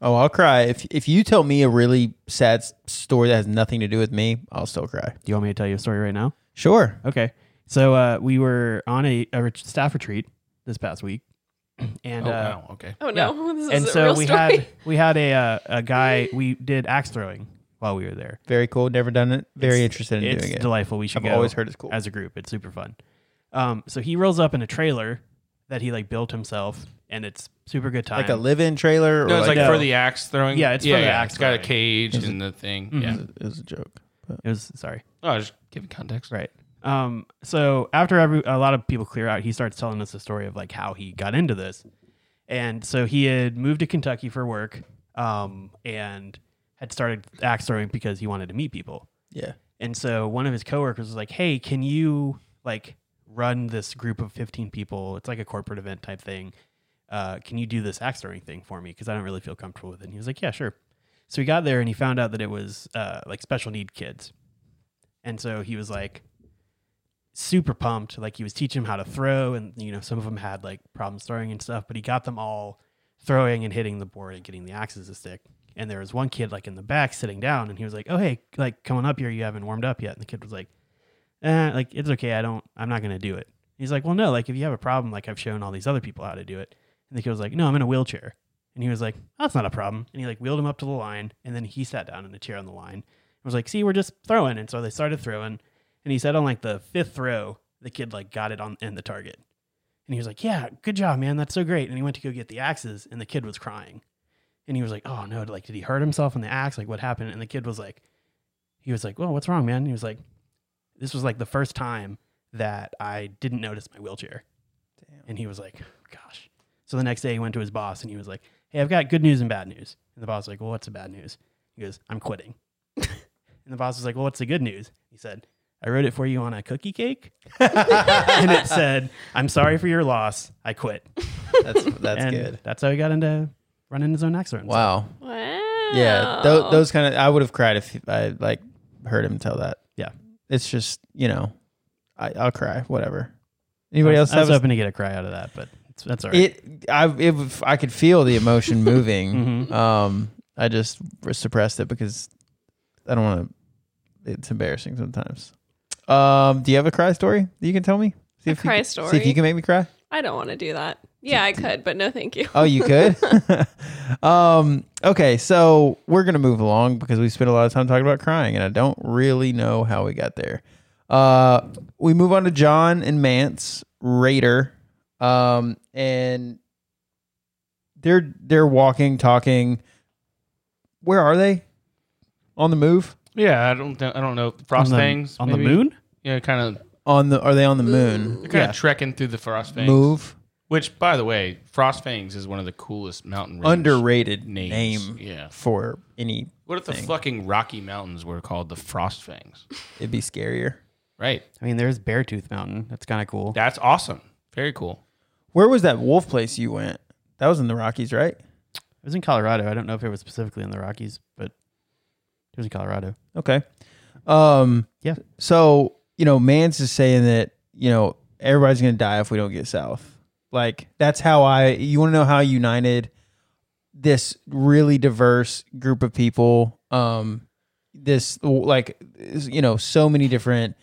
Speaker 3: Oh, I'll cry if if you tell me a really sad s- story that has nothing to do with me. I'll still cry.
Speaker 1: Do you want me to tell you a story right now?
Speaker 3: Sure.
Speaker 1: Okay. So uh, we were on a, a ret- staff retreat this past week, and
Speaker 2: oh
Speaker 1: uh,
Speaker 2: wow, okay.
Speaker 4: Oh no. This is
Speaker 1: and
Speaker 4: a
Speaker 1: so
Speaker 4: real
Speaker 1: we
Speaker 4: story.
Speaker 1: had we had a uh, a guy we did axe throwing while we were there.
Speaker 3: Very cool. Never done it. Very
Speaker 1: It's-
Speaker 3: interested in
Speaker 1: it's
Speaker 3: doing it.
Speaker 1: delightful. We should
Speaker 3: I've
Speaker 1: go
Speaker 3: always heard it's cool.
Speaker 1: as a group. It's super fun. Um, so he rolls up in a trailer that he like built himself, and it's super good time.
Speaker 3: like a live-in trailer. Or
Speaker 2: No, it's like
Speaker 3: like,
Speaker 1: no.
Speaker 2: for the axe throwing.
Speaker 1: Yeah, it's for the axe
Speaker 2: It's got a
Speaker 1: throwing.
Speaker 2: cage and the thing. Yeah.
Speaker 3: it was a joke.
Speaker 1: it was sorry.
Speaker 2: Mm-hmm. Oh, just giving context.
Speaker 1: Right. Um, so after every, a lot of people clear out, he starts telling us the story of like how he got into this. And so he had moved to Kentucky for work um, and had started axe throwing because he wanted to meet people.
Speaker 3: Yeah.
Speaker 1: And so one of his coworkers was like, "Hey, can you like run this group of 15 people? It's like a corporate event type thing. Uh, can you do this axe throwing thing for me? Because I don't really feel comfortable with it." And he was like, "Yeah, sure." So he got there and he found out that it was uh, like special need kids, and so he was like super pumped. Like he was teaching them how to throw, and you know some of them had like problems throwing and stuff, but he got them all throwing and hitting the board and getting the axes to stick. And there was one kid like in the back sitting down, and he was like, "Oh hey, like coming up here, you haven't warmed up yet." And the kid was like, "Eh, like it's okay. I don't. I'm not gonna do it." He's like, "Well, no. Like if you have a problem, like I've shown all these other people how to do it." And the kid was like, "No, I'm in a wheelchair." And he was like, "Oh, "That's not a problem." And he like wheeled him up to the line, and then he sat down in the chair on the line. And was like, "See, we're just throwing." And so they started throwing, and he said on like the fifth throw, the kid like got it on in the target. And he was like, "Yeah, good job, man. That's so great." And he went to go get the axes, and the kid was crying. And he was like, "Oh no! Like, did he hurt himself on the axe? Like, what happened?" And the kid was like, "He was like, well, what's wrong, man?" And he was like, "This was like the first time that I didn't notice my wheelchair." And he was like, "Gosh." So the next day, he went to his boss, and he was like, "Hey, I've got good news and bad news." And the boss was like, "Well, what's the bad news?" He goes, "I'm quitting." and the boss was like, "Well, what's the good news?" He said, "I wrote it for you on a cookie cake." and it said, "I'm sorry for your loss. I quit."
Speaker 3: That's that's
Speaker 1: and
Speaker 3: good.
Speaker 1: That's how he got into running his own accident.
Speaker 3: Wow.
Speaker 4: Wow.
Speaker 3: Yeah.
Speaker 4: Oh.
Speaker 3: Th- those kind of. I would have cried if I like heard him tell that.
Speaker 1: Yeah.
Speaker 3: It's just you know, I, I'll cry. Whatever. Anybody else
Speaker 1: I was
Speaker 3: have a
Speaker 1: hoping to get a cry out of that, but it's, that's all right.
Speaker 3: it I it, was- I could feel the emotion moving.
Speaker 1: Mhm.
Speaker 3: Um, I just suppressed it because I don't want to. It's embarrassing sometimes. Um, do you have a cry story that you can tell me? See
Speaker 4: A
Speaker 3: you
Speaker 4: cry
Speaker 3: can- See if
Speaker 4: story?
Speaker 3: you can make me cry.
Speaker 4: I don't want to do that. Yeah, I could, but no, thank you.
Speaker 1: Uh,
Speaker 3: Oh, you could. um, okay, so we're gonna move along because we spent a lot of time talking about crying, and I don't really know how we got there. Uh, we move on to John and Mance Raider, um, and they're they're walking, talking. Where are they? On the move?
Speaker 2: Yeah, I don't I don't know. Frost
Speaker 1: on the,
Speaker 2: things
Speaker 1: on
Speaker 2: maybe?
Speaker 1: the moon.
Speaker 2: Yeah, kind of
Speaker 3: On the are they on the moon?
Speaker 2: kind of trekking through the frost fangs.
Speaker 3: Move
Speaker 2: Which, by the way, Frost Fangs is one of the coolest mountain range
Speaker 3: underrated
Speaker 2: names.
Speaker 3: name
Speaker 2: Yeah.
Speaker 3: for any.
Speaker 2: What if the fucking Rocky Mountains were called the Frost Fangs?
Speaker 3: It'd be scarier.
Speaker 2: Right.
Speaker 1: I mean, there's Beartooth Mountain. That's kind of cool.
Speaker 2: That's awesome. Very cool.
Speaker 3: Where was that wolf place you went? That was in the Rockies, right?
Speaker 1: It was in Colorado. I don't know if it was specifically in the Rockies, but He was in Colorado.
Speaker 3: Okay. Um,
Speaker 1: Yeah.
Speaker 3: So, you know, Mans is saying that, you know, everybody's going to die if we don't get South. Like, that's how I, you want to know how united this really diverse group of people, um, this, like, is, you know, so many different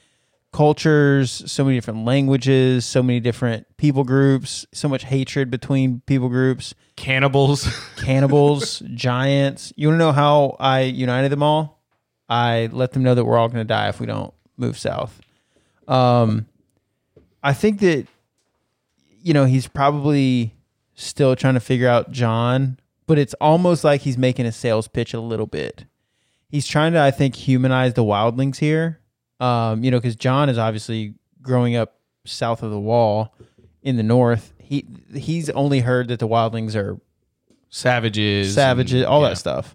Speaker 3: cultures, so many different languages, so many different people groups, so much hatred between people groups
Speaker 2: Cannibals.
Speaker 3: cannibals, giants. You want to know how I united them all? I let them know that we're all going to die if we don't move south. Um, I think that, you know, he's probably still trying to figure out John, but it's almost like he's making a sales pitch a little bit. He's trying to, I think, humanize the wildlings here. Um, you know, because John is obviously growing up south of the wall in the north. He he's only heard that the wildlings are
Speaker 2: Savages.
Speaker 3: savages, all
Speaker 2: yeah.
Speaker 3: that stuff.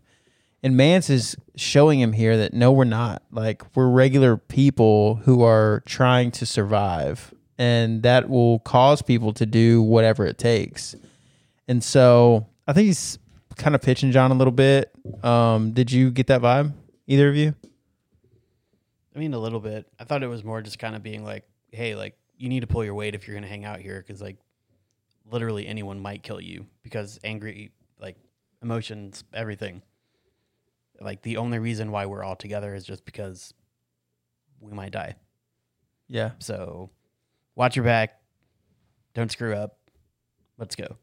Speaker 3: And Mance is showing him here that no, we're not. Like we're regular people who are trying to survive, and that will cause people to do whatever it takes. And so I think he's kind of pitching John a little bit. Um, did you get that vibe, either of you?
Speaker 1: I mean, a little bit. I thought it was more just kind of being like, hey, like you need to pull your weight if you're going to hang out here because like literally anyone might kill you because angry like emotions, everything. Like the only reason why we're all together is just because we might die.
Speaker 3: Yeah,
Speaker 1: So watch your back. Don't screw up. Let's go.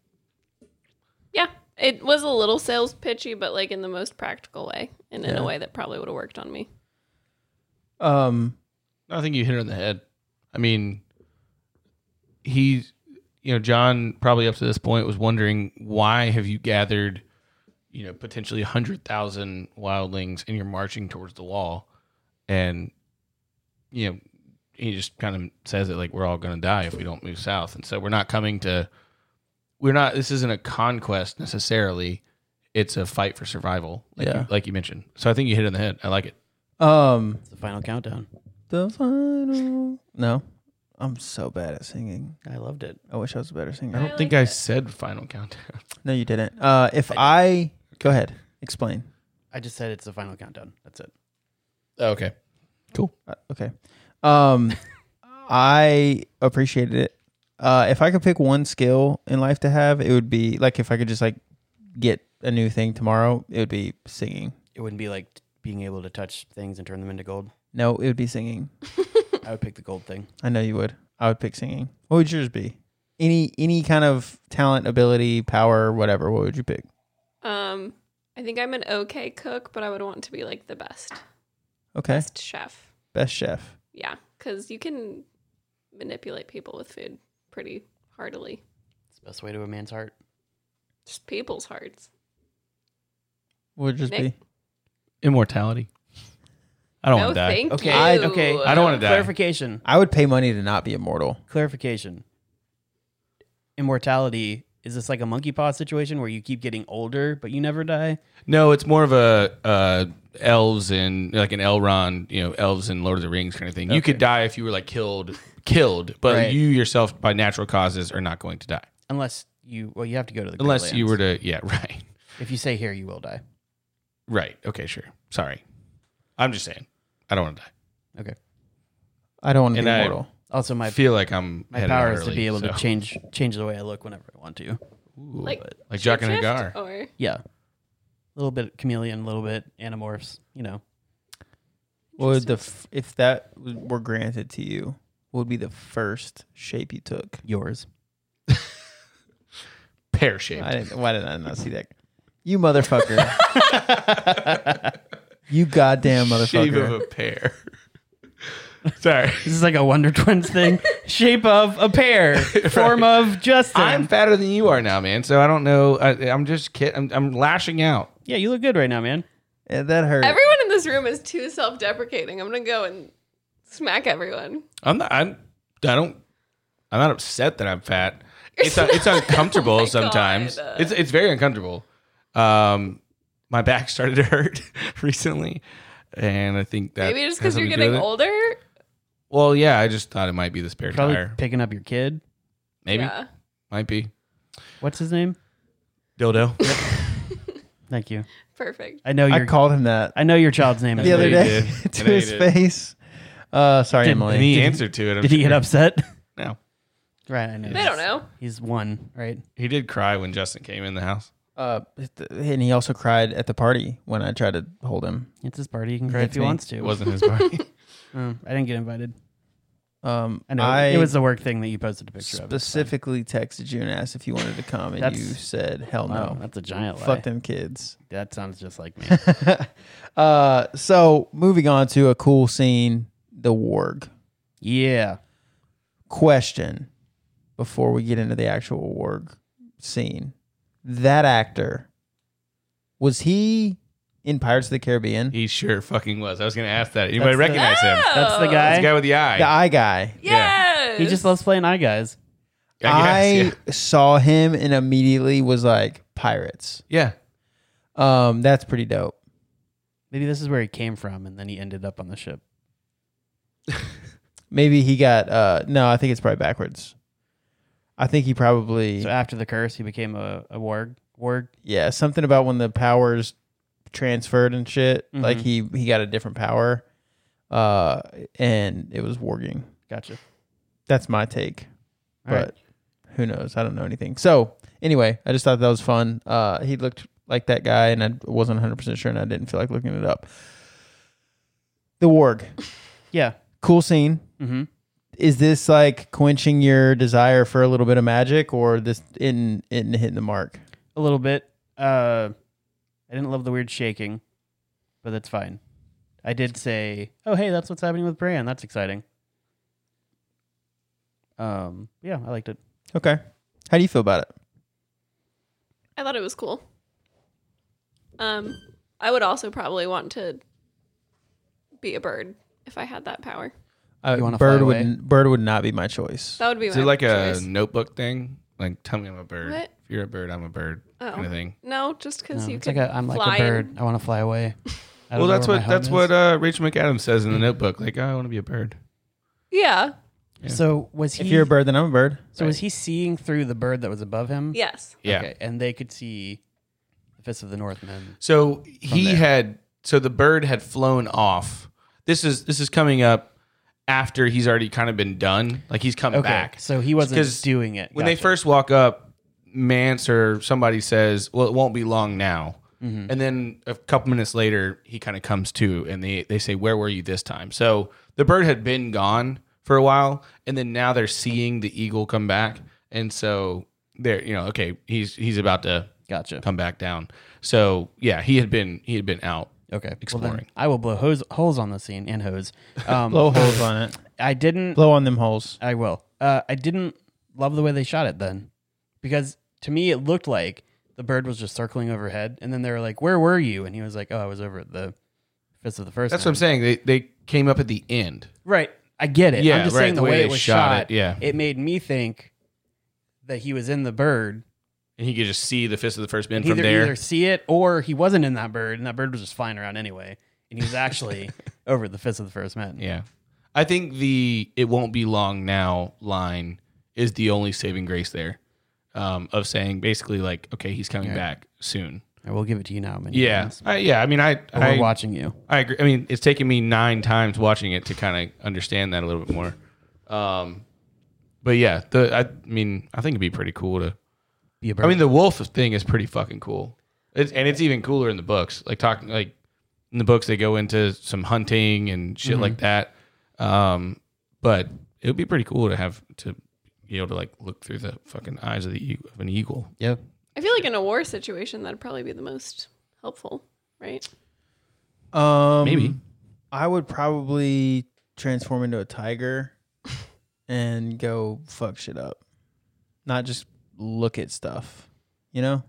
Speaker 4: Yeah, it was a little sales pitchy, but like in the most practical way and in
Speaker 3: Yeah.
Speaker 4: a way that probably would have worked on me.
Speaker 3: um,
Speaker 2: I think you hit it on the head. I mean, he's, you know, John probably up to this point was wondering why have you gathered, you know, potentially 100,000 wildlings and you're marching towards the wall. And, you know, he just kind of says it like we're all going to die if we don't move south. And so we're not coming to, we're not, this isn't a conquest necessarily. It's a fight for survival, like,
Speaker 3: Yeah.
Speaker 2: you, like you mentioned. So I think you hit it on the head. I like it.
Speaker 3: um,
Speaker 1: It's the final countdown.
Speaker 3: the final. No, I'm so bad at singing.
Speaker 1: I loved it.
Speaker 3: I wish I was a better singer.
Speaker 2: I don't
Speaker 4: like
Speaker 2: think I said final countdown.
Speaker 3: No, you didn't. Uh, if I go ahead, explain.
Speaker 1: I just said it's the final countdown. That's it.
Speaker 2: Oh, Okay.
Speaker 3: Uh, okay. Um, I appreciated it. Uh, if I could pick one skill in life to have, it would be like if I could just like get a new thing tomorrow, it would be singing.
Speaker 1: It wouldn't be like t- being able to touch things and turn them into gold.
Speaker 3: No, it would be singing.
Speaker 1: I would pick the gold thing.
Speaker 3: I know you would. I would pick singing. What would yours be? Any any kind of talent, ability, power, whatever. What would you pick?
Speaker 4: Um, I think I'm an okay cook, but I would want to be like the best,
Speaker 3: Okay,
Speaker 4: best chef.
Speaker 3: best chef.
Speaker 4: Yeah, because you can manipulate people with food pretty heartily.
Speaker 1: It's the best way to a man's heart.
Speaker 4: Just people's hearts.
Speaker 3: What would yours
Speaker 4: Nick?
Speaker 3: be?
Speaker 2: Immortality. I don't
Speaker 4: no,
Speaker 2: want to die.
Speaker 4: thank
Speaker 1: Okay,
Speaker 4: you.
Speaker 1: I- okay.
Speaker 2: I don't want to die.
Speaker 1: Clarification.
Speaker 3: I would pay money to not be immortal.
Speaker 1: Clarification. Immortality. Is this like a monkey paw situation where you keep getting older but you never die?
Speaker 2: No, it's more of a uh, elves and like an Elrond, you know, elves and Lord of the Rings kind of thing. You could die if you were like killed, killed, but
Speaker 1: Right.
Speaker 2: you yourself by natural causes are not going to die
Speaker 1: Unless you well, you have to go to the
Speaker 2: unless you were
Speaker 1: Greenlands.
Speaker 2: to. Yeah, right,
Speaker 1: if you say here you will die.
Speaker 2: right. Okay, sure. Sorry, I'm just saying. I don't want to die.
Speaker 1: Okay.
Speaker 3: I don't want to
Speaker 2: And
Speaker 3: be
Speaker 2: I-
Speaker 3: immortal.
Speaker 1: Also
Speaker 2: I
Speaker 1: my
Speaker 2: feel like I'm.
Speaker 1: my
Speaker 2: headed
Speaker 1: power
Speaker 2: out
Speaker 1: is to
Speaker 2: early,
Speaker 1: be able
Speaker 2: so.
Speaker 1: to change change the way I look whenever I want to.
Speaker 4: Like, Oh.
Speaker 2: like Jack and
Speaker 4: shapeshift
Speaker 2: Hagar.
Speaker 4: Or
Speaker 1: Yeah. A little bit chameleon, a little bit anamorphs, you know.
Speaker 3: What would the f- if that w- were granted to you? What would be the first shape you took?
Speaker 1: Yours.
Speaker 2: Pear shaped.
Speaker 3: I didn't, why did I not see that? You motherfucker! you goddamn
Speaker 2: Shape of
Speaker 3: motherfucker!
Speaker 2: a pear. Sorry.
Speaker 1: This is like a Wonder Twins thing. Shape of a pear. Form of Justin.
Speaker 2: I'm fatter than you are now, man. So I don't know. I, I'm just kidding. I'm, I'm lashing out.
Speaker 1: yeah, you look good right now, man.
Speaker 3: Yeah, that hurt.
Speaker 4: everyone in this room is too self-deprecating. I'm gonna go and smack everyone.
Speaker 2: I'm not. I'm. I don't. I'm not upset that I'm fat. It's it's uncomfortable
Speaker 4: Oh my
Speaker 2: sometimes.
Speaker 4: God.
Speaker 2: It's it's very uncomfortable. Um, my back started to hurt recently, and I think that
Speaker 4: Maybe just
Speaker 2: has
Speaker 4: because you're
Speaker 2: something to do
Speaker 4: getting
Speaker 2: with it.
Speaker 4: older.
Speaker 2: Well, yeah, I just thought it might be the spare
Speaker 1: Probably
Speaker 2: tire.
Speaker 1: picking up your kid.
Speaker 2: Maybe
Speaker 4: Yeah.
Speaker 2: might be
Speaker 1: What's his name?
Speaker 2: dildo.
Speaker 5: Thank you.
Speaker 4: Perfect.
Speaker 5: I know
Speaker 3: I
Speaker 5: your
Speaker 3: called him that
Speaker 5: I know your child's name.
Speaker 3: the
Speaker 5: is
Speaker 3: other
Speaker 2: he
Speaker 5: Lee.
Speaker 3: day
Speaker 2: did.
Speaker 3: to
Speaker 2: Yeah, he
Speaker 3: his
Speaker 2: did.
Speaker 3: face. Uh, sorry,
Speaker 5: Didn't-
Speaker 3: Emily.
Speaker 2: And he
Speaker 5: Did he-
Speaker 2: answered to it. I'm
Speaker 5: Did he
Speaker 2: sure.
Speaker 5: get upset?
Speaker 2: No.
Speaker 5: Right, I know.
Speaker 4: They don't know.
Speaker 5: He's one, right?
Speaker 2: He did cry when Justin came in the house.
Speaker 3: Uh, and he also cried at the party when I tried to hold him.
Speaker 5: It's his party. He can cry
Speaker 3: Hits
Speaker 5: if he
Speaker 3: me.
Speaker 5: wants to.
Speaker 2: It wasn't his party.
Speaker 5: Mm, I didn't get invited.
Speaker 3: Um,
Speaker 5: I know
Speaker 3: I
Speaker 5: it was the work thing that you posted a picture of. It's fine.
Speaker 3: specifically texted you and asked if you wanted to come, and
Speaker 5: That's-
Speaker 3: you said, "Hell
Speaker 5: Wow,
Speaker 3: no."
Speaker 5: that's a giant lie.
Speaker 3: Fuck them kids.
Speaker 5: That sounds just like me.
Speaker 3: uh, so moving on to a cool scene, the warg
Speaker 5: yeah.
Speaker 3: question. Before we get into the actual warg scene, that actor was he in Pirates of the Caribbean?
Speaker 2: he sure fucking was. I was going to ask that. Anybody
Speaker 5: That's the-
Speaker 2: recognize him?
Speaker 5: That's the
Speaker 4: Oh.
Speaker 5: guy.
Speaker 2: That's the guy with the eye.
Speaker 3: the eye guy.
Speaker 2: Yeah.
Speaker 4: Yes.
Speaker 5: He just loves playing eye guys.
Speaker 2: I guess,
Speaker 3: I saw him and immediately was like pirates.
Speaker 2: yeah.
Speaker 3: Um, that's pretty dope.
Speaker 5: Maybe this is where he came from, and then he ended up on the ship.
Speaker 3: Maybe he got uh no, I think it's probably backwards. I think he probably
Speaker 5: So after the curse, he became a, a warg. Warg.
Speaker 3: yeah, something about when the powers transferred and shit. Like
Speaker 5: Mhm.
Speaker 3: he he got a different power. Uh and it was warging.
Speaker 5: Gotcha.
Speaker 3: That's my take.
Speaker 5: All right.
Speaker 3: but who knows? I don't know anything. So anyway, I just thought that was fun. Uh, he looked like that guy, and I wasn't 100 percent sure, and I didn't feel like looking it up. The warg,
Speaker 5: Yeah.
Speaker 3: cool scene.
Speaker 5: Mm-hmm.
Speaker 3: Is this like quenching your desire for a little bit of magic, or this in in hitting the mark?
Speaker 5: A little bit. Uh, I didn't love the weird shaking, but that's fine. I did say, "Oh, hey, that's what's happening with Bran. That's exciting." Um. Yeah, I liked it.
Speaker 3: Okay, how do you feel about it?
Speaker 4: I thought it was cool. Um, I would also probably want to be a bird if I had that power.
Speaker 3: Uh,
Speaker 5: You wanna
Speaker 3: bird
Speaker 5: fly
Speaker 3: would
Speaker 5: away?
Speaker 3: bird would not be my choice.
Speaker 4: That would be
Speaker 2: Is
Speaker 4: my
Speaker 2: it like
Speaker 4: choice.
Speaker 2: a notebook thing? Like, tell me I'm a bird.
Speaker 4: What?
Speaker 2: If you're a bird, I'm a bird.
Speaker 4: Oh.
Speaker 2: Kind of thing.
Speaker 4: no, just because
Speaker 5: No,
Speaker 4: you
Speaker 5: it's
Speaker 4: could
Speaker 5: like a, I'm like
Speaker 4: fly
Speaker 5: a bird.
Speaker 4: and-
Speaker 5: I want to fly away. I don't
Speaker 2: Well,
Speaker 5: know
Speaker 2: that's
Speaker 5: where my
Speaker 2: what
Speaker 5: home
Speaker 2: that's
Speaker 5: is.
Speaker 2: what uh, Rachel McAdams says in the notebook. Like, oh, I want to be a bird.
Speaker 4: yeah.
Speaker 2: Yeah.
Speaker 5: So was he?
Speaker 3: If you're a bird, then I'm a bird.
Speaker 5: so was he seeing through the bird that was above him?
Speaker 4: Yes.
Speaker 2: Yeah.
Speaker 5: Okay, and they could see the fists of the Northmen.
Speaker 2: So he
Speaker 5: there.
Speaker 2: had so the bird had flown off. This is this is coming up after he's already kind of been done. Like he's come
Speaker 5: Okay,
Speaker 2: back.
Speaker 5: so he wasn't
Speaker 2: 'Cause
Speaker 5: doing it
Speaker 2: When they
Speaker 5: Gotcha.
Speaker 2: first walk up, Mance or somebody says, "Well, it won't be long now."
Speaker 5: Mm-hmm.
Speaker 2: And then a couple minutes later, he kind of comes to, and they they say, "Where were you this time?" So the bird had been gone for a while, and then now they're seeing the eagle come back, and so they're you know, okay, he's he's about to
Speaker 5: Gotcha.
Speaker 2: come back down. So yeah, he had been he had been out.
Speaker 5: Okay. Well, then
Speaker 2: Exploring.
Speaker 5: I will blow hose, holes on the scene and hose. Um,
Speaker 3: Blow holes on it.
Speaker 5: I didn't.
Speaker 3: Blow on them holes.
Speaker 5: I will. Uh, I didn't love the way they shot it then, because to me it looked like the bird was just circling overhead, and then they were like, "Where were you?" And he was like, "Oh, I was over at the fist of the first.
Speaker 2: That's what I'm
Speaker 5: Man."
Speaker 2: saying. They they came up at the end.
Speaker 5: Right. I get it.
Speaker 2: Yeah,
Speaker 5: I'm just
Speaker 2: right,
Speaker 5: saying the,
Speaker 2: the way
Speaker 5: way,
Speaker 2: they
Speaker 5: it was
Speaker 2: shot
Speaker 5: shot,
Speaker 2: it, yeah.
Speaker 5: it made me think that he was in the bird.
Speaker 2: And he could just see the fist of the first man
Speaker 5: And
Speaker 2: from
Speaker 5: either,
Speaker 2: there.
Speaker 5: either see it or he wasn't in that bird, and that bird was just flying around anyway, and he was actually over at the fist of the first man.
Speaker 2: Yeah. I think the it won't be long now line is the only saving grace there. Um, of saying basically like, okay, he's coming back soon.
Speaker 5: I will give it to you now, man.
Speaker 2: Yeah. I, yeah. I mean I
Speaker 5: But we're
Speaker 2: I,
Speaker 5: watching you.
Speaker 2: I agree. I mean, it's taken me nine times watching it to kind of understand that a little bit more. Um, but yeah, the I mean, I think it'd be pretty cool to
Speaker 5: Be a bird.
Speaker 2: I mean, the wolf thing is pretty fucking cool, it's, and it's even cooler in the books. Like talking, like in the books, they go into some hunting and shit
Speaker 3: Mhm.
Speaker 2: like that. Um, but it would be pretty cool to have to be able to like look through the fucking eyes of the e- of an eagle.
Speaker 5: yeah.
Speaker 4: I feel like in a war situation that'd probably be the most helpful, right?
Speaker 3: Um,
Speaker 2: Maybe
Speaker 3: I would probably transform into a tiger and go fuck shit up. Not just look at stuff, you know?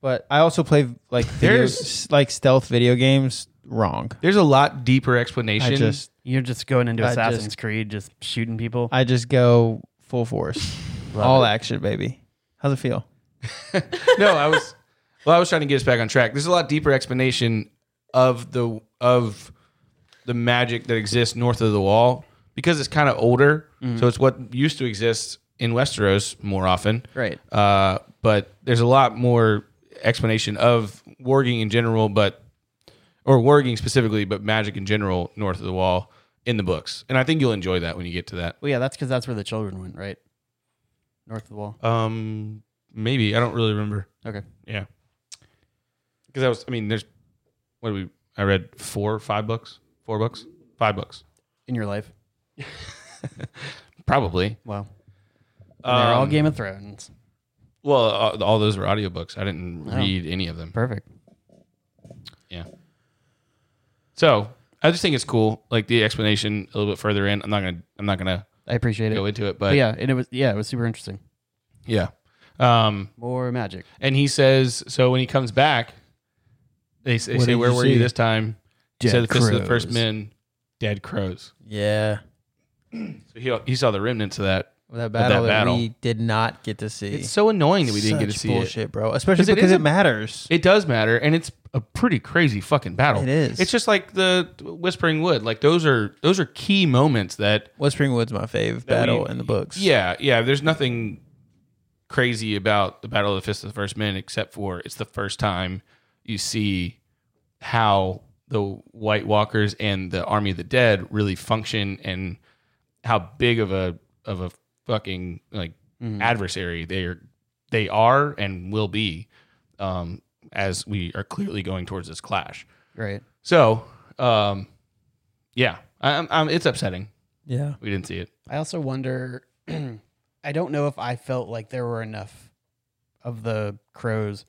Speaker 3: But I also play like video,
Speaker 2: There's-
Speaker 3: s- like stealth video games wrong.
Speaker 2: there's a lot deeper explanation.
Speaker 3: I just
Speaker 5: You're just going into
Speaker 3: I
Speaker 5: Assassin's
Speaker 3: just-
Speaker 5: Creed, just shooting people.
Speaker 3: I just go full force.
Speaker 5: Love
Speaker 3: All
Speaker 5: it.
Speaker 3: action, baby. How's it feel?
Speaker 2: no, I was well, I was trying to get us back on track. There's a lot deeper explanation of the of the magic that exists north of the wall because it's kind of older. So it's what used to exist in Westeros more often.
Speaker 5: Right.
Speaker 2: Uh, but there's a lot more explanation of warging in general, but or warging specifically, but magic in general, north of the wall in the books, and I think you'll enjoy that when you get to that.
Speaker 1: Well, yeah, that's because that's where the children went, right? North of the wall.
Speaker 2: Um, maybe I don't really remember.
Speaker 1: Okay.
Speaker 2: Yeah, because I was. I mean, there's what do we? I read four, five books, four books, five books,
Speaker 1: In your life.
Speaker 2: probably.
Speaker 1: Wow. And they're all
Speaker 2: Um,
Speaker 1: Game of Thrones.
Speaker 2: Well, all, all those were audiobooks. I didn't
Speaker 1: Oh.
Speaker 2: read any of them.
Speaker 1: Perfect.
Speaker 2: Yeah. So I just think it's cool. Like the explanation a little bit further in. I'm not gonna. I'm not gonna
Speaker 1: I appreciate it.
Speaker 2: go into it.
Speaker 1: But
Speaker 2: But yeah,
Speaker 1: yeah, and it was yeah, it was super interesting.
Speaker 2: yeah. Um,
Speaker 1: More magic.
Speaker 2: and he says so when he comes back. They, s- they
Speaker 3: What
Speaker 2: say,
Speaker 3: did
Speaker 2: "Where
Speaker 3: you
Speaker 2: were
Speaker 3: see?"
Speaker 2: you this time?" He
Speaker 1: Dead
Speaker 2: said, "The fist of the
Speaker 1: crows.
Speaker 2: first men, dead crows."
Speaker 3: Yeah.
Speaker 2: So he he saw the remnants of that.
Speaker 3: That battle that,
Speaker 2: battle.
Speaker 3: we did not get to see.
Speaker 2: It's so annoying that we didn't get to
Speaker 3: Such
Speaker 2: see
Speaker 3: bullshit,
Speaker 2: it.
Speaker 3: bro. Especially
Speaker 2: 'Cause it
Speaker 3: because
Speaker 2: is a-
Speaker 3: it, matters.
Speaker 2: It does matter, and it's a pretty crazy fucking battle.
Speaker 3: It is.
Speaker 2: It's just like the Whispering Wood. Like those are those are key moments that
Speaker 3: Whispering Woods my fave battle
Speaker 2: we-
Speaker 3: in the books.
Speaker 2: Yeah, yeah. There's nothing crazy about the Battle of the Fist of the First Men, except for it's the first time you see how the White Walkers and the Army of the Dead really function, and how big of a of a fucking like adversary they are they are and will be, um, as we are clearly going towards this clash.
Speaker 1: Right.
Speaker 2: So, um, yeah, I, I'm, I'm, it's upsetting.
Speaker 3: Yeah.
Speaker 2: We didn't see it.
Speaker 1: I also wonder I don't know if I felt like there were enough of the crows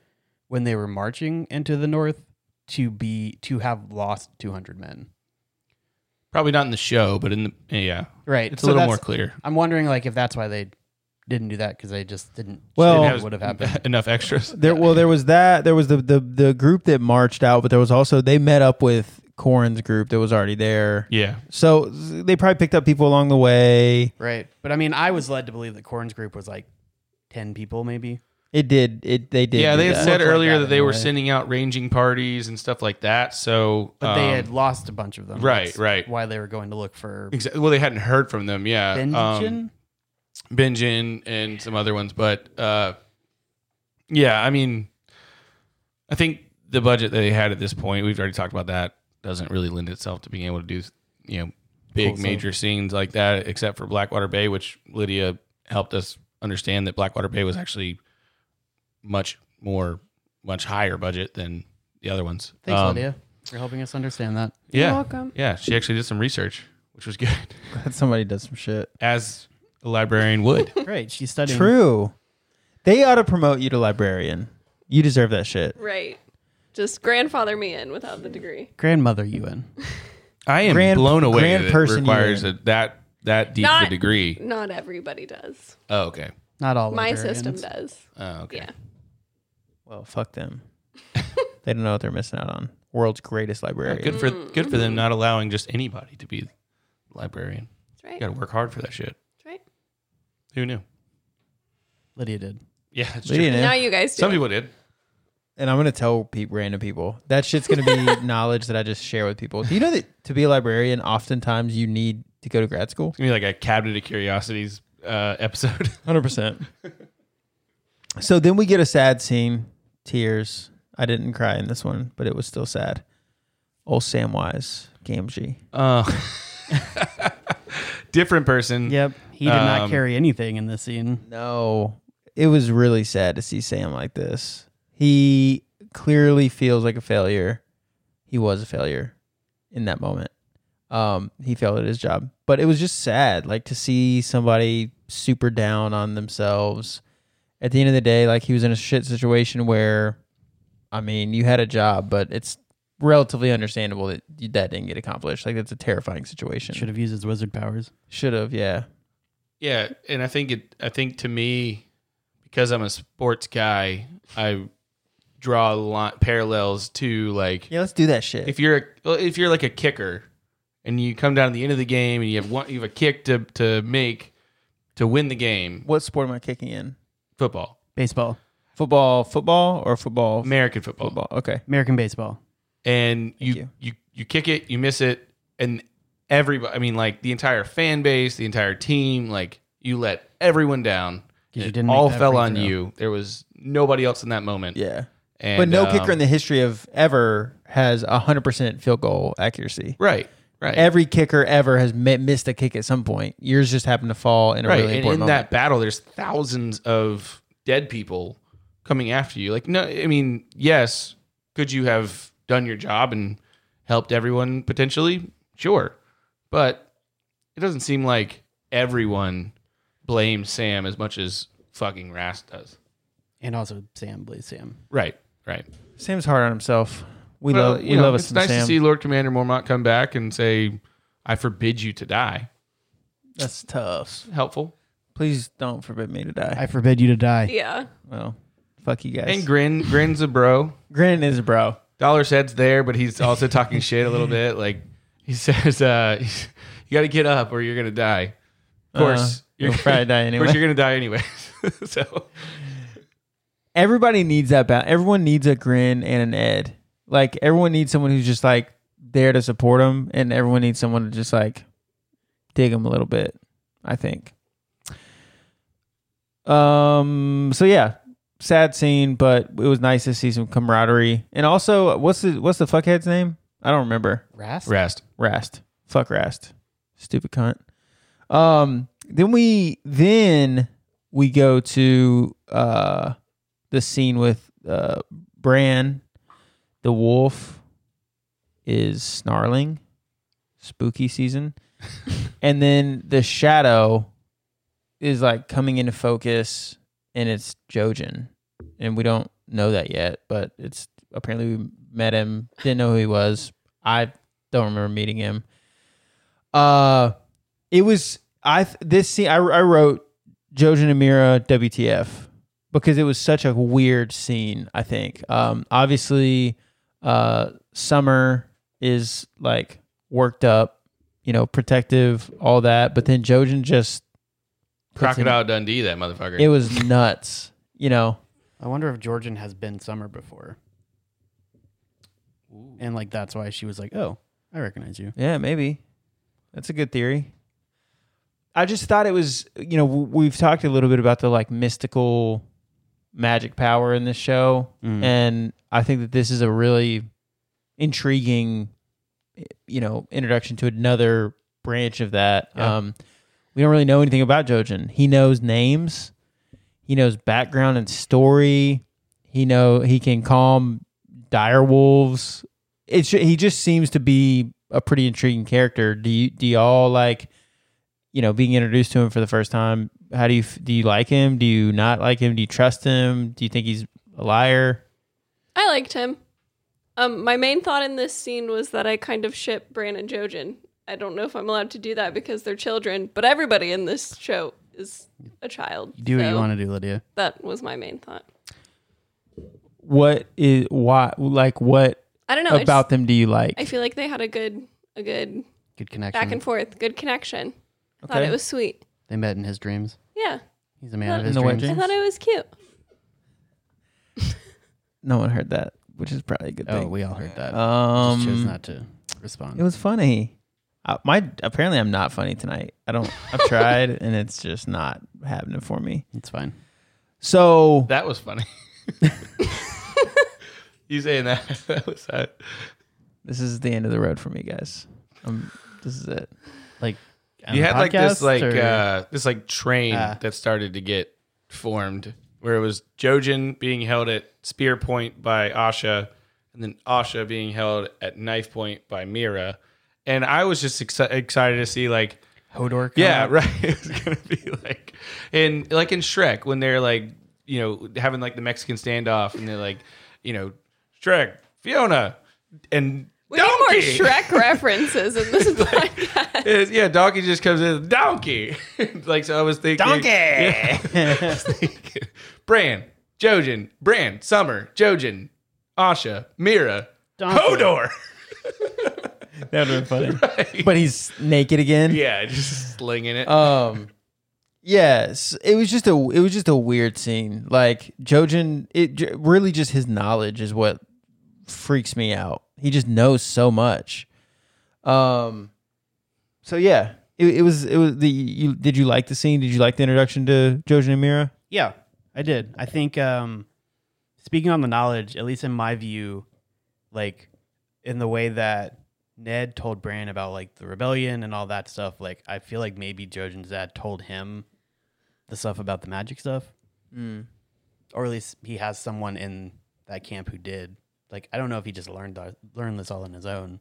Speaker 1: when they were marching into the north to be to have lost 200 men.
Speaker 2: Probably not in the show, but in the yeah,
Speaker 1: Right.
Speaker 2: It's
Speaker 1: so
Speaker 2: a little more
Speaker 1: that's-
Speaker 2: clear.
Speaker 1: I'm wondering like if that's why they didn't do that cuz they just didn't
Speaker 3: Well-
Speaker 1: well, would have happened.
Speaker 2: enough extras.
Speaker 3: There well there was that there was the, the the group that marched out, but there was also they met up with Corin's group that was already there.
Speaker 2: Yeah,
Speaker 3: So they probably picked up people along the way.
Speaker 1: Right. But I mean, I was led to believe that Corn's group was like 10 people maybe.
Speaker 3: It did it they did.
Speaker 2: yeah.
Speaker 3: do
Speaker 2: They had
Speaker 3: that.
Speaker 2: said
Speaker 1: Looked like
Speaker 2: earlier
Speaker 1: that
Speaker 2: that, they were
Speaker 1: anyway.
Speaker 2: sending out ranging parties and stuff like that. So,
Speaker 1: But they
Speaker 2: um,
Speaker 1: had lost a bunch of them.
Speaker 2: right,
Speaker 1: That's
Speaker 2: right.
Speaker 1: Why they were going to look for
Speaker 2: exa- well, they hadn't heard from them. Yeah,
Speaker 1: Benjin?
Speaker 2: um, Benjin and some other ones. But uh, yeah, I mean, I think the budget that they had at this point, we've already talked about that, doesn't really lend itself to being able to do you know big
Speaker 1: Cool, so-
Speaker 2: major scenes like that, except for Blackwater Bay, which Lydia helped us understand that Blackwater Bay was actually much more, much higher budget than the other ones.
Speaker 1: Thanks,
Speaker 2: Um,
Speaker 1: Lydia, for helping us understand that.
Speaker 2: Yeah,
Speaker 4: You're welcome.
Speaker 2: yeah, she actually did some research, which was good,
Speaker 3: Glad somebody does some shit.
Speaker 2: as a librarian would.
Speaker 1: Right. She's studying.
Speaker 3: True. They ought to promote you to librarian. You deserve that shit.
Speaker 4: Right. Just grandfather me in without the degree.
Speaker 1: Grandmother UN.
Speaker 2: I am
Speaker 3: Grand-
Speaker 2: blown away.
Speaker 3: grand
Speaker 2: that it
Speaker 3: person
Speaker 2: requires
Speaker 3: union.
Speaker 2: a, that that deep of a
Speaker 4: Not-
Speaker 2: degree.
Speaker 4: Not everybody does.
Speaker 2: Oh, okay.
Speaker 1: Not all
Speaker 4: My
Speaker 1: librarians.
Speaker 4: system does.
Speaker 2: Oh, okay.
Speaker 4: Yeah.
Speaker 3: Well, fuck them. they don't know what they're missing out on. World's greatest librarian.
Speaker 2: Good for good for them not allowing just anybody to be the librarian.
Speaker 4: That's right.
Speaker 2: You got to work hard for that shit.
Speaker 4: That's right.
Speaker 2: Who knew?
Speaker 1: Lydia did.
Speaker 2: Yeah, that's
Speaker 3: Lydia
Speaker 2: true.
Speaker 3: knew.
Speaker 4: Now you guys do.
Speaker 2: Some
Speaker 4: it.
Speaker 2: people did.
Speaker 3: and I'm gonna tell pe- random people that shit's gonna be knowledge that I just share with people. Do you know that to be a librarian, oftentimes you need to go to grad school?
Speaker 2: It's gonna be like a cabinet of curiosities uh, episode.
Speaker 3: Hundred percent. So then we get a sad scene, tears. I didn't cry in this one, but it was still sad. Old Samwise Gamgee.
Speaker 2: Uh, different person.
Speaker 1: Yep. He did not
Speaker 2: Um,
Speaker 1: carry anything in this scene.
Speaker 3: No, it was really sad to see Sam like this. He clearly feels like a failure. He was a failure in that moment. Um, he failed at his job, but it was just sad, like to see somebody super down on themselves. At the end of the day, like he was in a shit situation where, I mean, you had a job, but it's relatively understandable that you- that didn't get accomplished. Like that's a terrifying situation.
Speaker 1: Should have used his wizard powers.
Speaker 3: should have, yeah.
Speaker 2: Yeah, and I think it. I think to me, because I'm a sports guy, I draw a lot parallels to like
Speaker 3: Yeah, let's do that shit.
Speaker 2: if you're a, well, if you're like a kicker and you come down to the end of the game and you have one you have a kick to to make to win the game
Speaker 3: what sport am I kicking in?
Speaker 2: football
Speaker 1: Baseball.
Speaker 3: Football, football, or football,
Speaker 2: American football,
Speaker 3: football. Okay,
Speaker 1: American baseball.
Speaker 2: and you,
Speaker 3: you.
Speaker 2: you you kick it you miss it and everybody I mean like the entire fan base the entire team like you let everyone down
Speaker 1: 'Cause you
Speaker 2: It
Speaker 1: didn't make
Speaker 2: all
Speaker 1: that
Speaker 2: fell
Speaker 1: free
Speaker 2: on
Speaker 1: throw.
Speaker 2: you there was nobody else in that moment
Speaker 3: yeah,
Speaker 2: And,
Speaker 3: but no
Speaker 2: um,
Speaker 3: kicker in the history of ever has 100% field goal accuracy.
Speaker 2: right, right,
Speaker 3: Every kicker ever has mi- missed a kick at some point. Yours just happened to fall in a
Speaker 2: right.
Speaker 3: really
Speaker 2: and in
Speaker 3: important moment.
Speaker 2: that battle, there's thousands of dead people coming after you. Like, no, I mean, yes, could you have done your job and helped everyone potentially? Sure, but it doesn't seem like everyone blames Sam as much as fucking Rast does.
Speaker 1: and also Sam Blaze Sam.
Speaker 2: Right, right.
Speaker 3: Sam's hard on himself.
Speaker 5: We
Speaker 2: Well,
Speaker 5: love
Speaker 2: you
Speaker 5: we
Speaker 2: know,
Speaker 5: love us
Speaker 2: It's
Speaker 5: some
Speaker 2: nice
Speaker 5: Sam.
Speaker 2: to see Lord Commander Mormont come back and say, "I forbid you to die."
Speaker 3: That's tough.
Speaker 2: Helpful
Speaker 3: Please don't forbid me to die.
Speaker 1: I forbid you to die.
Speaker 4: Yeah.
Speaker 3: well, fuck you guys.
Speaker 2: and grin. Grin's a bro.
Speaker 3: Grin is a bro.
Speaker 2: Dollar's head's there, but he's also talking shit a little bit. Like he says, uh, "You got to get up, or you're gonna die." Of course,
Speaker 3: Uh, you'll probably die
Speaker 2: Of course,
Speaker 3: anyway.
Speaker 2: you're gonna die anyway. so
Speaker 3: Everybody needs that balance. Everyone needs a grin and an Ed. Like everyone needs someone who's just like there to support them, and everyone needs someone to just like dig them a little bit. I think. Um. So yeah, sad scene, but it was nice to see some camaraderie. And also, what's the what's the fuckhead's name? I don't remember.
Speaker 1: Rast?
Speaker 2: rest.
Speaker 3: Rast. Fuck Rast. Stupid cunt. Um then we then we go to uh the scene with uh Bran. The wolf is snarling. Spooky season. and then the shadow is like coming into focus and it's Jojen. And we don't know that yet, but it's apparently we met him, didn't know who he was. I don't remember meeting him. Uh, it was I th- this scene I, I wrote Jojen and Mira WTF because it was such a weird scene. I think um, obviously uh, Summer is like worked up, you know, protective, all that, but then Jojen just puts in-
Speaker 2: Crocodile Dundee, that motherfucker.
Speaker 3: It was nuts, you know.
Speaker 1: I wonder if Georgian has been summer before. And like that's why she was like, "Oh, I recognize you."
Speaker 3: Yeah, maybe. That's a good theory. I just thought it was, you know, w- we've talked a little bit about the like mystical magic power in this show. And I think that this is a really intriguing, you know, introduction to another branch of that.
Speaker 1: Yeah.
Speaker 3: Um, we don't really know anything about Jojen. He knows names, he knows background and story. He know he can calm dire wolves. It's ju- he just seems to be a pretty intriguing character. Do you do y'all like, you know, being introduced to him for the first time? How do you f- do you like him? Do you not like him? Do you trust him? Do you think he's a liar?
Speaker 4: I liked him. Um, my main thought in this scene was that I kind of ship Bran and Jojen. I don't know if I'm allowed to do that because they're children, but everybody in this show is a child.
Speaker 1: Do what you
Speaker 4: so
Speaker 1: want to do, Lydia.
Speaker 4: That was my main thought.
Speaker 3: What is why like what
Speaker 4: I don't know. I,
Speaker 3: about
Speaker 4: just-
Speaker 3: them do you like?
Speaker 4: I feel like they had a good, a good
Speaker 1: Good connection.
Speaker 4: back and forth, good connection. I thought
Speaker 3: Okay.
Speaker 4: it was sweet.
Speaker 1: they met in his dreams.
Speaker 4: Yeah,
Speaker 1: He's a man of
Speaker 4: In
Speaker 1: his
Speaker 3: the wet
Speaker 1: dreams.
Speaker 4: I
Speaker 3: dreams?
Speaker 4: thought it was cute.
Speaker 3: no one heard that, which is probably a good
Speaker 1: Oh,
Speaker 3: thing.
Speaker 1: we all heard that.
Speaker 3: um,
Speaker 1: Just chose not to respond.
Speaker 3: it was funny. Uh, my apparently I'm not funny tonight. I don't. I've tried and it's just not happening for me.
Speaker 1: it's fine.
Speaker 3: So
Speaker 2: that was funny. you saying that? that was uh,
Speaker 3: this is the end of the road for me, guys. Um, this is it.
Speaker 1: Like on
Speaker 2: you
Speaker 1: the
Speaker 2: had like this
Speaker 1: podcast,
Speaker 2: like
Speaker 1: or-
Speaker 2: uh, this like train
Speaker 1: Ah.
Speaker 2: that started to get formed where it was Jojen being held at spear point by Asha and then Asha being held at knife point by Mira and I was just exci- excited to see like
Speaker 1: Hodor. come
Speaker 2: yeah
Speaker 1: out?
Speaker 2: right it's gonna be like and like in Shrek when they're like you know having like the Mexican standoff and they're like you know Shrek Fiona and
Speaker 4: We need more
Speaker 2: Donkey!
Speaker 4: Shrek references in this podcast.
Speaker 2: It's- yeah, donkey just comes in. Donkey. like so, I was thinking. Donkey. I was thinking, Bran, Jojen, Bran, Summer, Jojen, Asha, Mira,
Speaker 1: Donkey.
Speaker 2: Hodor.
Speaker 3: That would funny. But he's naked again.
Speaker 2: yeah, just slinging it.
Speaker 3: Um. Yes, it was just a it was just a weird scene. Like Jojen, it j- really just his knowledge is what freaks me out. He just knows so much. Um. So yeah, it, it was it was the you did you like the scene? Did you like the introduction to Jojen and Mira?
Speaker 1: Yeah, I did. I think um,
Speaker 5: speaking on the knowledge, at least in my view, like in the way that Ned told Bran about like the rebellion and all that stuff, like I feel like maybe Jojen Zad told him the stuff about the magic stuff. Or at least he has someone in that camp who did. Like I don't know if he just learned th- learned this all on his own.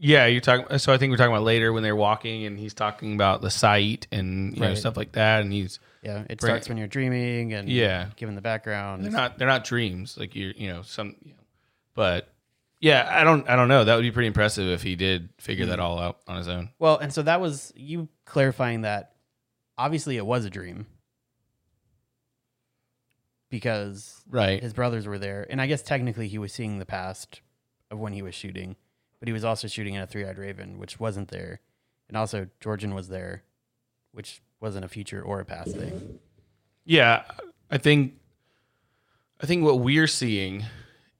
Speaker 2: Yeah, you're talking. So I think we're talking about later when they're walking, and he's talking about the site and you know
Speaker 5: Right.
Speaker 2: stuff like that. And he's
Speaker 5: Yeah, it
Speaker 2: Right.
Speaker 5: starts when you're dreaming and
Speaker 2: Yeah.
Speaker 5: given the background.
Speaker 2: they're not they're not dreams like you you know some, you know, but yeah, I don't I don't know. That would be pretty impressive if he did figure
Speaker 5: Mm-hmm.
Speaker 2: that all out on his own.
Speaker 5: Well, and so that was you clarifying that obviously it was a dream because
Speaker 2: Right.
Speaker 5: his brothers were there. And I guess technically he was seeing the past of when he was shooting, but he was also shooting at a three eyed raven, which wasn't there. And also Georgian was there, which wasn't a future or a past thing.
Speaker 2: Yeah, I think I think what we're seeing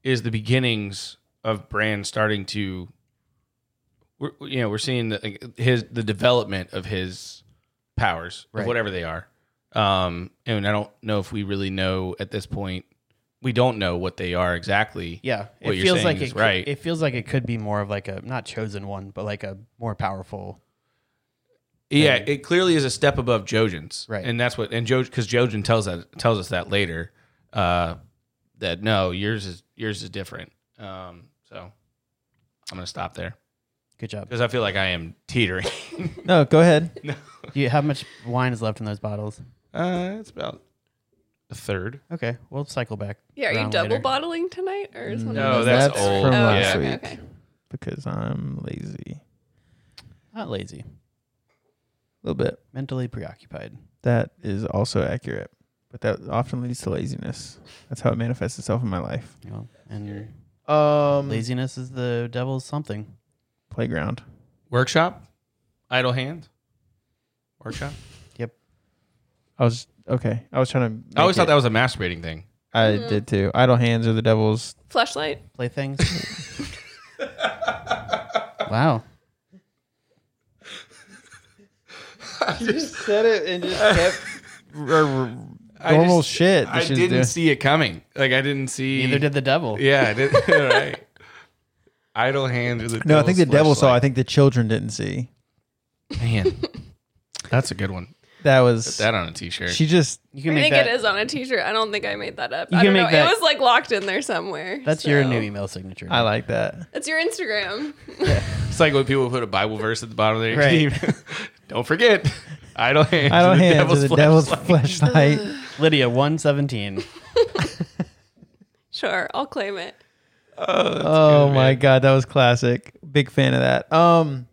Speaker 2: is the beginnings of Brand starting to we're, you know, we're seeing the, like, his the development of his powers,
Speaker 5: Right.
Speaker 2: of whatever they are. Um and I don't know if we really know at this point. We don't know what they are exactly.
Speaker 5: Yeah.
Speaker 2: What you're saying
Speaker 5: like
Speaker 2: is
Speaker 5: it,
Speaker 2: right.
Speaker 5: It feels like it could be more of like a not chosen one, but like a more powerful
Speaker 2: Yeah, it clearly is a step above Jojen's,
Speaker 5: Right.
Speaker 2: And that's what and Jo because Jojen tells that tells us that later, uh, that no, yours is yours is different. Um, so I'm gonna stop there
Speaker 5: good job.
Speaker 2: because I feel like I am teetering.
Speaker 3: No, go ahead.
Speaker 5: Do you how much wine is left in those bottles?
Speaker 2: uh, it's about a third.
Speaker 5: Okay. We'll cycle back.
Speaker 4: Yeah, are you
Speaker 5: around
Speaker 4: double
Speaker 5: later.
Speaker 4: bottling tonight, or is one
Speaker 2: No,
Speaker 4: of those?
Speaker 2: that's old.
Speaker 3: from
Speaker 4: Oh,
Speaker 3: last
Speaker 4: okay,
Speaker 3: week
Speaker 4: okay.
Speaker 3: because I'm lazy
Speaker 5: Not lazy.
Speaker 3: a little bit.
Speaker 5: Mentally preoccupied.
Speaker 3: That is also accurate, but that often leads to laziness. That's how it manifests itself in my life.
Speaker 5: You know, and
Speaker 3: Um,
Speaker 5: laziness is the devil's something.
Speaker 3: playground.
Speaker 2: Workshop, idle hand, workshop.
Speaker 3: I was okay. I was trying to.
Speaker 2: I always
Speaker 3: make
Speaker 2: thought that was a masturbating thing.
Speaker 3: it- I did too. Idle hands are the devil's.
Speaker 4: Flashlight.
Speaker 5: Playthings. wow.
Speaker 3: You just said it and just kept
Speaker 2: I
Speaker 3: normal
Speaker 2: just-
Speaker 3: shit. that
Speaker 2: I
Speaker 3: she's
Speaker 2: didn't
Speaker 3: doing.
Speaker 2: see it coming. Like I didn't see.
Speaker 5: Neither did the devil.
Speaker 2: Yeah, I did, right. Idle hand is a
Speaker 3: No, I think the
Speaker 2: devil's
Speaker 3: devil saw.
Speaker 2: fleshlight.
Speaker 3: I think the children didn't see.
Speaker 2: Man, that's a good one.
Speaker 3: That was.
Speaker 2: Put that on a t-shirt.
Speaker 3: she just.
Speaker 5: You
Speaker 4: I
Speaker 5: can make
Speaker 4: think
Speaker 5: that.
Speaker 4: it is on a T-shirt. I don't think I made that up.
Speaker 5: You
Speaker 4: I
Speaker 5: can
Speaker 4: don't know.
Speaker 5: make that-
Speaker 4: It was like locked in there somewhere.
Speaker 5: That's your
Speaker 4: so-
Speaker 5: new email signature.
Speaker 3: I like that.
Speaker 4: It's your Instagram.
Speaker 2: it's like when people put a Bible verse at the bottom of their
Speaker 5: Right.
Speaker 2: email. Don't forget, idle hands.
Speaker 3: Idle
Speaker 2: are the
Speaker 3: hands are the devil's
Speaker 2: fleshlight.
Speaker 3: flashlight.
Speaker 5: Lydia one seventeen.
Speaker 4: sure, I'll claim it.
Speaker 3: Oh
Speaker 2: good,
Speaker 3: my
Speaker 2: man.
Speaker 3: god, that was classic. Big fan of that. Um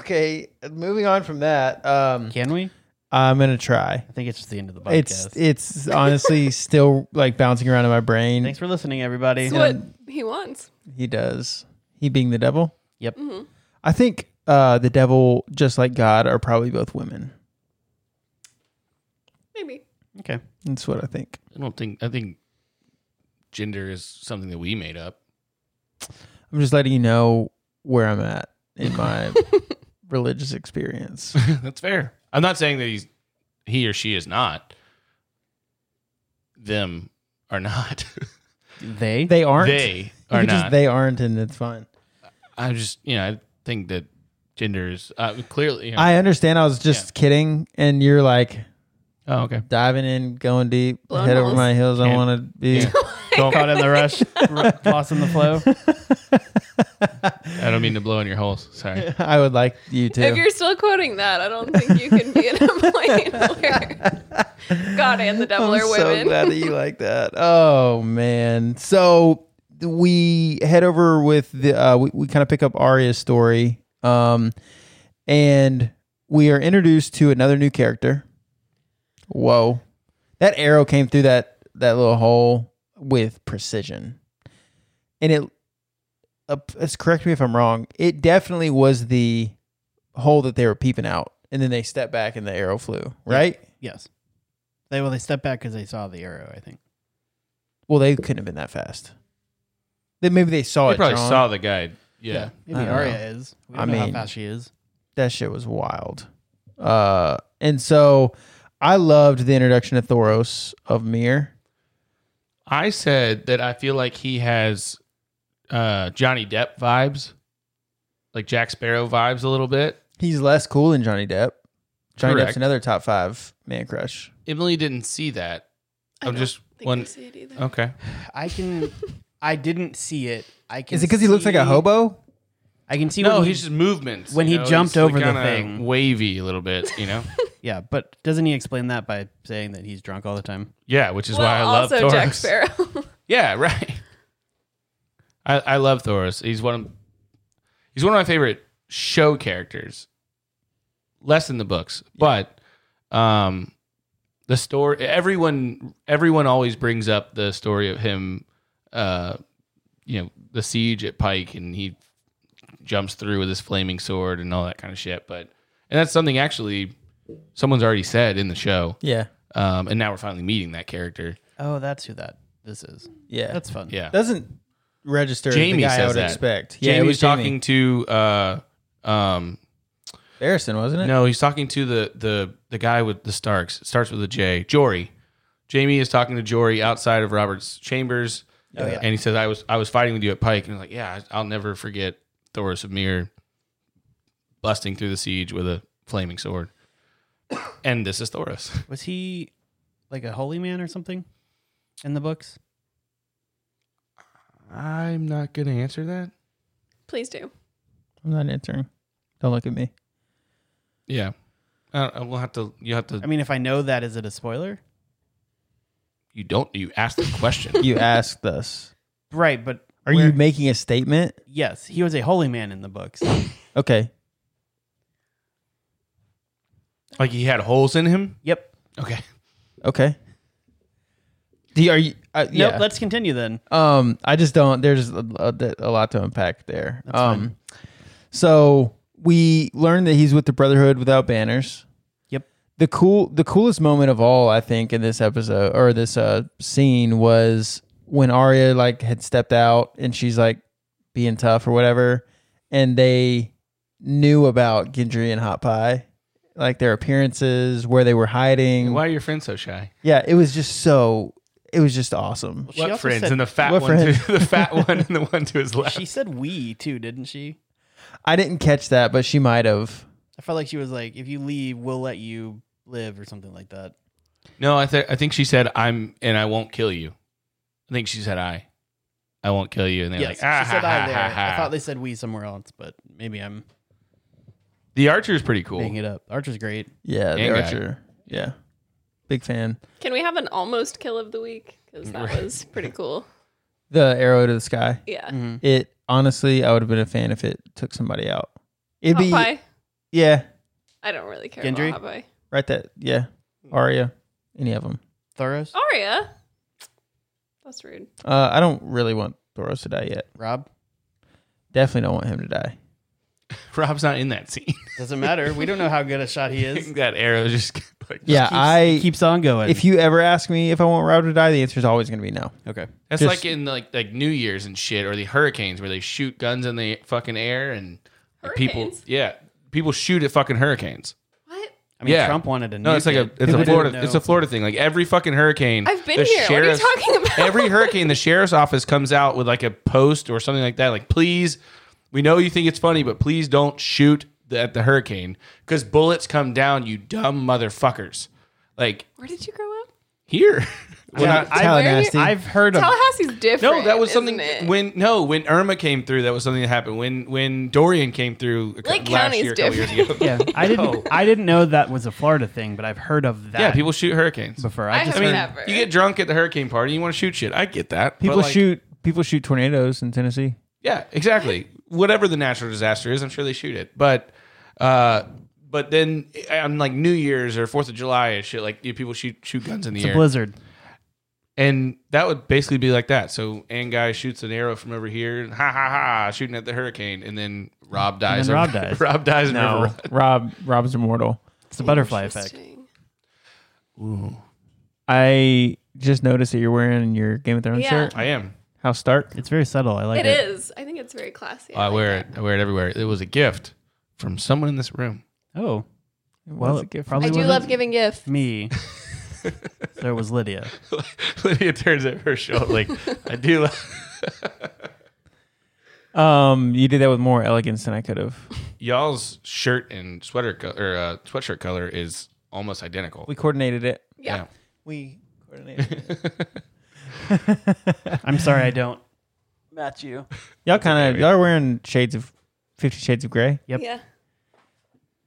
Speaker 3: okay, moving on from that. Um
Speaker 5: Can we?
Speaker 3: I'm going to try.
Speaker 5: I think it's just the end of the
Speaker 3: It's
Speaker 5: podcast.
Speaker 3: it's honestly still like bouncing around in my brain.
Speaker 5: Thanks for listening, everybody.
Speaker 4: It's what he wants.
Speaker 3: He does. He being the devil.
Speaker 5: Yep.
Speaker 4: Mm-hmm.
Speaker 3: I think uh the devil just like God are probably both women.
Speaker 4: Maybe.
Speaker 5: Okay.
Speaker 3: That's what I think.
Speaker 2: I don't think. I think gender is something that we made up.
Speaker 3: I'm just letting you know where I'm at in my religious experience.
Speaker 2: that's fair. I'm not saying that he's he or she is not. Them are not.
Speaker 5: They.
Speaker 3: They aren't.
Speaker 2: they
Speaker 3: You
Speaker 2: are
Speaker 3: could just
Speaker 2: not.
Speaker 3: they aren't and it's fine.
Speaker 2: I just you know I think that gender is uh, clearly. You know-
Speaker 3: I understand I was just kidding and you're like
Speaker 2: oh okay.
Speaker 3: diving in, going deep,
Speaker 4: Blown
Speaker 3: head over
Speaker 4: holes.
Speaker 3: my heels. I
Speaker 2: Can't-
Speaker 3: want to be.
Speaker 5: caught in the rush, r- lost in the flow.
Speaker 2: I don't mean to blow in your holes. Sorry.
Speaker 3: I would like you
Speaker 4: If
Speaker 3: to.
Speaker 4: you're still quoting that, I don't think you can be in a plane where God and the devil
Speaker 3: I'm
Speaker 4: are
Speaker 3: so
Speaker 4: women.
Speaker 3: glad that you like that. Oh man! So we head over with the. Uh, we we kind of pick up Arya's story, um, and we are introduced to another new character. Whoa! That arrow came through that that little hole with precision, and it. Uh, it's- correct me if I'm wrong. It definitely was the hole that they were peeping out, and then they stepped back, and the arrow flew. Right?
Speaker 5: Yes. They well, they stepped back because they saw the arrow. I think.
Speaker 3: Well, they couldn't have been that fast. Then maybe they saw
Speaker 2: They
Speaker 3: it.
Speaker 2: probably
Speaker 3: John.
Speaker 2: saw the guide. Yeah.
Speaker 3: I
Speaker 5: Maybe
Speaker 3: don't
Speaker 5: Arya is. We don't
Speaker 3: I
Speaker 5: know
Speaker 3: mean-
Speaker 5: how fast she is.
Speaker 3: that shit was wild. Uh, and so I loved the introduction of Thoros of Mir.
Speaker 2: I said that I feel like he has uh, Johnny Depp vibes, like Jack Sparrow vibes a little bit.
Speaker 3: He's less cool than Johnny Depp. Johnny
Speaker 2: Correct.
Speaker 3: Depp's another top five man crush.
Speaker 2: Emily didn't see that.
Speaker 4: I
Speaker 2: I'm
Speaker 4: don't
Speaker 2: just
Speaker 4: think I
Speaker 2: one.
Speaker 4: see it either.
Speaker 2: Okay.
Speaker 1: I can. I didn't see it. I can.
Speaker 3: Is it because he looks like a
Speaker 1: see-
Speaker 3: hobo?
Speaker 1: I can see.
Speaker 2: No,
Speaker 1: when he-
Speaker 2: he's just movements.
Speaker 1: when
Speaker 2: you
Speaker 1: he
Speaker 2: know,
Speaker 1: jumped
Speaker 2: he's, like,
Speaker 1: over the
Speaker 2: kinda
Speaker 1: thing.
Speaker 2: wavy a little bit, you know.
Speaker 1: Yeah, but doesn't he explain that by saying that he's drunk all the time?
Speaker 2: yeah, which is
Speaker 4: well,
Speaker 2: why I love
Speaker 4: also
Speaker 2: Taurus.
Speaker 4: Jack Sparrow.
Speaker 2: Yeah, right. I, I love Thoris. He's one of he's one of my favorite show characters. Less in the books, but um, the story everyone everyone always brings up the story of him, uh, you know, the siege at Pike, and he jumps through with his flaming sword and all that kind of shit. But and that's something actually someone's already said in the show,
Speaker 3: Yeah.
Speaker 2: um, and now we're finally meeting that character.
Speaker 1: Oh, that's who that this is.
Speaker 3: Yeah.
Speaker 1: That's fun.
Speaker 2: Yeah,
Speaker 3: Doesn't register as
Speaker 2: Jamie
Speaker 3: the guy I
Speaker 2: says
Speaker 3: would
Speaker 2: that.
Speaker 3: expect.
Speaker 2: Jamie
Speaker 3: it
Speaker 2: was talking to uh um
Speaker 3: Harrison, wasn't it?
Speaker 2: no, he's talking to the the the guy with the Starks. It starts with a J. Jory. Jamie is talking to Jory outside of Robert's chambers.
Speaker 1: Oh, yeah.
Speaker 2: And he says, I was I was fighting with you at Pike. And he's like, Yeah, I- I'll never forget Thoris of Mir busting through the siege with a flaming sword. And this is Thoris.
Speaker 1: Was he like a holy man or something in the books?
Speaker 2: I'm not gonna answer that.
Speaker 4: Please do.
Speaker 3: I'm not answering. Don't look at me.
Speaker 2: Yeah. I don't- we'll have to you have to
Speaker 1: I mean, if I know that, is it a spoiler?
Speaker 2: you don't you ask the question.
Speaker 3: You asked us.
Speaker 1: Right, but
Speaker 3: Are
Speaker 1: where-
Speaker 3: you making a statement?
Speaker 1: Yes, he was a holy man in the books.
Speaker 3: Okay.
Speaker 2: like he had holes in him?
Speaker 1: yep.
Speaker 2: Okay.
Speaker 3: Okay. Do you, are you? Uh,
Speaker 1: Nope.
Speaker 3: yeah.
Speaker 1: Let's continue then.
Speaker 3: Um, I just don't. There's a, a- a lot to unpack there. um, so we learned that he's with the Brotherhood without banners.
Speaker 1: Yep.
Speaker 3: The cool, the coolest moment of all, I think, in this episode or this uh scene was when Arya like had stepped out and she's like being tough or whatever, and they knew about Gendry and Hot Pie, like their appearances, where they were hiding.
Speaker 2: Why are your friends so shy?
Speaker 3: Yeah, it was just so. It was just awesome.
Speaker 1: She
Speaker 2: what
Speaker 1: also
Speaker 2: friends?
Speaker 1: said-
Speaker 2: and the fat
Speaker 3: What
Speaker 2: one, to,
Speaker 3: friends?
Speaker 2: the fat one, and the one to his left.
Speaker 1: She said we too, didn't she?
Speaker 3: I didn't catch that, but she might have.
Speaker 1: I felt like she was like, if you leave, we'll let you live or something like that.
Speaker 2: no, I, th- I think she said I'm, and I won't kill you. I think she said I, I won't kill you. And they're like,
Speaker 1: yes,
Speaker 2: ah,
Speaker 1: she said
Speaker 2: ha,
Speaker 1: I
Speaker 2: ha,
Speaker 1: there.
Speaker 2: ha, ha."
Speaker 1: I thought they said we somewhere else, but maybe I'm
Speaker 2: the archer is pretty cool.
Speaker 1: making it up. Archer's great.
Speaker 3: Yeah, the
Speaker 2: And guy.
Speaker 3: Archer. Yeah, big fan.
Speaker 4: Can we have an almost kill of the week? Because that was pretty cool.
Speaker 3: The arrow to the sky.
Speaker 4: Yeah.
Speaker 3: It honestly, I would have been a fan if it took somebody out. It'd be
Speaker 4: Popeye.
Speaker 3: yeah,
Speaker 4: I don't really care
Speaker 1: Gendry?
Speaker 4: about Popeye.
Speaker 3: right that yeah. Arya, any of them.
Speaker 1: Thoros,
Speaker 4: Arya. That's rude.
Speaker 3: Uh, I don't really want Thoros to die yet.
Speaker 1: Rob.
Speaker 3: Definitely don't want him to die.
Speaker 2: Rob's not in that scene.
Speaker 1: Doesn't matter. We don't know how good a shot he is.
Speaker 2: that arrow just like
Speaker 3: Yeah,
Speaker 1: Keeps-
Speaker 3: I.
Speaker 1: keeps on going.
Speaker 3: if you ever ask me if I want Rob to die, the answer is always going to be no.
Speaker 1: okay,
Speaker 2: That's
Speaker 3: just-
Speaker 2: like in like like New Year's and shit, or the hurricanes where they shoot guns in the fucking air and people,
Speaker 4: Hurricanes?
Speaker 2: yeah, people shoot at fucking hurricanes.
Speaker 4: What?
Speaker 1: I mean
Speaker 2: Yeah.
Speaker 1: Trump wanted to.
Speaker 2: No, it's like
Speaker 1: nuke
Speaker 2: a
Speaker 1: it.
Speaker 2: it's
Speaker 1: People
Speaker 2: a
Speaker 1: didn't
Speaker 2: Florida it's
Speaker 1: know.
Speaker 2: a Florida thing. Like every fucking hurricane.
Speaker 4: I've been
Speaker 2: the
Speaker 4: here. What are you
Speaker 2: sheriff's-
Speaker 4: talking about?
Speaker 2: Every hurricane, the sheriff's office comes out with like a post or something like that. Like, please, we know you think it's funny, but please don't shoot the, at the hurricane because bullets come down, you dumb motherfuckers. Like
Speaker 4: Where did you grow up?
Speaker 2: here. When I-
Speaker 1: I-
Speaker 3: Tallahassee.
Speaker 1: I've heard of
Speaker 4: Tallahassee's different.
Speaker 2: no, that was
Speaker 4: isn't
Speaker 2: something
Speaker 4: it?
Speaker 2: when no when Irma came through. That was something that happened when when Dorian came through a cou-
Speaker 4: Lake
Speaker 2: last
Speaker 4: County's
Speaker 2: year, a couple years ago.
Speaker 1: Yeah, I didn't. I didn't know that was a Florida thing, but I've heard of that.
Speaker 2: yeah, people shoot hurricanes.
Speaker 1: before.
Speaker 4: I
Speaker 1: I just
Speaker 4: have
Speaker 2: I mean,
Speaker 4: Never.
Speaker 2: you get drunk at the hurricane party, you want to shoot shit. I get that. but,
Speaker 3: people
Speaker 2: like-
Speaker 3: shoot people shoot tornadoes in Tennessee.
Speaker 2: Yeah, exactly. Whatever the natural disaster is, I'm sure they shoot it. But uh but then eh, on like New Year's or Fourth of July and shit, like you people shoot shoot guns in the
Speaker 1: it's a
Speaker 2: air.
Speaker 1: blizzard.
Speaker 2: and that would basically be like that. So and guy shoots an arrow from over here, and ha ha ha, shooting at the hurricane, and then Rob dies.
Speaker 1: then Rob
Speaker 2: over-
Speaker 1: dies.
Speaker 2: Rob dies in
Speaker 1: No.
Speaker 2: River
Speaker 3: Rob Rob's immortal.
Speaker 1: It's the butterfly effect.
Speaker 4: Interesting.
Speaker 3: I just noticed that you're wearing your Game of Thrones
Speaker 4: Yeah.
Speaker 3: shirt.
Speaker 2: I am.
Speaker 3: How Stark.
Speaker 1: It's very subtle. I like
Speaker 4: It
Speaker 1: it.
Speaker 4: is. I think it's very classy.
Speaker 2: I wear it. I wear it everywhere. It was a gift from someone in this room.
Speaker 1: Oh, well,
Speaker 3: That's a
Speaker 1: it
Speaker 3: gift.
Speaker 1: probably
Speaker 4: I do
Speaker 1: wasn't
Speaker 4: love giving gifts.
Speaker 1: me.
Speaker 5: So it was Lydia.
Speaker 2: Lydia turns at her show like, I do. love-
Speaker 3: Um, you did that with more elegance than I could have.
Speaker 2: Y'all's shirt and sweater co- or uh, sweatshirt color is almost identical.
Speaker 3: We coordinated it.
Speaker 4: Yeah.
Speaker 3: We coordinated. It.
Speaker 5: I'm sorry I don't.
Speaker 3: y'all kind of y'all are wearing shades of Fifty Shades of Grey.
Speaker 5: Yep.
Speaker 4: Yeah.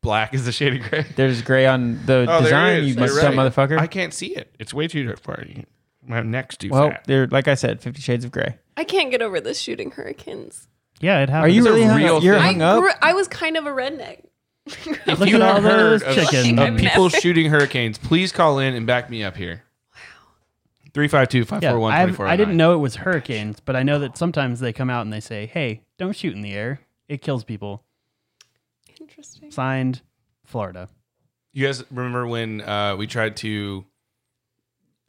Speaker 2: Black is the shade of gray.
Speaker 3: There's gray on the
Speaker 2: Oh, there it
Speaker 3: design.
Speaker 2: is.
Speaker 3: You
Speaker 2: You're
Speaker 3: must tell
Speaker 2: right.
Speaker 3: motherfucker.
Speaker 2: I can't see it. It's way too dark for you. My neck's too
Speaker 3: well,
Speaker 2: fat.
Speaker 3: they're like I said, Fifty Shades of Grey.
Speaker 4: I can't get over this shooting hurricanes.
Speaker 5: Yeah, it
Speaker 3: Are
Speaker 5: happened.
Speaker 3: you
Speaker 2: It's a
Speaker 3: really hung
Speaker 2: real
Speaker 3: up? You're
Speaker 2: thing.
Speaker 4: I
Speaker 3: hung up.
Speaker 4: grew, I was kind of a redneck.
Speaker 2: If
Speaker 5: Look
Speaker 2: you
Speaker 5: at all
Speaker 2: have heard
Speaker 5: those
Speaker 2: of,
Speaker 5: chickens.
Speaker 2: of people
Speaker 4: Never.
Speaker 2: shooting hurricanes, please call in and back me up here. Wow. 352
Speaker 5: Yeah,
Speaker 2: 541
Speaker 5: I've- I didn't know it was hurricanes, but I know that sometimes they come out and they say, "Hey, don't shoot in the air; it kills people."
Speaker 4: Interesting.
Speaker 5: Signed, Florida.
Speaker 2: You guys remember when uh, we tried to?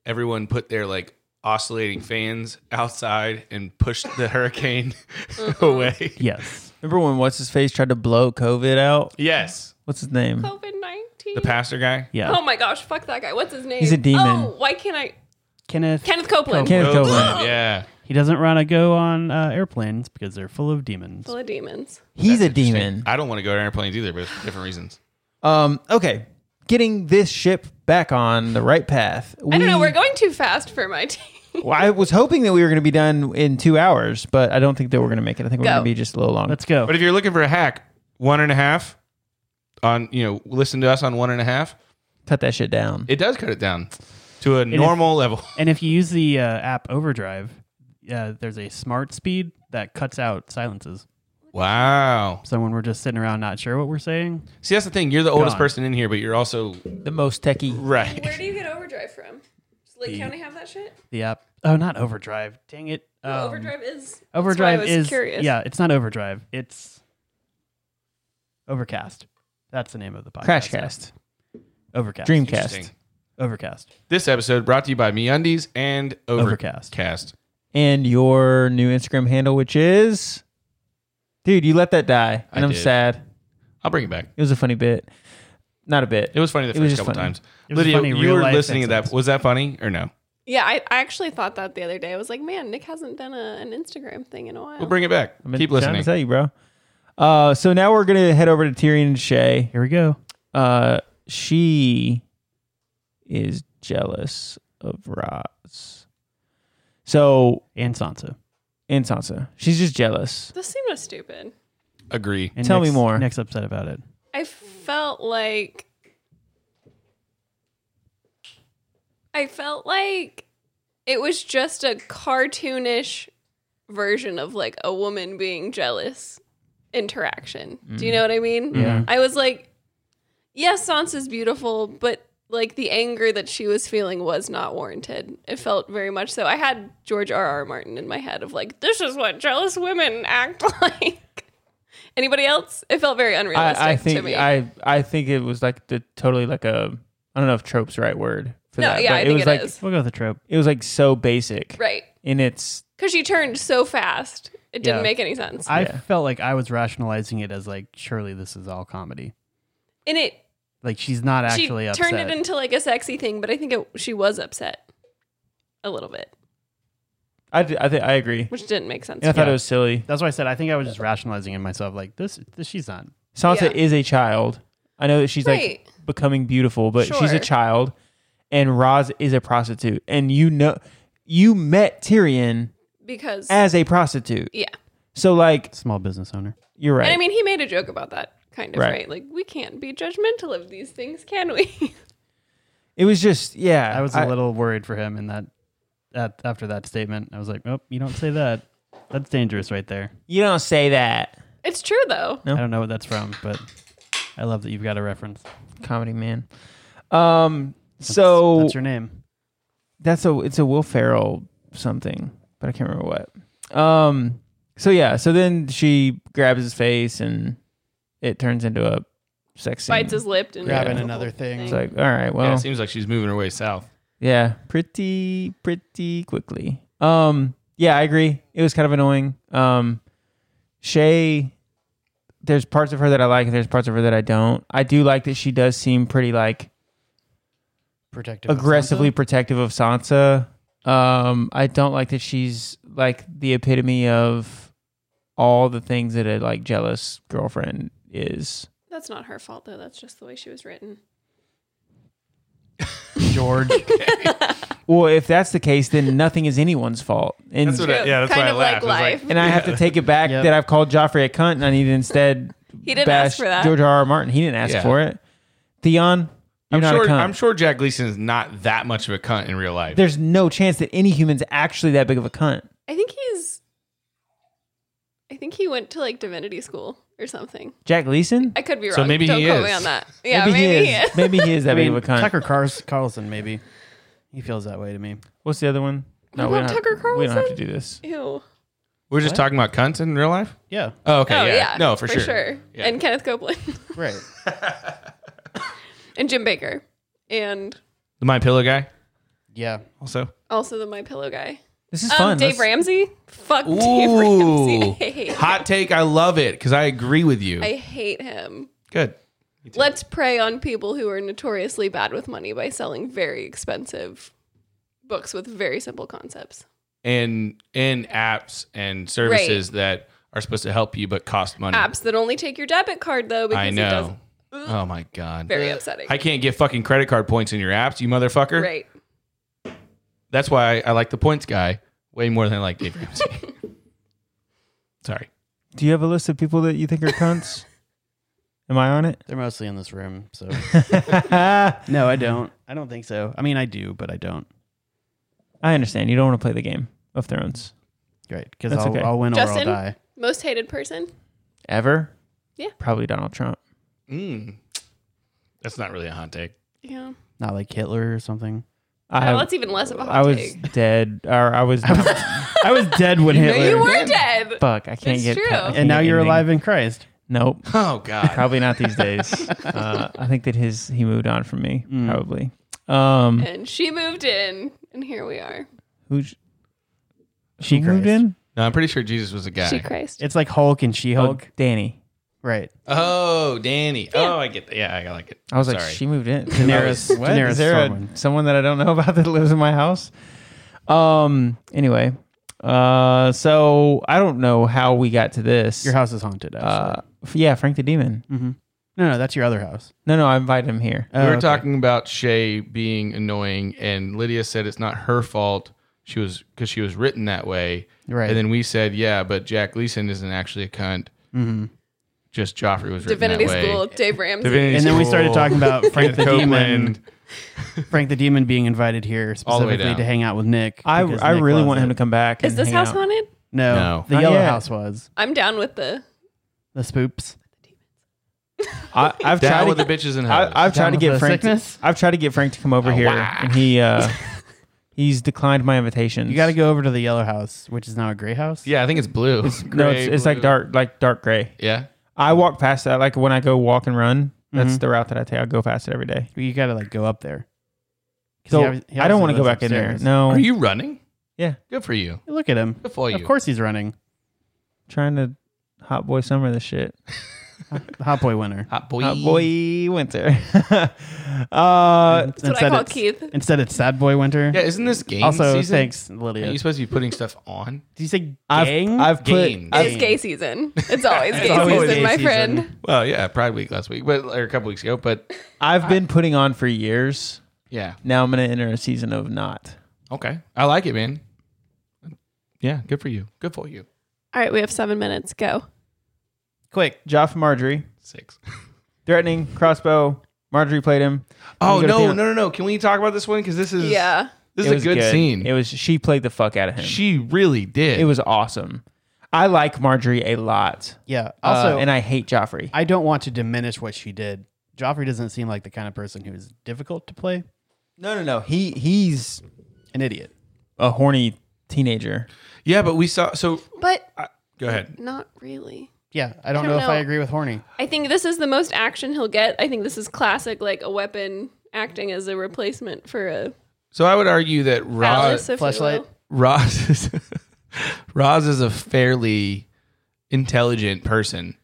Speaker 2: Everyone put their like oscillating fans outside and pushed the hurricane away.
Speaker 5: Yes,
Speaker 3: Remember when what's his face tried to blow COVID out?
Speaker 2: Yes,
Speaker 3: What's his name?
Speaker 4: COVID 19.
Speaker 2: the pastor guy.
Speaker 5: yeah.
Speaker 4: Oh my gosh, fuck that guy. What's his name?
Speaker 3: He's a demon.
Speaker 4: Oh, why can't I?
Speaker 5: Kenneth.
Speaker 4: Kenneth Copeland.
Speaker 3: Kenneth
Speaker 2: Roseland,
Speaker 3: Copeland.
Speaker 2: Yeah,
Speaker 5: He doesn't run a go on uh, airplanes because they're full of demons.
Speaker 4: Full of demons.
Speaker 3: He's a
Speaker 2: That's interesting.
Speaker 3: demon.
Speaker 2: I don't want to go to airplanes either, but for different reasons.
Speaker 3: Um. Okay. Getting this ship back on the right path.
Speaker 4: I don't know.
Speaker 3: We-
Speaker 4: We're going too fast for my team.
Speaker 3: Well, I was hoping that we were going to be done in two hours, but I don't think that we're going to make it. I think we're
Speaker 4: Go.
Speaker 3: going to be just a little long.
Speaker 5: Let's go.
Speaker 2: But if you're looking for a hack, one and a half on you know listen to us on one and a half.
Speaker 3: cut that shit down.
Speaker 2: It does cut it down to a normal level.
Speaker 5: And if you use the uh, app Overdrive, uh, there's a smart speed that cuts out silences.
Speaker 2: Wow.
Speaker 5: So when we're just sitting around not sure what we're saying,
Speaker 2: See, that's the thing. You're the oldest
Speaker 5: on.
Speaker 2: person in here, but you're also
Speaker 3: the most techie.
Speaker 2: right.
Speaker 4: Where do you get Overdrive from? Does Lake County have that shit?
Speaker 5: the app. Oh, not Overdrive. Dang it. Um,
Speaker 4: Overdrive is.
Speaker 5: Overdrive
Speaker 4: that's why I was
Speaker 5: is
Speaker 4: curious.
Speaker 5: yeah. It's not Overdrive. It's Overcast. That's the name of the podcast.
Speaker 3: Crashcast.
Speaker 5: Overcast.
Speaker 3: Dreamcast.
Speaker 2: Interesting.
Speaker 5: Overcast.
Speaker 2: This episode brought to you by MeUndies and
Speaker 5: Overcast.
Speaker 2: Overcast.
Speaker 3: And your new Instagram handle, which is. Dude, you let that die. And
Speaker 2: I
Speaker 3: I'm
Speaker 2: did.
Speaker 3: sad.
Speaker 2: I'll bring it back.
Speaker 3: It was a funny bit. Not a bit.
Speaker 2: It was funny the
Speaker 3: It was
Speaker 2: first
Speaker 3: just
Speaker 2: couple
Speaker 3: funny.
Speaker 2: times.
Speaker 5: It was a
Speaker 2: Lydia,
Speaker 5: funny
Speaker 2: you
Speaker 5: real
Speaker 2: were
Speaker 5: life
Speaker 2: listening to that.
Speaker 5: incident.
Speaker 2: Was that funny or no?
Speaker 4: Yeah, I, I actually thought that the other day. I was like, man, Nick hasn't done a, an Instagram thing in a while.
Speaker 2: We'll bring it back.
Speaker 3: I've been
Speaker 2: Keep
Speaker 3: trying
Speaker 2: listening.
Speaker 3: to tell you, bro. Uh, so now we're going to head over to Tyrion and Shay.
Speaker 5: Here we go.
Speaker 3: Uh, she is jealous of Roz. So,
Speaker 5: And Sansa.
Speaker 3: and Sansa. She's just jealous.
Speaker 4: this scene was stupid.
Speaker 2: Agree.
Speaker 5: And
Speaker 3: Tell me
Speaker 5: Nick's-
Speaker 3: more.
Speaker 5: Nick's upset about it.
Speaker 4: I felt like I felt like it was just a cartoonish version of like a woman being jealous interaction. Do
Speaker 3: Mm.
Speaker 4: you know what I mean?
Speaker 5: Yeah.
Speaker 3: Mm-hmm.
Speaker 4: I was like, yes, Sansa's beautiful, but like the anger that she was feeling was not warranted. It felt very much so. I had George R. R. Martin in my head of like, this is what jealous women act like. Anybody else? It felt very unrealistic
Speaker 3: I, I
Speaker 4: to
Speaker 3: think
Speaker 4: me.
Speaker 3: I I think it was like the totally like a I don't know if trope's the right word for
Speaker 4: No,
Speaker 3: that.
Speaker 4: yeah,
Speaker 3: but
Speaker 4: I
Speaker 3: it
Speaker 4: think
Speaker 3: was
Speaker 4: it
Speaker 3: like
Speaker 4: is.
Speaker 5: We'll go with the trope.
Speaker 3: it was like so basic
Speaker 4: Right.
Speaker 3: in its
Speaker 4: Because she turned so fast. It didn't
Speaker 5: Yeah.
Speaker 4: make any sense.
Speaker 5: I
Speaker 3: Yeah.
Speaker 5: felt like I was rationalizing it as like, surely this is all comedy.
Speaker 4: and it,
Speaker 5: Like she's not
Speaker 4: she
Speaker 5: actually upset.
Speaker 4: turned it into like a sexy thing, but I think it, she was upset a little bit,
Speaker 3: I d- I, thi- I agree.
Speaker 4: which didn't make sense.
Speaker 3: And I thought
Speaker 5: Yeah.
Speaker 3: it was silly.
Speaker 5: That's why I said I think I was just rationalizing it myself. Like this, this she's not.
Speaker 3: Sansa
Speaker 4: Yeah.
Speaker 3: is a child. I know that she's
Speaker 4: Right.
Speaker 3: like becoming beautiful, but she's
Speaker 4: Sure.
Speaker 3: a child and Roz is a prostitute. And you know you met Tyrion
Speaker 4: because,
Speaker 3: as a prostitute.
Speaker 4: yeah.
Speaker 3: So like
Speaker 5: Small business owner.
Speaker 3: you're right.
Speaker 4: And I mean, he made a joke about that, kind of,
Speaker 3: Right.
Speaker 4: right? Like, we can't be judgmental of these things, can we?
Speaker 3: it was just yeah.
Speaker 5: I was a little worried for him in that. At, after that statement, I was like, "Nope, you don't say that. That's dangerous, right there."
Speaker 3: You don't say that.
Speaker 4: it's true, though.
Speaker 3: No.
Speaker 5: I don't know what that's from, but I love that you've got a reference.
Speaker 3: Comedy man. Um so
Speaker 5: That's your name.
Speaker 3: that's a it's a Will Ferrell something, but I can't remember what. Um. So yeah. So then she grabs his face, and it turns into a sex scene.
Speaker 4: Bites his lip and
Speaker 5: Grabbing
Speaker 4: Yeah.
Speaker 5: another thing.
Speaker 3: It's like all right, well,
Speaker 2: yeah,
Speaker 3: yeah,
Speaker 2: it seems like she's moving her way south.
Speaker 3: pretty pretty quickly. Um. Yeah, I agree. It was kind of annoying. Um. Shay. There's parts of her that I like, and there's parts of her that I don't. I do like that she does seem pretty like
Speaker 5: protective. of
Speaker 3: aggressively
Speaker 5: Sansa?
Speaker 3: protective of Sansa. Um, I don't like that she's like the epitome of all the things that a like jealous girlfriend is.
Speaker 4: That's not her fault though. That's just the way she was written.
Speaker 5: George.
Speaker 3: Well, if that's the case, then nothing is anyone's fault. And
Speaker 2: That's what I- yeah, that's
Speaker 4: kind
Speaker 2: why I
Speaker 4: of like
Speaker 2: laughed. I was like-
Speaker 4: life.
Speaker 3: and I have to take it back
Speaker 5: Yep.
Speaker 3: that I've called Joffrey a cunt, and I need to instead
Speaker 4: He didn't
Speaker 3: bash
Speaker 4: ask for that.
Speaker 3: George R. R. Martin. He didn't ask
Speaker 2: Yeah.
Speaker 3: for it. Theon, you're
Speaker 2: I'm
Speaker 3: not
Speaker 2: sure.
Speaker 3: a cunt.
Speaker 2: I'm sure Jack Gleason is not that much of a cunt in real life.
Speaker 3: There's no chance that any human's actually that big of a cunt.
Speaker 4: I think he's. I think he went to like divinity school or something.
Speaker 3: Jack Leeson?
Speaker 4: I could be wrong.
Speaker 2: So maybe
Speaker 4: Don't
Speaker 2: he
Speaker 4: quote
Speaker 2: is.
Speaker 4: me on that. Yeah,
Speaker 3: maybe, he is. Maybe he is that
Speaker 5: I mean,
Speaker 3: big of a cunt.
Speaker 5: Tucker Car- Carlson, maybe. He feels that way to me.
Speaker 3: What's the other one?
Speaker 4: What about
Speaker 3: don't
Speaker 4: Tucker
Speaker 3: Have, we don't have to
Speaker 4: Carlson?
Speaker 3: do this.
Speaker 4: Ew.
Speaker 2: We're just talking about cunts in real life.
Speaker 5: Yeah,
Speaker 2: Oh, okay.
Speaker 4: oh yeah.
Speaker 2: yeah. No, for, sure. Yeah.
Speaker 4: And Kenneth Copeland
Speaker 5: right.
Speaker 4: and Jim Baker and
Speaker 2: The My Pillow guy
Speaker 5: Yeah.
Speaker 2: also.
Speaker 4: also the My Pillow guy.
Speaker 3: This is
Speaker 4: Um,
Speaker 3: fun.
Speaker 4: Dave
Speaker 3: Let's-
Speaker 4: Ramsey. Fuck Dave Ramsey. I
Speaker 2: Ooh,
Speaker 4: hate. him.
Speaker 2: hot take. I love it because I agree with you.
Speaker 4: I hate him.
Speaker 2: Good.
Speaker 4: Let's prey on people who are notoriously bad with money by selling very expensive books with very simple concepts.
Speaker 2: And and apps and services that are supposed to help you but cost money.
Speaker 4: Apps that only take your debit card though, because
Speaker 2: Mm. I
Speaker 4: it does
Speaker 2: know. Oh my god.
Speaker 4: very upsetting.
Speaker 2: I can't get fucking credit card points in your apps, you motherfucker.
Speaker 4: right.
Speaker 2: That's why I like the points guy way more than I like Dave Ramsey. Sorry.
Speaker 3: Do you have a list of people that you think are cunts? Am I on it?
Speaker 5: They're mostly in this room, so no, I don't. I don't think so. I mean, I do, but I don't.
Speaker 3: I understand. You don't want to play the game of Thrones
Speaker 5: Right, because
Speaker 3: That's
Speaker 5: I'll,
Speaker 3: okay.
Speaker 5: I'll win or I'll
Speaker 4: Justin?
Speaker 5: die.
Speaker 4: Most hated person.
Speaker 3: ever.
Speaker 4: Yeah.
Speaker 3: Probably Donald Trump.
Speaker 2: Mm. That's not really a hot take.
Speaker 4: Yeah.
Speaker 5: Not like Hitler or something.
Speaker 3: I,
Speaker 4: well, that's even less of a hot
Speaker 3: I was
Speaker 4: take.
Speaker 3: dead, or I was.
Speaker 5: I was dead when Hitler.
Speaker 4: You were dead.
Speaker 3: fuck, I can't
Speaker 4: It's
Speaker 3: get.
Speaker 4: true.
Speaker 3: I can't
Speaker 5: and now
Speaker 3: get
Speaker 5: you're
Speaker 3: anything.
Speaker 5: alive in Christ.
Speaker 3: Nope,
Speaker 2: Oh god.
Speaker 3: probably not these days. uh, I think that his he moved on from me. Probably. Um,
Speaker 4: and she moved in, and here we are.
Speaker 3: who? sh- She
Speaker 5: Christ.
Speaker 3: moved in.
Speaker 2: No, I'm pretty sure Jesus was a guy.
Speaker 4: She Christ.
Speaker 5: It's like Hulk and She
Speaker 3: Oh,
Speaker 5: Hulk.
Speaker 3: Danny.
Speaker 5: Right.
Speaker 2: Oh, Danny. Oh, I get that. Yeah, I like it.
Speaker 5: Oh,
Speaker 3: I was like,
Speaker 2: Sorry.
Speaker 3: she moved in.
Speaker 5: Daenerys-
Speaker 3: What?
Speaker 5: Daenerys
Speaker 3: Is there
Speaker 5: Stormwind.
Speaker 3: a, someone that I don't know about that lives in my house? Um. Anyway, uh, so I don't know how we got to this.
Speaker 5: Your house is haunted. Actually.
Speaker 3: uh, f- yeah, Frank the Demon.
Speaker 5: no, no, that's your other house.
Speaker 3: No, no, I invited him here.
Speaker 2: we
Speaker 5: Oh,
Speaker 2: were
Speaker 5: okay.
Speaker 2: talking about Shay being annoying, and Lydia said it's not her fault. She was because she was written that way,
Speaker 5: Right.
Speaker 2: And then we said, yeah, but Jack Leeson isn't actually a cunt.
Speaker 5: Mm-hmm.
Speaker 2: Just Joffrey was written
Speaker 4: Divinity
Speaker 2: that way.
Speaker 4: School, Dave Ramsey.
Speaker 2: Divinity
Speaker 5: And then we
Speaker 2: School,
Speaker 5: started talking about
Speaker 2: Kenneth
Speaker 5: Frank the Demon.
Speaker 2: Copeland.
Speaker 5: Frank the Demon being invited here
Speaker 2: All the way
Speaker 5: specifically
Speaker 2: down.
Speaker 5: to hang out with Nick.
Speaker 3: I,
Speaker 5: because
Speaker 3: I
Speaker 5: Nick
Speaker 3: really
Speaker 5: loves
Speaker 3: want him
Speaker 5: it.
Speaker 3: to come back.
Speaker 4: Is
Speaker 3: and
Speaker 4: this
Speaker 3: hang
Speaker 4: house
Speaker 3: out.
Speaker 4: haunted?
Speaker 5: No,
Speaker 2: No.
Speaker 5: the
Speaker 3: Not
Speaker 5: yellow
Speaker 3: yet.
Speaker 5: house was
Speaker 4: I'm down with the.
Speaker 5: the spoops.
Speaker 3: I, I've tried
Speaker 2: Down
Speaker 3: to,
Speaker 2: with the bitches and hoes.
Speaker 3: I, have tried
Speaker 5: Down
Speaker 3: to
Speaker 5: with
Speaker 3: get
Speaker 5: the
Speaker 3: Frank. To,
Speaker 5: sickness?
Speaker 3: I've tried to get Frank to come over
Speaker 2: Oh,
Speaker 3: here,
Speaker 2: wow.
Speaker 3: and he uh, he's declined my invitations.
Speaker 5: You got to go over to the yellow house, which is now a gray house.
Speaker 2: yeah, I think it's blue.
Speaker 3: No, it's,
Speaker 2: Gray,
Speaker 3: it's like
Speaker 2: blue.
Speaker 3: dark, like dark gray.
Speaker 2: Yeah,
Speaker 3: I walk past that. Like when I go walk and run, that's the route that I take. I go past it every day.
Speaker 5: you got to like go up there. 'Cause
Speaker 3: So
Speaker 5: he obvi- he
Speaker 3: I don't
Speaker 5: obviously
Speaker 3: want to go
Speaker 5: lives
Speaker 3: back in there.
Speaker 5: upstairs.
Speaker 3: No,
Speaker 2: Are you running?
Speaker 3: Yeah.
Speaker 2: Good for you.
Speaker 5: Look at him.
Speaker 2: Good for you.
Speaker 5: Oh. Of course he's running.
Speaker 3: trying to hot boy summer this shit.
Speaker 5: The hot boy winner.
Speaker 2: Hot boy.
Speaker 3: Hot boy winter.
Speaker 5: Mm-hmm.
Speaker 3: uh,
Speaker 4: That's what I call
Speaker 5: it's,
Speaker 4: Keith.
Speaker 5: Instead, it's sad boy winter.
Speaker 2: Yeah, isn't this game
Speaker 5: also,
Speaker 2: season?
Speaker 5: thanks,
Speaker 2: Are
Speaker 5: Lydia.
Speaker 2: you supposed to be putting stuff on?
Speaker 5: Do you say
Speaker 3: I've
Speaker 5: gang?
Speaker 3: I've put
Speaker 2: Games.
Speaker 3: I've-
Speaker 4: It's gay season. It's always gay
Speaker 5: always
Speaker 4: season,
Speaker 5: gay
Speaker 4: my
Speaker 5: season.
Speaker 4: friend.
Speaker 2: Well, yeah, Pride Week last week, but or a couple weeks ago. But
Speaker 3: I've been putting on for years.
Speaker 2: yeah,
Speaker 3: Now I'm gonna enter a season of not.
Speaker 2: okay, I like it, man. Yeah, good for you. Good for you.
Speaker 4: All right, we have seven minutes. Go.
Speaker 3: Quick, Joff and Marjorie
Speaker 2: Six.
Speaker 3: threatening crossbow. Marjorie played him.
Speaker 2: Oh
Speaker 3: You gotta
Speaker 2: no, no,
Speaker 3: think-
Speaker 2: no, no! Can we talk about this one? Because this is
Speaker 4: Yeah.
Speaker 2: this
Speaker 3: It
Speaker 2: is
Speaker 3: was
Speaker 2: a good, scene.
Speaker 3: It was she played the fuck out of him.
Speaker 2: she really did.
Speaker 3: it was awesome. I like Marjorie a lot.
Speaker 5: yeah.
Speaker 3: Also,
Speaker 5: Also,
Speaker 3: and I hate Joffrey.
Speaker 5: I don't want to diminish what she did. Joffrey doesn't seem like the kind of person who is difficult to play.
Speaker 3: no, no, no. He he's
Speaker 5: An idiot.
Speaker 3: a horny teenager.
Speaker 2: yeah, but we saw. So
Speaker 4: But
Speaker 2: go ahead.
Speaker 4: not really.
Speaker 5: Yeah, I don't,
Speaker 4: I
Speaker 5: know,
Speaker 4: don't
Speaker 5: if I
Speaker 4: know.
Speaker 5: agree with horny.
Speaker 4: I think this is the most action he'll get. I think this is classic, like a weapon acting as a replacement for a
Speaker 2: So I would argue that Roz
Speaker 4: palace, if
Speaker 5: fleshlight.
Speaker 4: flashlight.
Speaker 2: Roz is Roz is a fairly intelligent person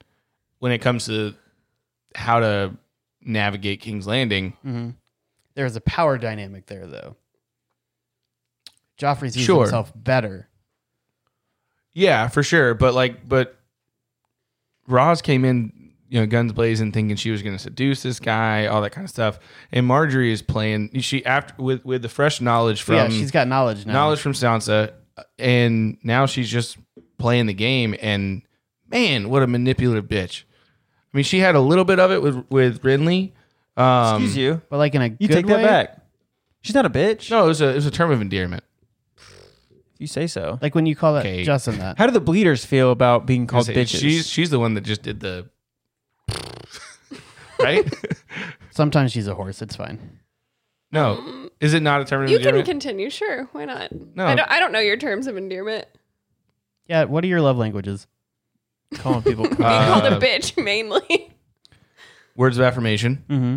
Speaker 2: when it comes to how to navigate King's Landing.
Speaker 5: There is a power dynamic there, though. Joffrey sees
Speaker 2: Sure.
Speaker 5: himself better.
Speaker 2: Yeah, for sure. But like, but Roz came in, you know, guns blazing, thinking she was going to seduce this guy, all that kind of stuff. And Marjorie is playing. She after with with the fresh knowledge from
Speaker 3: Um,
Speaker 5: yeah, she's got knowledge now.
Speaker 2: knowledge from Sansa, and now she's just playing the game. And man, what a manipulative bitch! I mean, she had a little bit of it with with Ridley. Um,
Speaker 3: Excuse you.
Speaker 5: but like in a
Speaker 3: You
Speaker 5: good
Speaker 3: take
Speaker 5: way?
Speaker 3: that back. She's not a bitch.
Speaker 2: No, it was a it was a term of endearment.
Speaker 3: If you say so.
Speaker 5: Like when you call that
Speaker 2: Okay.
Speaker 5: Justin that.
Speaker 3: How do the bleeders feel about being called bitches?
Speaker 2: She's she's the one that just did the right.
Speaker 5: Sometimes she's a horse. It's fine.
Speaker 2: No, is it not a term of
Speaker 4: You can
Speaker 2: endearment?
Speaker 4: continue, sure. Why not?
Speaker 2: No.
Speaker 4: I don't, I don't know your terms of endearment.
Speaker 5: Yeah. What are your love languages?
Speaker 3: calling people.
Speaker 4: Being called
Speaker 2: Uh,
Speaker 4: a bitch mainly.
Speaker 2: Words of affirmation,
Speaker 3: mm-hmm.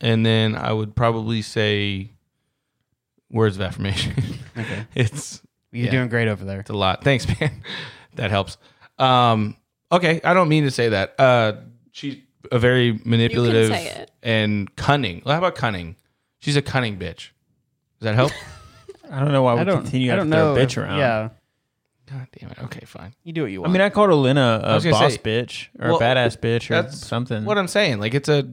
Speaker 2: and then I would probably say words of affirmation.
Speaker 5: Okay.
Speaker 2: it's
Speaker 5: You're
Speaker 2: Yeah.
Speaker 5: doing great over there.
Speaker 2: It's a lot. Thanks, man. that helps. Um, okay, I don't mean to say that. Uh, she's a very manipulative
Speaker 4: say it.
Speaker 2: and cunning. Well, how about cunning? She's a cunning bitch. Does that help?
Speaker 3: I don't know why we
Speaker 5: I don't.
Speaker 3: continue
Speaker 5: I
Speaker 3: to
Speaker 5: don't
Speaker 3: throw
Speaker 5: know.
Speaker 3: a bitch
Speaker 5: if-
Speaker 3: around.
Speaker 5: Yeah.
Speaker 2: God damn it. Okay, fine.
Speaker 5: You do what you
Speaker 3: I
Speaker 5: want.
Speaker 3: mean, I called Elena a
Speaker 2: was gonna
Speaker 3: boss
Speaker 2: say-
Speaker 3: bitch or
Speaker 2: Well,
Speaker 3: a badass bitch or
Speaker 2: that's
Speaker 3: something.
Speaker 2: What I'm saying, like it's a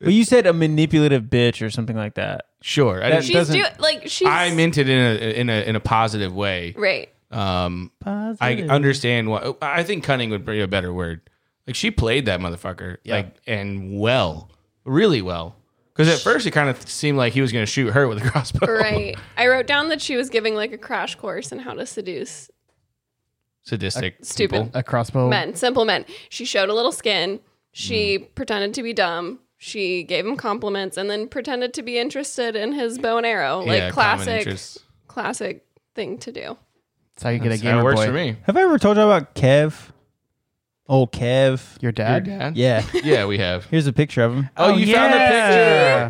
Speaker 3: but you said a manipulative bitch or something like that.
Speaker 2: sure. I,
Speaker 3: That
Speaker 2: didn't,
Speaker 4: She's
Speaker 3: doesn't-
Speaker 4: do like she's
Speaker 2: I meant it in a in a in a positive way.
Speaker 4: right.
Speaker 2: Um, I
Speaker 5: Positive.
Speaker 2: understand why. I think cunning would be a better word. Like she played that motherfucker, like and well, really well. Because at first it kind of seemed like he was going to shoot her with a crossbow.
Speaker 4: Right. I wrote down that she was giving like a crash course in how to seduce
Speaker 2: Sadistic.
Speaker 4: Stupid.
Speaker 2: people.
Speaker 5: a crossbow.
Speaker 4: men, simple men. She showed a little skin. She pretended to be dumb. She gave him compliments and then pretended to be interested in his bow and arrow.
Speaker 2: Yeah,
Speaker 4: like
Speaker 2: common
Speaker 4: classic,
Speaker 2: interests.
Speaker 4: classic thing to do.
Speaker 5: That's how you get a
Speaker 2: That's how
Speaker 5: gamer
Speaker 2: it works
Speaker 5: boy.
Speaker 2: for me.
Speaker 6: Have I ever told you about Kev? Old Kev.
Speaker 5: Your dad.
Speaker 2: Your dad?
Speaker 6: Yeah.
Speaker 2: Yeah, we have.
Speaker 6: Here's a picture of him.
Speaker 2: Oh, you found a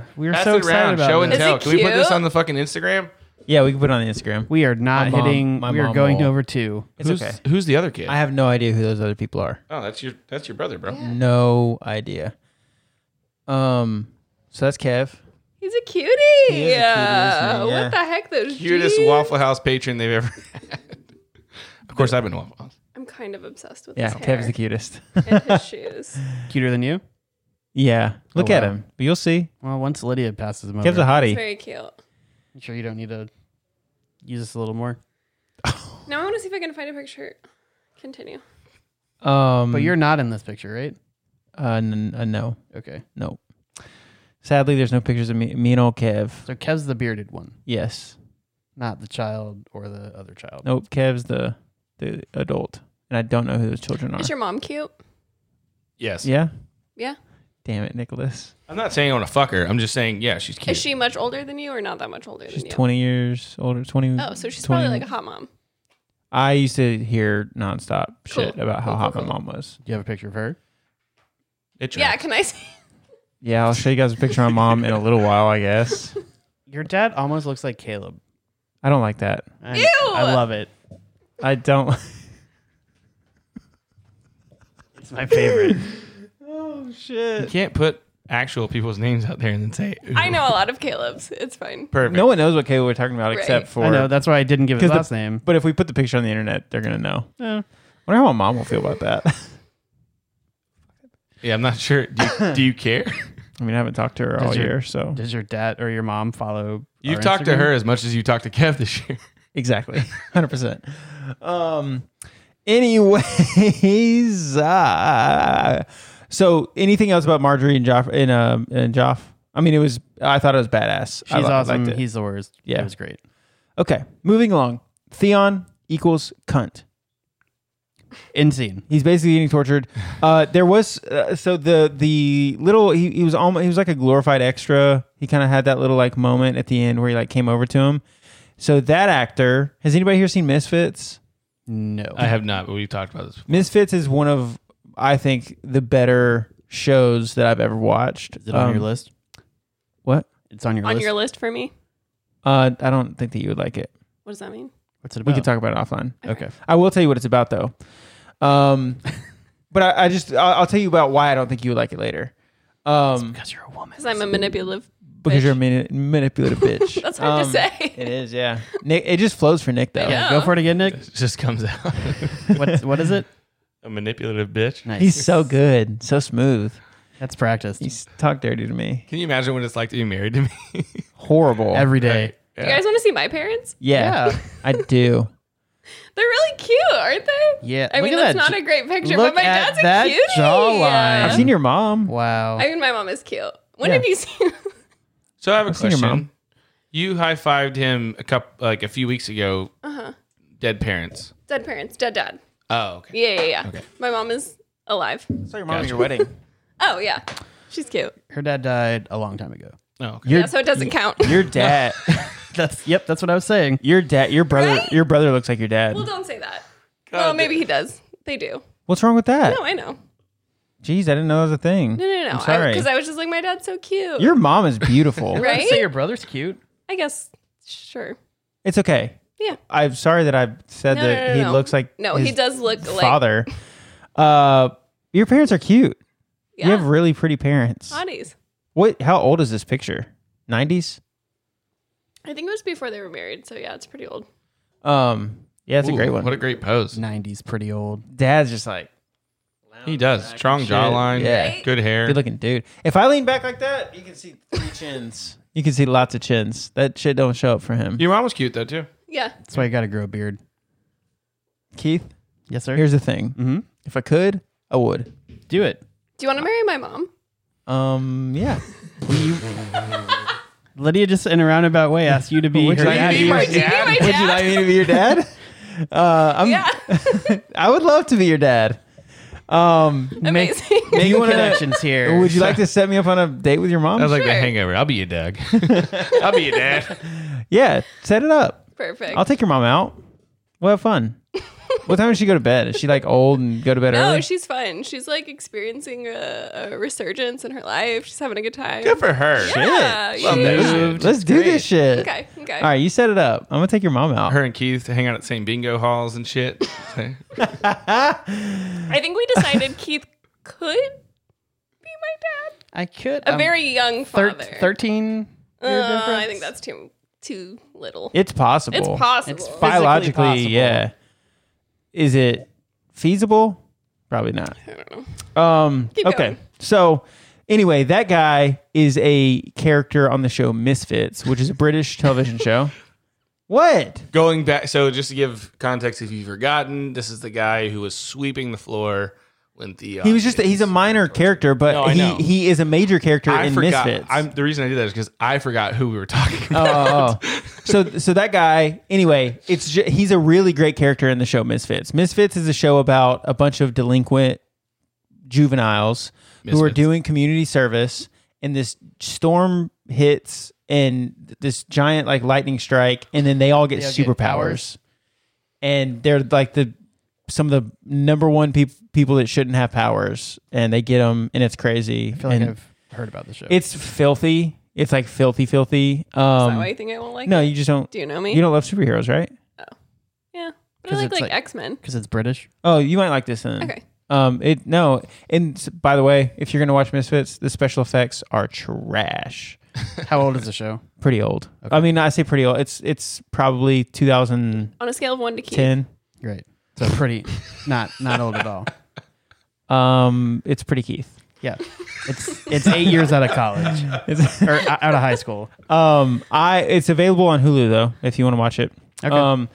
Speaker 2: picture.
Speaker 5: We were
Speaker 2: Pass
Speaker 5: so
Speaker 2: it
Speaker 5: excited
Speaker 2: around.
Speaker 5: about
Speaker 2: Show and
Speaker 5: this.
Speaker 4: Is it
Speaker 2: tell. Can we put
Speaker 4: cute?
Speaker 2: this on the fucking Instagram?
Speaker 3: Yeah, we can put it on the Instagram.
Speaker 5: We are not
Speaker 6: My mom-
Speaker 5: hitting.
Speaker 6: my
Speaker 5: we are
Speaker 6: mom
Speaker 5: going
Speaker 6: will-
Speaker 5: over two.
Speaker 3: It's
Speaker 2: who's,
Speaker 3: okay.
Speaker 2: Who's the other kid?
Speaker 6: I have no idea who those other people are.
Speaker 2: oh, that's your that's your brother, bro.
Speaker 6: No idea. Um. So that's Kev.
Speaker 4: He's
Speaker 6: He is
Speaker 4: a cutie.
Speaker 6: a cutie, isn't he?
Speaker 4: Yeah.
Speaker 6: Yeah.
Speaker 4: What the heck? Those
Speaker 2: Cutest
Speaker 4: jeans?
Speaker 2: Waffle House patron they've ever had. Of course, I've been to Waffle House.
Speaker 4: I'm kind of obsessed with
Speaker 3: Yeah,
Speaker 4: his hair
Speaker 3: Kev's the cutest.
Speaker 4: and his shoes.
Speaker 5: Cuter than you.
Speaker 3: yeah,
Speaker 6: Look
Speaker 5: Oh,
Speaker 6: at
Speaker 5: wow.
Speaker 6: him. You'll see.
Speaker 5: Well, once Lydia passes him over,
Speaker 3: Kev's a
Speaker 4: It's
Speaker 3: hottie.
Speaker 4: very cute.
Speaker 5: I'm sure you don't need to use this a little more.
Speaker 4: Now I want to see if I can find a picture. Continue.
Speaker 6: Um.
Speaker 5: But you're not in this picture, right?
Speaker 6: Uh, n- uh, no.
Speaker 5: Okay.
Speaker 6: No.
Speaker 3: Sadly, there's no pictures of me, me and old Kev.
Speaker 5: So Kev's the bearded one,
Speaker 6: Yes.
Speaker 5: not the child or the other child.
Speaker 3: Nope, Kev's the the adult, and I don't know who those children are.
Speaker 4: Is your mom cute?
Speaker 2: Yes.
Speaker 3: yeah,
Speaker 4: Yeah.
Speaker 3: damn it, Nicholas.
Speaker 2: I'm not saying I want to fuck her. I'm just saying, yeah, she's cute.
Speaker 4: Is she much older than you or not that much older
Speaker 3: She's
Speaker 4: than you?
Speaker 3: 20 years older. 20.
Speaker 4: Oh, so she's
Speaker 3: 20
Speaker 4: probably like a hot mom.
Speaker 3: I used to hear nonstop shit
Speaker 4: Cool.
Speaker 3: about how
Speaker 4: Cool,
Speaker 3: hot
Speaker 4: cool,
Speaker 3: my
Speaker 4: cool.
Speaker 3: mom was.
Speaker 5: Do you have a picture of her?
Speaker 2: It
Speaker 4: Yeah,
Speaker 2: tracks.
Speaker 4: can I see?
Speaker 3: Yeah, I'll show you guys a picture of my mom in a little while, I guess.
Speaker 5: Your dad almost looks like Caleb.
Speaker 3: I don't like that.
Speaker 5: I,
Speaker 4: Ew!
Speaker 5: I love it.
Speaker 3: I don't.
Speaker 5: It's my favorite.
Speaker 2: You can't put actual people's names out there and then say, "Ooh."
Speaker 4: I know a lot of Caleb's. It's fine.
Speaker 2: Perfect.
Speaker 3: No one knows what Caleb we're talking about
Speaker 4: Right.
Speaker 3: except for.
Speaker 5: I know. That's why I didn't give
Speaker 3: 'Cause
Speaker 5: his
Speaker 3: the-
Speaker 5: last name.
Speaker 3: But if we put the picture on the internet, they're gonna know.
Speaker 5: Yeah.
Speaker 3: wonder how my mom will feel about that.
Speaker 2: Yeah, I'm not sure. Do you, do you care?
Speaker 3: I mean, I haven't talked to her
Speaker 5: Does
Speaker 3: all
Speaker 5: your-
Speaker 3: year, so
Speaker 5: Does your dad or your mom follow?
Speaker 2: You've
Speaker 5: our
Speaker 2: talked to
Speaker 5: Instagram?
Speaker 2: her as much as you talked to Kev this year.
Speaker 3: exactly, hundred percent. Um. Anyways, uh, so anything else about Marjorie and Joff? And um, and Joff? I mean, it was. I thought it was badass. I li-
Speaker 5: She's
Speaker 3: I
Speaker 5: awesome.
Speaker 3: liked it.
Speaker 5: He's the worst.
Speaker 3: Yeah.
Speaker 5: it was great.
Speaker 3: okay, moving along. Theon equals cunt.
Speaker 5: End scene.
Speaker 3: He's basically getting tortured. Uh, there was uh, so the the little he, he was almost he was like a glorified extra. He kind of had that little like moment at the end where he like came over to him. So that actor has anybody here seen Misfits?
Speaker 5: No.
Speaker 2: I have not, but we've talked about this.
Speaker 3: Misfits is one of I think the better shows that I've ever watched.
Speaker 5: Is it on
Speaker 3: Um,
Speaker 5: your list?
Speaker 3: What?
Speaker 5: It's on your
Speaker 4: On
Speaker 5: list.
Speaker 4: your list for me?
Speaker 3: Uh, I don't think that you would like it.
Speaker 4: What does that mean?
Speaker 5: What's it about?
Speaker 3: We could talk about it offline.
Speaker 5: Okay.
Speaker 3: I will tell you what it's about though. Um, but I, I just I'll, I'll tell you about why I don't think you would like it later. Um,
Speaker 5: Because you're a woman.
Speaker 4: Because I'm a manipulative
Speaker 3: because
Speaker 4: Bitch.
Speaker 3: you're a mani- manipulative bitch.
Speaker 4: That's hard
Speaker 1: Um,
Speaker 4: to
Speaker 3: It
Speaker 4: say.
Speaker 3: is, yeah. Nick, it just flows for Nick though.
Speaker 4: Yeah.
Speaker 1: Go for it again, Nick.
Speaker 2: It just comes out.
Speaker 1: What what is it?
Speaker 2: a manipulative bitch.
Speaker 1: Nice.
Speaker 3: He's so good, so smooth.
Speaker 1: That's practiced
Speaker 3: He's talked dirty to me.
Speaker 2: Can you imagine what it's like to be married to me?
Speaker 3: Horrible.
Speaker 1: every day.
Speaker 4: You guys want to see my parents?
Speaker 3: yeah,
Speaker 1: Yeah.
Speaker 3: I do.
Speaker 4: They're really cute, aren't they?
Speaker 1: Yeah.
Speaker 4: I mean,
Speaker 1: Look at
Speaker 4: that's
Speaker 1: that
Speaker 4: not
Speaker 1: j-
Speaker 4: a great picture,
Speaker 1: look
Speaker 4: but my
Speaker 1: at
Speaker 4: dad's a
Speaker 1: that
Speaker 4: cutie.
Speaker 1: jawline.
Speaker 3: I've seen your mom.
Speaker 1: Wow.
Speaker 4: I mean, my mom is cute. When
Speaker 3: Yeah.
Speaker 4: have you seen?
Speaker 2: So I have a
Speaker 3: I've seen your
Speaker 2: question.
Speaker 3: mom.
Speaker 2: You high fived him a couple like a few weeks ago. Dead parents.
Speaker 4: dead parents, dead dad.
Speaker 2: Oh, okay.
Speaker 4: Yeah, yeah, yeah. My mom is alive.
Speaker 3: saw your mom
Speaker 2: at
Speaker 3: at
Speaker 2: your
Speaker 3: your wedding.
Speaker 4: Oh yeah, she's cute.
Speaker 1: Her dad died a long time ago.
Speaker 2: Oh, okay.
Speaker 3: Your,
Speaker 4: yeah, so it doesn't count.
Speaker 3: your dad,
Speaker 1: That's yep. That's what I was saying.
Speaker 3: your dad, your brother,
Speaker 4: Right?
Speaker 3: your brother looks like your dad.
Speaker 4: well, don't say that. well, maybe he does. They do.
Speaker 3: What's wrong with that?
Speaker 4: No, I know.
Speaker 3: Jeez, I didn't know that was a thing.
Speaker 4: No, no, no.
Speaker 3: I'm sorry.
Speaker 4: Because I, was just like, my dad's so cute.
Speaker 3: your mom is beautiful.
Speaker 4: Right?
Speaker 1: I'd say your brother's cute.
Speaker 4: I guess. Sure.
Speaker 3: It's okay.
Speaker 4: Yeah.
Speaker 3: I'm sorry that I've said
Speaker 4: No,
Speaker 3: that
Speaker 4: no, no,
Speaker 3: he
Speaker 4: no.
Speaker 3: looks like
Speaker 4: No,
Speaker 3: his
Speaker 4: he does look like
Speaker 3: father. Uh, your parents are cute.
Speaker 4: Yeah.
Speaker 3: You have really pretty parents.
Speaker 4: Hotties.
Speaker 3: What? How old is this picture? Nineties.
Speaker 4: I think it was before they were married. So yeah, it's pretty old.
Speaker 3: Um. Yeah, it's a
Speaker 2: Ooh,
Speaker 3: great one.
Speaker 2: What a great pose.
Speaker 1: Nineties, pretty old.
Speaker 3: Dad's just like
Speaker 2: He does. Strong jawline.
Speaker 3: Yeah.
Speaker 4: Right?
Speaker 2: Good hair.
Speaker 3: good looking dude. If I lean back like that, you can see three chins. You can see lots of chins. That shit don't show up for him.
Speaker 2: Your mom was cute though too.
Speaker 4: Yeah.
Speaker 1: That's why you got to grow a beard.
Speaker 3: Keith,
Speaker 1: Yes, sir.
Speaker 3: here's the thing. Mm-hmm. If I could, I would.
Speaker 1: Do it.
Speaker 4: Do you want to marry my mom?
Speaker 3: Um. Yeah.
Speaker 1: Lydia just in a roundabout way asked you to be her
Speaker 3: Would you like
Speaker 1: dad.
Speaker 3: to be my
Speaker 4: Do you need my
Speaker 3: Would you like
Speaker 4: dad?
Speaker 3: me to be your dad? Uh, I'm,
Speaker 4: Yeah.
Speaker 3: I would love to be your dad. Um,
Speaker 4: Amazing.
Speaker 1: Do you
Speaker 3: Make
Speaker 1: want
Speaker 3: wanna-
Speaker 1: connections here?
Speaker 3: Would you like to set me up on a date with your mom?
Speaker 2: I was like the
Speaker 4: Sure.
Speaker 2: hangover. I'll be your dad. I'll be your dad.
Speaker 3: yeah, set it up.
Speaker 4: Perfect.
Speaker 3: I'll take your mom out. We'll have fun. what time does she go to bed? Is she like old and go to bed
Speaker 4: no,
Speaker 3: early?
Speaker 4: she's fun. She's like experiencing a, a resurgence in her life. She's having a good time.
Speaker 2: Good for her.
Speaker 4: Yeah.
Speaker 2: Love
Speaker 4: yeah.
Speaker 2: that shit.
Speaker 3: Let's do this shit.
Speaker 4: Okay. Okay.
Speaker 3: All right, you set it up. I'm gonna take your mom out.
Speaker 2: Her and Keith hang out at the same bingo halls and shit.
Speaker 4: I think we decided Keith could be my dad.
Speaker 1: I could.
Speaker 4: A
Speaker 1: um,
Speaker 4: very young
Speaker 1: thir-
Speaker 4: father.
Speaker 1: thirteen. year
Speaker 4: Uh, I
Speaker 1: difference?
Speaker 4: think that's too too little.
Speaker 3: it's possible.
Speaker 4: It's possible.
Speaker 1: It's fi-
Speaker 3: Biologically,
Speaker 1: possible.
Speaker 3: yeah. Is it feasible? Probably not.
Speaker 4: I don't know.
Speaker 3: Um,
Speaker 4: Keep
Speaker 3: okay.
Speaker 4: going.
Speaker 3: So, anyway, that guy is a character on the show Misfits, which is a British television show. What?
Speaker 2: Going back, so just to give context, if you've forgotten, this is the guy who was sweeping the floor when the uh,
Speaker 3: He was just, he's a minor character, but
Speaker 2: No, I know.
Speaker 3: he, he is a major character
Speaker 2: I
Speaker 3: in
Speaker 2: forgot.
Speaker 3: Misfits.
Speaker 2: I'm, the reason I did that is because I forgot who we were talking about.
Speaker 3: oh, oh, oh. so so that guy. Anyway, it's ju- he's a really great character in the show Misfits. Misfits is a show about a bunch of delinquent juveniles who are
Speaker 2: Misfits.
Speaker 3: doing community service, and this storm hits and this giant like lightning strike, and then they all get
Speaker 1: They all get
Speaker 3: superpowers,
Speaker 1: powers.
Speaker 3: and they're like the some of the number one peop people that shouldn't have powers, and they get them, and it's crazy.
Speaker 1: I feel like
Speaker 3: and
Speaker 1: I've heard about the show.
Speaker 3: it's filthy. It's like filthy, filthy. Um,
Speaker 4: Is that why you think I won't like
Speaker 3: no,
Speaker 4: it?
Speaker 3: you just don't.
Speaker 4: Do you know me?
Speaker 3: You don't love superheroes, right?
Speaker 4: yeah. But I
Speaker 1: 'Cause
Speaker 4: like
Speaker 1: it's
Speaker 4: like,
Speaker 1: like-
Speaker 4: X Men.
Speaker 1: because it's British.
Speaker 3: Oh, you might like this then.
Speaker 4: Okay.
Speaker 3: Um. It no. And s- by the way, if you're gonna watch Misfits, the special effects are trash.
Speaker 1: How old is the show?
Speaker 3: Pretty old. I mean, I say pretty old. It's it's probably 2010.
Speaker 4: On a scale of one to Keith.
Speaker 1: Great. So pretty, not not old at all.
Speaker 3: Um. It's pretty Keith.
Speaker 1: Yeah, it's it's eight years out of college
Speaker 3: It's,
Speaker 1: or o- out of high school.
Speaker 3: um. I. It's available on Hulu though, if you want to watch it.
Speaker 1: Okay.
Speaker 3: Um.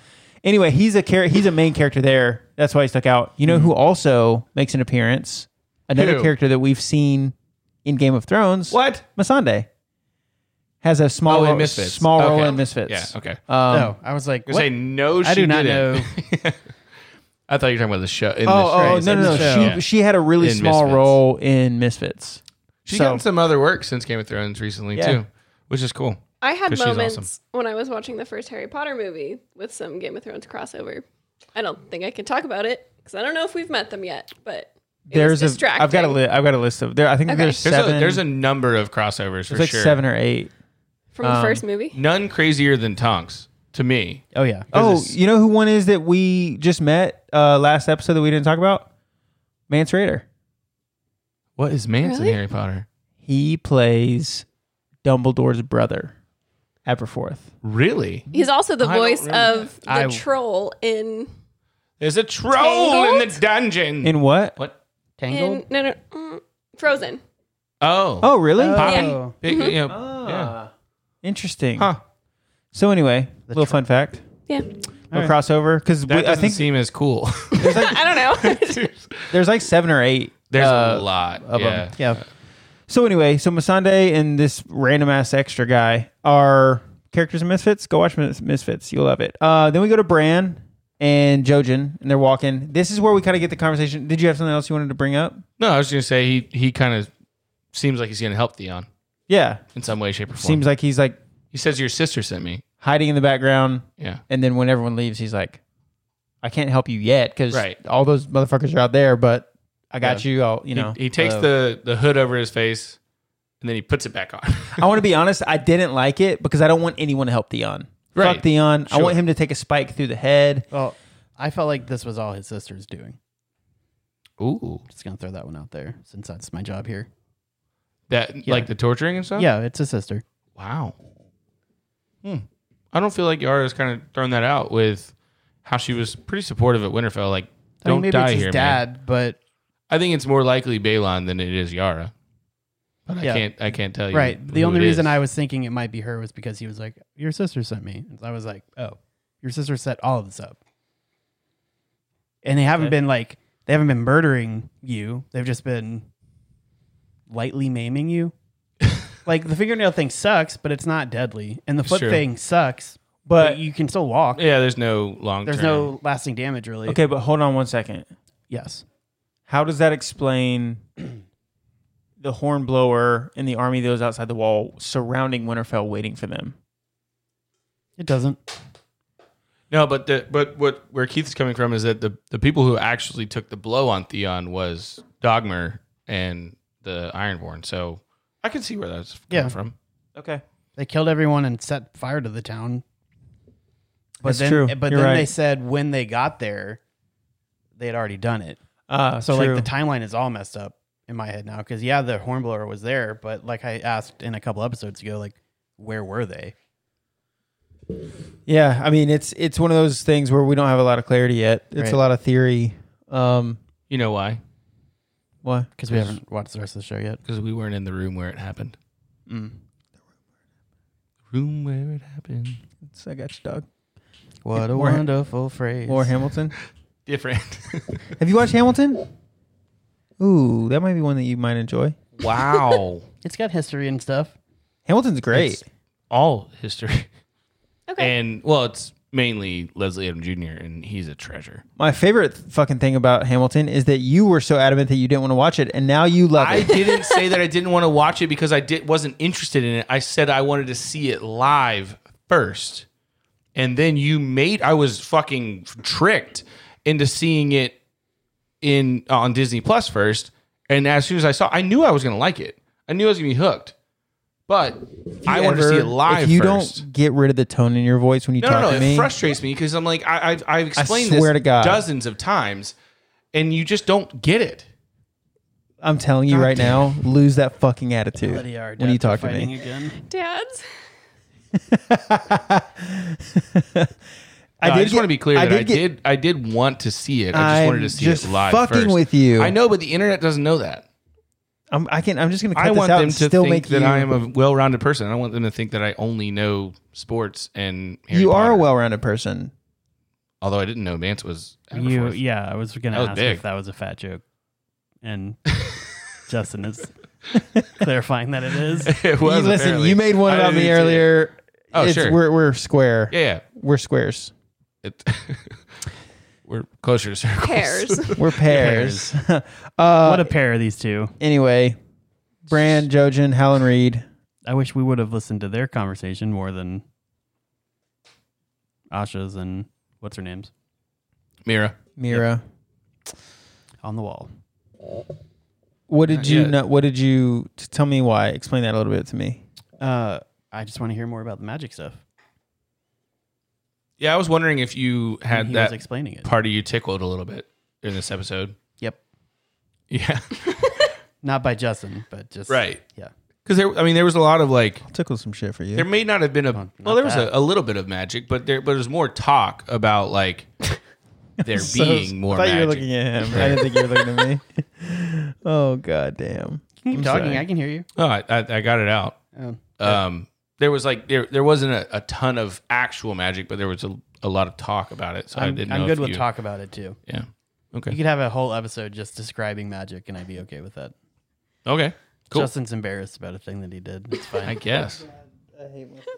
Speaker 3: Anyway, he's a char- he's a main character there. That's why he stuck out. You know who also makes an appearance? Another
Speaker 2: Mm-hmm. Who?
Speaker 3: character that we've seen in Game of Thrones.
Speaker 2: What?
Speaker 3: Masande has a small
Speaker 2: Oh, in
Speaker 3: role,
Speaker 2: Misfits.
Speaker 3: small role
Speaker 2: Okay.
Speaker 3: in Misfits.
Speaker 2: Yeah, okay.
Speaker 3: Um,
Speaker 1: No,
Speaker 4: Oh,
Speaker 1: Oh, I was like,
Speaker 2: I
Speaker 1: what?
Speaker 2: say no. She
Speaker 1: I do not
Speaker 2: didn't. I thought you were talking about the show. In the
Speaker 3: Oh, oh,
Speaker 2: show.
Speaker 1: Right,
Speaker 3: no,
Speaker 1: in
Speaker 3: no, no.
Speaker 1: the show.
Speaker 3: She
Speaker 2: Yeah.
Speaker 3: she had a really
Speaker 2: In
Speaker 3: small
Speaker 2: Misfits.
Speaker 3: role in Misfits.
Speaker 2: She's
Speaker 3: so-
Speaker 2: gotten some other work since Game of Thrones recently
Speaker 3: Yeah.
Speaker 2: too, which is cool.
Speaker 4: I had
Speaker 2: 'Cause she's
Speaker 4: moments
Speaker 2: awesome.
Speaker 4: when I was watching the first Harry Potter movie with some Game of Thrones crossover. I don't think I can talk about it because I don't know if we've met them yet. But it was
Speaker 3: There's a
Speaker 4: distracting.
Speaker 3: I've got a li- I've got a list of there. I think
Speaker 4: Okay.
Speaker 3: there's
Speaker 2: There's
Speaker 3: seven.
Speaker 2: a there's a number of crossovers for
Speaker 3: there's like
Speaker 2: sure.
Speaker 3: seven or eight.
Speaker 4: from the first movie.
Speaker 2: None crazier than Tonks to me.
Speaker 1: oh yeah,
Speaker 3: Oh,
Speaker 2: There's a s-
Speaker 3: you know who one is that we just met uh, last episode that we didn't talk about? Mance Raider.
Speaker 2: What is Manson
Speaker 4: Really?
Speaker 2: Harry Potter?
Speaker 3: He plays Dumbledore's brother, Aberforth.
Speaker 2: Really?
Speaker 4: He's also the
Speaker 2: I don't
Speaker 4: voice
Speaker 2: remember
Speaker 4: of the
Speaker 2: that. I-
Speaker 4: troll in,
Speaker 2: There's a troll in the dungeon.
Speaker 3: In what?
Speaker 2: what?
Speaker 4: in no, no, mm, Frozen.
Speaker 2: Oh.
Speaker 3: Oh, really?
Speaker 2: Poppy.
Speaker 5: Oh.
Speaker 2: Big- you know,
Speaker 3: Ah, Interesting.
Speaker 2: Huh.
Speaker 3: So anyway, little
Speaker 5: tr-
Speaker 3: fun fact,
Speaker 4: Yeah,
Speaker 3: little crossover because
Speaker 2: That
Speaker 3: I
Speaker 2: doesn't
Speaker 3: think
Speaker 2: seem as cool.
Speaker 4: I don't know.
Speaker 3: there's like seven or eight.
Speaker 2: There's
Speaker 3: uh,
Speaker 2: a lot.
Speaker 3: of 'em.
Speaker 2: yeah.
Speaker 5: Yeah.
Speaker 3: So anyway, so Masande and this random ass extra guy are characters in Misfits. Go watch Mis- Misfits, you'll love it. Uh, then we go to Bran and Jojen, and they're walking. This is where we kind of get the conversation. Did you have something else you wanted to bring up?
Speaker 2: No, I was gonna say he he kind of seems like he's gonna help Theon
Speaker 3: Yeah,
Speaker 2: in some way, shape, or form.
Speaker 3: seems like he's like
Speaker 2: he says your sister sent me.
Speaker 3: hiding in the background,
Speaker 2: Yeah.
Speaker 3: and then when everyone leaves, he's like, "I can't help you yet because
Speaker 2: Right.
Speaker 3: all those motherfuckers are out there, but I got you. I'll, you know."
Speaker 2: He, he takes the the hood over his face and then he puts it back on.
Speaker 3: I want to be honest. I didn't like it because I don't want anyone to help Theon.
Speaker 2: Right.
Speaker 3: Fuck Theon. I
Speaker 2: Sure.
Speaker 3: want him to take a spike through the head.
Speaker 5: Well, I felt like this was all his sister's doing.
Speaker 2: Ooh.
Speaker 5: Just gonna throw that one out there since that's my job here.
Speaker 2: That like the torturing and stuff.
Speaker 5: Yeah, it's his sister.
Speaker 2: Wow. Hmm. I don't feel like Yara's kind of thrown that out with how she was pretty supportive at Winterfell. Like,
Speaker 5: I mean,
Speaker 2: don't
Speaker 5: maybe
Speaker 2: die
Speaker 5: it's his
Speaker 2: here, man.
Speaker 5: dad, but
Speaker 2: I think it's more likely Balon than it is Yara. But
Speaker 5: Yeah.
Speaker 2: I can't. I can't tell you.
Speaker 5: right. The
Speaker 2: who
Speaker 5: only
Speaker 2: it
Speaker 5: reason
Speaker 2: is.
Speaker 5: I was thinking it might be her was because he was like, "Your sister sent me." And I was like, "Oh, your sister set all of this up." And they haven't been like they haven't been murdering you. They've just been lightly maiming you. like the fingernail thing sucks, but it's not deadly, and the foot
Speaker 2: true.
Speaker 5: thing sucks, but,
Speaker 3: But-
Speaker 5: you can still walk.
Speaker 2: Yeah. There's no long.
Speaker 5: There's
Speaker 2: term.
Speaker 5: no lasting damage, really.
Speaker 3: Okay, but hold on one second.
Speaker 5: Yes.
Speaker 3: How does that explain the horn blower and the army that was outside the wall surrounding Winterfell waiting for them?
Speaker 5: It doesn't.
Speaker 2: No, but the but what where Keith's coming from is that the the people who actually took the blow on Theon was Dogmer and the Ironborn. So I can see where that's coming
Speaker 5: Yeah.
Speaker 2: from.
Speaker 3: Okay.
Speaker 5: They killed everyone and set fire to the town. But
Speaker 3: That's
Speaker 5: then,
Speaker 3: true.
Speaker 5: But
Speaker 3: You're
Speaker 5: then
Speaker 3: right.
Speaker 5: they said when they got there, they had already done it.
Speaker 3: Uh,
Speaker 5: So like the timeline is all messed up in my head now because yeah, the hornblower was there, but like I asked in a couple episodes ago, like where were they?
Speaker 3: Yeah, I mean it's it's one of those things where we don't have a lot of clarity yet. It's
Speaker 5: Right.
Speaker 3: a lot of theory. Um,
Speaker 2: You know why?
Speaker 3: what?
Speaker 5: Because we haven't watched the rest of the show yet.
Speaker 2: Because we weren't in the room where it happened.
Speaker 5: Mm.
Speaker 2: Room where it happened.
Speaker 3: I got you, dog.
Speaker 5: What a
Speaker 3: More-
Speaker 5: wonderful phrase.
Speaker 3: Or Hamilton.
Speaker 2: Different.
Speaker 3: Have you watched Hamilton? Ooh, that might be one that you might enjoy.
Speaker 2: wow.
Speaker 5: It's got history and stuff.
Speaker 3: Hamilton's great.
Speaker 2: It's all history.
Speaker 4: Okay,
Speaker 2: And well, it's mainly Leslie Adam Jr. and he's a treasure.
Speaker 3: My favorite fucking thing about Hamilton is that you were so adamant that you didn't want to watch it, and now you love
Speaker 2: I
Speaker 3: it.
Speaker 2: didn't say that I didn't want to watch it because I did, wasn't interested in it. I said I wanted to see it live first. And then you made I was fucking tricked into seeing it in uh, on Disney Plus first. And as soon as I saw, I knew I was going to like it. I knew I was going to be hooked. But I wanted to see it live
Speaker 3: If you do
Speaker 2: first.
Speaker 3: don't get rid of the tone in your voice when you
Speaker 2: No, no,
Speaker 3: talk
Speaker 2: no.
Speaker 3: to
Speaker 2: It
Speaker 3: me,
Speaker 2: frustrates me because I'm like, I, I've, I've explained
Speaker 3: swear
Speaker 2: this
Speaker 3: to God.
Speaker 2: dozens of times, and you just don't get it.
Speaker 3: I'm telling you right now, lose that fucking attitude when you talk to me.
Speaker 5: again.
Speaker 4: dads.
Speaker 2: I,
Speaker 3: did
Speaker 2: just want to
Speaker 3: get-
Speaker 2: be clear
Speaker 3: I
Speaker 2: that I
Speaker 3: did get-
Speaker 2: did. I did want to see it. I just wanted
Speaker 3: I'm
Speaker 2: to see
Speaker 3: just
Speaker 2: it live.
Speaker 3: fucking
Speaker 2: first.
Speaker 3: with you.
Speaker 2: I know, but the internet doesn't know that.
Speaker 3: I'm, I can. I'm just gonna cut
Speaker 2: I
Speaker 3: this
Speaker 2: want
Speaker 3: out
Speaker 2: them
Speaker 3: and
Speaker 2: to
Speaker 3: still
Speaker 2: think
Speaker 3: make
Speaker 2: that
Speaker 3: you.
Speaker 2: I am a well-rounded person. I don't want them to think that I only know sports and Harry
Speaker 3: you are a
Speaker 2: Potter.
Speaker 3: well-rounded person.
Speaker 2: Although I didn't know Vance was
Speaker 5: You,
Speaker 2: Aberforth.
Speaker 5: yeah, I was gonna
Speaker 2: That was
Speaker 5: ask
Speaker 2: big.
Speaker 5: if that was a fat joke, and Justin is clarifying that it is.
Speaker 2: it was.
Speaker 3: you, listen,
Speaker 2: apparently.
Speaker 3: you made one
Speaker 2: I
Speaker 3: about
Speaker 2: didn't
Speaker 3: me
Speaker 2: see it.
Speaker 3: earlier.
Speaker 2: Oh,
Speaker 3: It's-
Speaker 2: sure.
Speaker 3: We're we're square.
Speaker 2: Yeah, yeah.
Speaker 3: We're squares.
Speaker 2: It, we're closer to circles.
Speaker 4: Pairs.
Speaker 3: We're pairs. uh,
Speaker 5: what a pair of these two.
Speaker 3: anyway, Brand, Jojen, Helen Reed.
Speaker 5: I wish we would have listened to their conversation more than Asha's and what's her name's
Speaker 2: Mira.
Speaker 3: Mira.
Speaker 5: on the wall.
Speaker 3: What did
Speaker 2: Not
Speaker 3: you
Speaker 2: yet.
Speaker 3: know? What did you t- tell me? Why? Explain that a little bit to me.
Speaker 5: Uh, I just want to hear more about the magic stuff.
Speaker 2: Yeah, I was wondering if you
Speaker 5: And
Speaker 2: had
Speaker 5: he
Speaker 2: that
Speaker 5: was explaining it.
Speaker 2: part of you tickled a little bit in this episode.
Speaker 5: Yep,
Speaker 2: Yeah.
Speaker 5: not by Justin, but just
Speaker 2: Right.
Speaker 5: Yeah,
Speaker 2: because there. I mean, there was a lot of like
Speaker 3: I'll tickle some shit for you.
Speaker 2: there may not have been a well there was a, a little bit of magic but there but there's more talk about like there
Speaker 3: So-
Speaker 2: being more
Speaker 3: I thought
Speaker 2: magic
Speaker 3: you were looking at him. I didn't think you were looking at me. oh god damn.
Speaker 1: Keep talking. I can hear you.
Speaker 2: oh I, I, I got it out
Speaker 1: Oh.
Speaker 2: um there was like there there wasn't a, a ton of actual magic but there was a, a lot of talk about it so I'm, I
Speaker 1: I'm,
Speaker 2: did
Speaker 1: I'm good with talk about it too.
Speaker 2: yeah
Speaker 1: You
Speaker 2: okay
Speaker 1: could have a whole episode just describing magic, and I'd be okay with that.
Speaker 2: okay cool
Speaker 1: Justin's embarrassed about a thing that he did. It's
Speaker 2: I
Speaker 1: fine.
Speaker 2: guess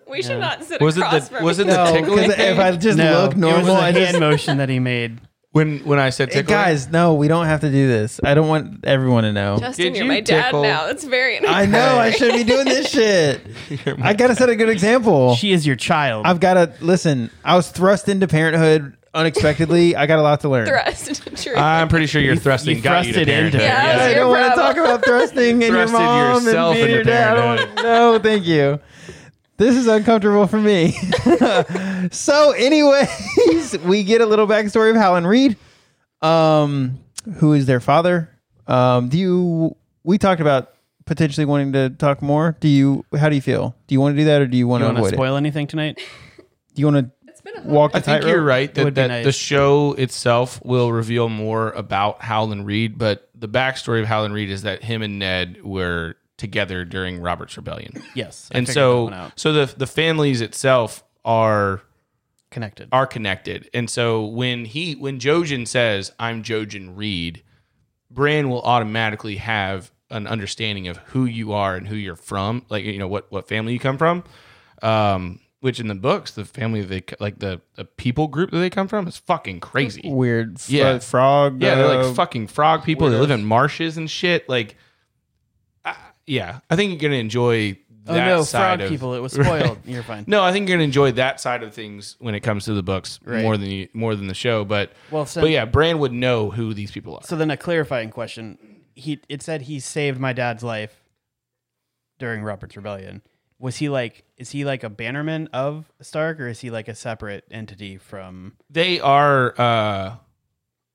Speaker 4: We should not sit
Speaker 2: was it
Speaker 4: across
Speaker 2: the
Speaker 4: from
Speaker 2: was it
Speaker 4: each
Speaker 2: the
Speaker 4: other.
Speaker 2: tickling thing?
Speaker 3: if I just look
Speaker 1: it was
Speaker 3: normal,
Speaker 1: a
Speaker 3: I
Speaker 1: hand
Speaker 3: just
Speaker 1: motion that he made.
Speaker 2: when when I said
Speaker 3: Hey,
Speaker 2: tickling
Speaker 3: guys, no, we don't have to do this. I don't want everyone to know.
Speaker 4: Justin,
Speaker 2: Did
Speaker 4: you're
Speaker 2: you
Speaker 4: my dad
Speaker 2: tickle-
Speaker 4: now. It's very
Speaker 3: I know I shouldn't be doing this shit. I gotta set a good example.
Speaker 1: She is your child.
Speaker 3: I've gotta listen. I was thrust into parenthood unexpectedly. I got a lot to learn.
Speaker 4: thrust. True.
Speaker 2: I'm pretty sure your thrusting got you to
Speaker 1: thrusted into
Speaker 2: parenthood.
Speaker 1: it.
Speaker 4: Yeah.
Speaker 3: I
Speaker 4: Your
Speaker 3: don't want to
Speaker 4: problem.
Speaker 3: talk about thrusting and your
Speaker 2: Thrusted
Speaker 3: mom
Speaker 2: yourself
Speaker 3: and me and
Speaker 2: into
Speaker 3: your dad. I don't wanna- no, thank you. This is uncomfortable for me. so, anyways, we get a little backstory of Howland Reed, um, who is their father. Um, do you? We talked about potentially wanting to talk more. Do you? How do you feel? Do you want to do that, or do you want
Speaker 1: you
Speaker 3: to
Speaker 1: want to
Speaker 3: avoid it?
Speaker 1: spoil anything tonight?
Speaker 3: Do you want
Speaker 4: it's been a
Speaker 3: to
Speaker 4: hot
Speaker 3: walk the
Speaker 2: I think you're
Speaker 3: tightrope?
Speaker 2: right that,
Speaker 1: would be
Speaker 2: that
Speaker 1: nice.
Speaker 2: the show itself will reveal more about Howland Reed, but the backstory of Howland Reed is that him and Ned were together during Robert's Rebellion,
Speaker 1: Yes. I
Speaker 2: and
Speaker 1: figured that one
Speaker 2: so
Speaker 1: out.
Speaker 2: so the the families itself are
Speaker 1: connected.
Speaker 2: are connected, and so when he when Jojen says I'm Jojen Reed, Bran will automatically have an understanding of who you are and who you're from, like you know what what family you come from. Um, which in the books, the family they like the, the people group that they come from is fucking crazy.
Speaker 3: Weird. F-
Speaker 2: Yeah.
Speaker 3: frog.
Speaker 2: Yeah, they're
Speaker 3: uh,
Speaker 2: like fucking frog people. They live in marshes and shit. Like, I yeah, I think you're gonna enjoy
Speaker 1: Oh
Speaker 2: that
Speaker 1: no,
Speaker 2: side
Speaker 1: frog
Speaker 2: of
Speaker 1: people! It was
Speaker 2: Right.
Speaker 1: spoiled. You're fine.
Speaker 2: No, I think you're gonna enjoy that side of things when it comes to the books
Speaker 1: Right.
Speaker 2: more than you, more than the show. But
Speaker 1: Well, so-
Speaker 2: but yeah, Bran would know who these people are.
Speaker 1: So then, a clarifying question: He it said he saved my dad's life during Robert's Rebellion. Was he like? Is he like a bannerman of Stark, or is he like a separate entity from?
Speaker 2: They are, uh,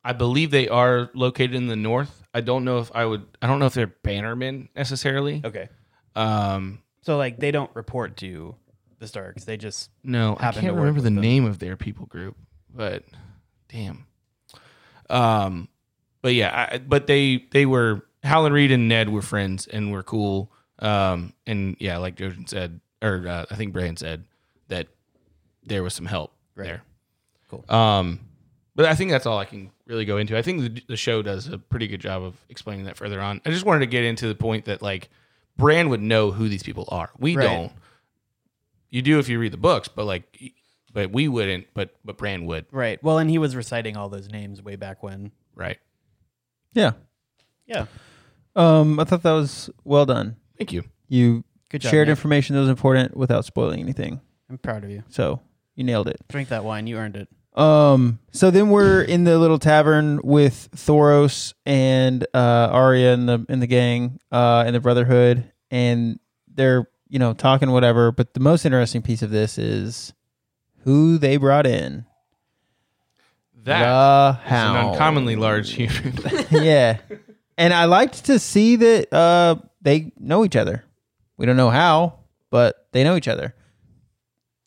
Speaker 2: I believe they are located in the north. I don't know if I would. I don't know if they're bannermen necessarily.
Speaker 1: Okay,
Speaker 2: Um,
Speaker 1: so like they don't report to the Starks. They just
Speaker 2: No, I
Speaker 1: happen to
Speaker 2: can't
Speaker 1: work
Speaker 2: remember the
Speaker 1: with them.
Speaker 2: name of their people group, but damn. Um, but yeah, I, but they they were Howland Reed and Ned were friends and were cool. Um, and yeah, like Jojen said, or uh, I think Bran said that there was some help there.
Speaker 1: Cool.
Speaker 2: Um, but I think that's all I can really go into. I think the, the show does a pretty good job of explaining that further on. I just wanted to get into the point that like Bran would know who these people are. We
Speaker 1: Right.
Speaker 2: don't. You do if you read the books, but like, but we wouldn't. But but Bran would,
Speaker 1: right. Well, and he was reciting all those names way back when.
Speaker 2: right?
Speaker 3: Yeah.
Speaker 1: Yeah,
Speaker 3: Um, I thought that was well done.
Speaker 2: Thank you.
Speaker 3: You
Speaker 1: good job.
Speaker 3: shared
Speaker 1: Nick.
Speaker 3: information that was important without spoiling anything.
Speaker 1: I'm proud of you.
Speaker 3: So you nailed it.
Speaker 1: Drink that wine. You earned it.
Speaker 3: Um, so then we're in the little tavern with Thoros and uh, Arya and the and the gang uh, and the Brotherhood, and they're you know talking whatever. But the most interesting piece of this is who they brought in.
Speaker 2: That
Speaker 3: the
Speaker 2: is an
Speaker 3: hound.
Speaker 2: uncommonly large human.
Speaker 3: yeah. And I liked to see that uh, they know each other. We don't know how, but they know each other.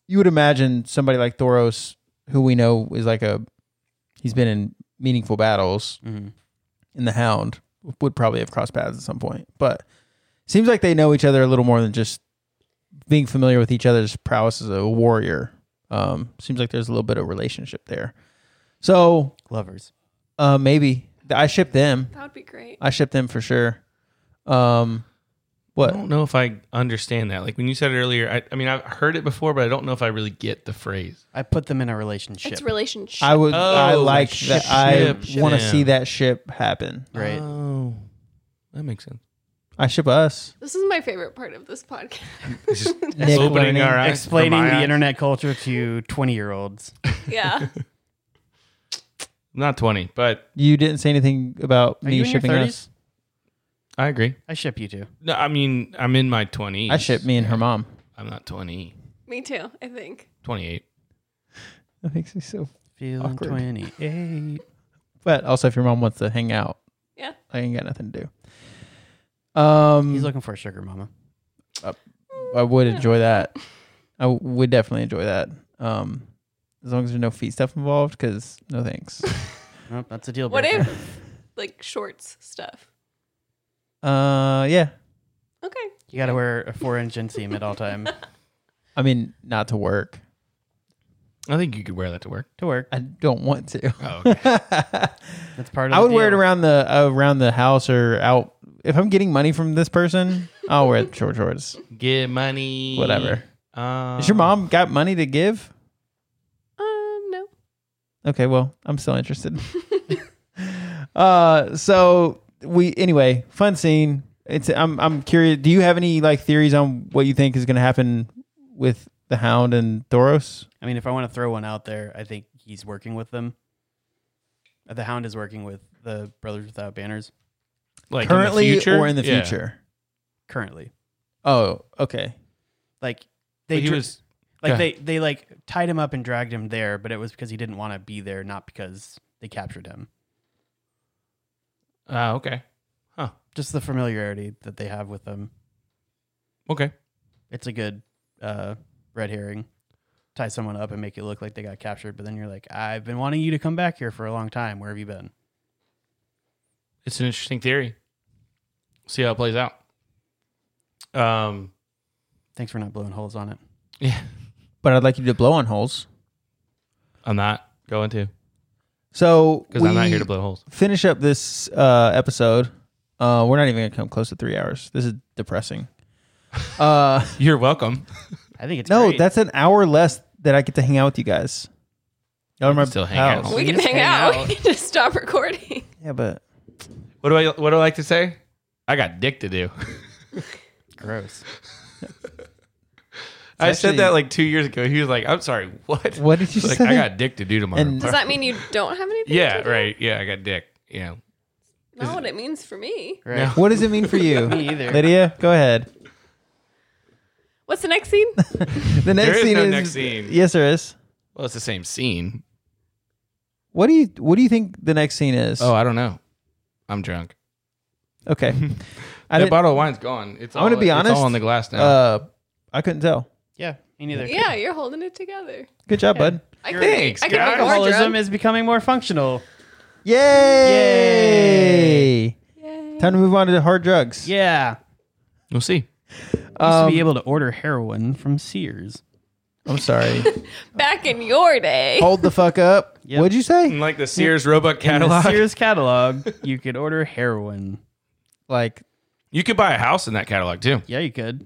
Speaker 3: You would imagine somebody like Thoros, who we know is like a, he's been in meaningful battles
Speaker 1: Mhm.
Speaker 3: in the Hound, would probably have crossed paths at some point. But seems like they know each other a little more than just being familiar with each other's prowess as a warrior. Um, seems like there's a little bit of relationship there. So
Speaker 1: Lovers.
Speaker 3: uh, maybe I ship them.
Speaker 4: That would be great.
Speaker 3: I ship them for sure. Um,
Speaker 2: I
Speaker 3: what?
Speaker 2: don't know if I understand that. Like when you said it earlier, I, I mean I've heard it before, but I don't know if I really get the phrase.
Speaker 1: I put them in a relationship.
Speaker 4: It's relationship.
Speaker 3: I would. I
Speaker 2: Oh,
Speaker 3: like
Speaker 2: ship,
Speaker 3: that. I
Speaker 2: ship,
Speaker 3: want to
Speaker 2: ship.
Speaker 3: see that ship happen.
Speaker 4: uh,
Speaker 1: right.
Speaker 2: Oh, that makes sense.
Speaker 3: I ship us.
Speaker 4: this is my favorite part of this podcast.
Speaker 2: It's just
Speaker 3: Nick
Speaker 2: opening
Speaker 3: learning-
Speaker 2: our eyes.
Speaker 1: Explaining
Speaker 2: from my
Speaker 1: the
Speaker 2: eyes.
Speaker 1: internet culture to 20 year olds.
Speaker 4: Yeah.
Speaker 2: Not twenty, but
Speaker 3: You didn't say anything about
Speaker 1: Are
Speaker 3: me
Speaker 1: you in your
Speaker 3: shipping
Speaker 1: 30s?
Speaker 3: us.
Speaker 2: I agree.
Speaker 1: I ship you two.
Speaker 2: No, I mean I'm in my twenties.
Speaker 3: I ship me and her mom.
Speaker 2: I'm not 20,
Speaker 4: Me too, I think.
Speaker 2: 28.
Speaker 3: That makes me so.
Speaker 1: Feeling
Speaker 3: Awkward.
Speaker 1: 28.
Speaker 3: But also, if your mom wants to hang out,
Speaker 4: Yeah.
Speaker 3: I ain't got nothing to do. Um,
Speaker 1: He's looking for a sugar mama.
Speaker 3: I would enjoy that. I would definitely enjoy that. Um, as long as there's no feet stuff involved, because no thanks.
Speaker 5: Nope, that's a deal
Speaker 4: What
Speaker 5: breaker.
Speaker 4: if like shorts stuff?
Speaker 3: Uh, yeah.
Speaker 4: Okay.
Speaker 5: you got to wear a four inch inseam at all time
Speaker 3: I mean, not to work.
Speaker 2: I think you could wear that to work.
Speaker 5: to work?
Speaker 3: I don't want to.
Speaker 2: Oh, okay.
Speaker 5: That's part of.
Speaker 3: I
Speaker 5: the
Speaker 3: would wear it
Speaker 5: deal.
Speaker 3: around the around the house or out. If I'm getting money from this person, I'll wear short shorts.
Speaker 2: Get money.
Speaker 3: Whatever.
Speaker 2: Um,
Speaker 3: Is your mom got money to give?
Speaker 4: Um, no.
Speaker 3: Okay, well, I'm still interested. uh, so we anyway, fun scene. It's I'm I'm curious. Do you have any like theories on what you think is going to happen with the Hound and Thoros?
Speaker 5: I mean, if I want to throw one out there, I think he's working with them. Uh, The Hound is working with the Brothers Without Banners
Speaker 2: Like in the
Speaker 3: Currently
Speaker 2: future?
Speaker 3: or in the
Speaker 2: Yeah.
Speaker 3: future?
Speaker 5: currently.
Speaker 3: Oh, okay.
Speaker 5: Like
Speaker 2: But
Speaker 5: they
Speaker 2: he
Speaker 5: dr-
Speaker 2: was
Speaker 5: like
Speaker 2: yeah.
Speaker 5: they they like tied him up and dragged him there, but it was because he didn't want to be there, not because they captured him.
Speaker 2: Ah, okay. Huh.
Speaker 5: Just the familiarity that they have with them.
Speaker 2: Okay.
Speaker 5: It's a good uh, red herring. Tie someone up and make it look like they got captured, but then you're like, I've been wanting you to come back here for a long time. Where have you been?
Speaker 2: It's an interesting theory. See how it plays out. Um.
Speaker 5: Thanks for not blowing holes on it.
Speaker 2: Yeah.
Speaker 3: But I'd like you to blow on holes.
Speaker 2: I'm not going to
Speaker 3: So
Speaker 2: because I'm not here
Speaker 3: we-
Speaker 2: to blow holes.
Speaker 3: finish up this uh, episode. Uh, we're not even gonna come close to three hours. This is depressing. Uh,
Speaker 2: You're welcome.
Speaker 5: I think it's
Speaker 3: no,
Speaker 5: great.
Speaker 3: that's an hour less that I get to hang out with you guys. Y'all are my
Speaker 2: still hang
Speaker 3: pals.
Speaker 2: out.
Speaker 4: we
Speaker 5: you
Speaker 4: can
Speaker 5: just
Speaker 4: hang,
Speaker 5: hang
Speaker 4: out.
Speaker 5: out.
Speaker 4: We can just stop recording.
Speaker 3: Yeah, but
Speaker 2: What do I What do I like to say? I got dick to do.
Speaker 5: gross.
Speaker 2: I
Speaker 3: actually-
Speaker 2: said that like two years ago. He was like, "I'm sorry, what?"
Speaker 3: What did you
Speaker 2: like,
Speaker 3: say?
Speaker 2: I got dick to do tomorrow.
Speaker 3: And-
Speaker 4: Does that mean you don't have anything?
Speaker 2: yeah,
Speaker 4: to do?
Speaker 2: right. Yeah, I got dick. Yeah.
Speaker 4: Not what it means for me.
Speaker 5: Right.
Speaker 2: No.
Speaker 3: what does it mean for you,
Speaker 5: Me either.
Speaker 3: Lydia? Go ahead.
Speaker 4: What's the next scene?
Speaker 3: The next
Speaker 2: is
Speaker 3: scene
Speaker 2: no
Speaker 3: is
Speaker 2: next scene.
Speaker 3: yes, there is.
Speaker 2: Well, it's the same scene.
Speaker 3: What do you What do you think the next scene is?
Speaker 2: Oh, I don't know. I'm drunk.
Speaker 3: okay. I
Speaker 2: That
Speaker 3: didn't.
Speaker 2: bottle of wine's gone. It's.
Speaker 3: I'm gonna
Speaker 2: all-
Speaker 3: be
Speaker 2: It's
Speaker 3: honest,
Speaker 2: all on the glass now.
Speaker 3: Uh, I couldn't tell.
Speaker 5: Yeah, me neither.
Speaker 4: yeah, you're holding it together.
Speaker 3: Good job, bud.
Speaker 4: I could,
Speaker 2: Thanks,
Speaker 4: I could
Speaker 2: guys.
Speaker 4: be more
Speaker 5: Alcoholism
Speaker 4: drunk.
Speaker 5: is becoming more functional.
Speaker 3: Yay!
Speaker 4: Yay.
Speaker 3: Time to move on to the hard drugs.
Speaker 5: Yeah.
Speaker 2: we'll see.
Speaker 5: Used to be
Speaker 3: Um,
Speaker 5: able to order heroin from Sears.
Speaker 3: I'm sorry.
Speaker 4: Back in your day.
Speaker 3: Hold the fuck up.
Speaker 5: Yep.
Speaker 3: What'd you say?
Speaker 2: Like the Sears Roebuck
Speaker 5: In the
Speaker 2: catalog.
Speaker 5: Sears catalog, you could order heroin.
Speaker 3: Like,
Speaker 2: You could buy a house in that catalog too.
Speaker 5: Yeah, you could.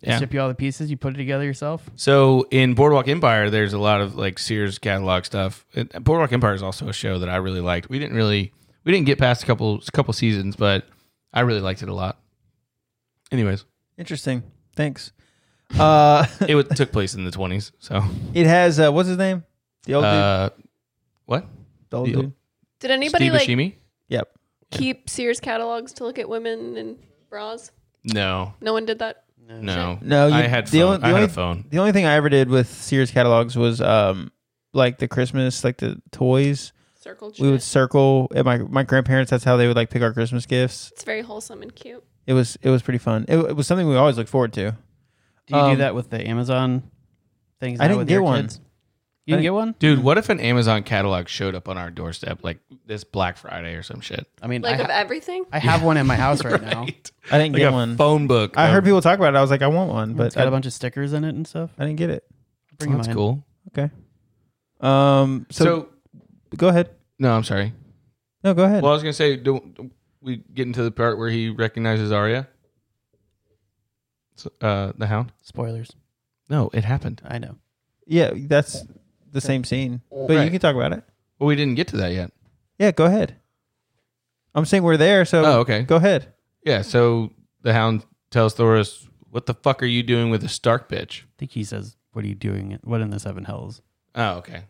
Speaker 5: They
Speaker 2: Yeah.
Speaker 5: ship you all the pieces. You put it together yourself.
Speaker 2: So in Boardwalk Empire, there's a lot of like Sears catalog stuff. And Boardwalk Empire is also a show that I really liked. We didn't really we didn't get past a couple couple seasons, but I really liked it a lot. Anyways,
Speaker 3: interesting. Thanks. Uh,
Speaker 2: it was, took place in the 20s. So
Speaker 3: it has uh, what's his name? The old
Speaker 2: uh, what?
Speaker 3: dude. The old
Speaker 2: the-
Speaker 3: dude.
Speaker 4: Did anybody like
Speaker 2: Buscemi?
Speaker 3: Yep.
Speaker 4: keep Sears catalogs to look at women in bras?
Speaker 2: No,
Speaker 4: No one did that.
Speaker 2: no,
Speaker 3: No, you-
Speaker 2: I had
Speaker 3: the
Speaker 2: phone.
Speaker 3: only- the
Speaker 2: I had
Speaker 3: only-
Speaker 2: a phone.
Speaker 3: The only thing I ever did with Sears catalogs was um, like the Christmas, like the toys.
Speaker 4: Circle.
Speaker 3: We would
Speaker 4: shit.
Speaker 3: circle at my my grandparents. That's how they would like pick our Christmas gifts.
Speaker 4: It's very wholesome and cute.
Speaker 3: It was it was pretty fun. It, it was something we always looked forward to.
Speaker 5: Do you
Speaker 3: Um,
Speaker 5: do that with the Amazon things?
Speaker 3: I
Speaker 5: now
Speaker 3: didn't
Speaker 5: with
Speaker 3: get
Speaker 5: your
Speaker 3: one.
Speaker 5: kids? You
Speaker 3: I
Speaker 5: didn't get one?
Speaker 2: Dude, what if an Amazon catalog showed up on our doorstep like this Black Friday or some shit?
Speaker 5: I mean,
Speaker 4: Like
Speaker 5: I,
Speaker 4: of
Speaker 5: ha-
Speaker 4: everything.
Speaker 5: I have one in my house right, now.
Speaker 2: Right?
Speaker 3: I didn't
Speaker 2: Like
Speaker 3: get
Speaker 2: a
Speaker 3: one.
Speaker 2: phone book.
Speaker 3: I
Speaker 2: of-
Speaker 3: heard people talk about it. I was like, I want one,
Speaker 5: But it's
Speaker 3: but
Speaker 5: got
Speaker 3: I,
Speaker 5: a bunch of stickers in it and stuff.
Speaker 3: I didn't get it.
Speaker 5: Bring
Speaker 2: That's
Speaker 5: mine.
Speaker 2: cool.
Speaker 3: Um, so
Speaker 2: so
Speaker 3: go ahead.
Speaker 2: no, I'm sorry.
Speaker 3: No, go ahead.
Speaker 2: Well, I was gonna say, do we get into the part where he recognizes Arya? So, uh, the Hound.
Speaker 5: Spoilers.
Speaker 2: No, it happened.
Speaker 5: I know.
Speaker 3: yeah, that's the same scene, but you
Speaker 2: Right.
Speaker 3: can talk about it.
Speaker 2: Well, we didn't get to that yet.
Speaker 3: Yeah, go ahead. I'm saying we're there, so
Speaker 2: Oh, okay.
Speaker 3: go ahead.
Speaker 2: Yeah. So the Hound tells Thoris, "What the fuck are you doing with a Stark bitch?"
Speaker 5: I think he says, What are you doing? What in the seven hells?
Speaker 2: Oh, okay.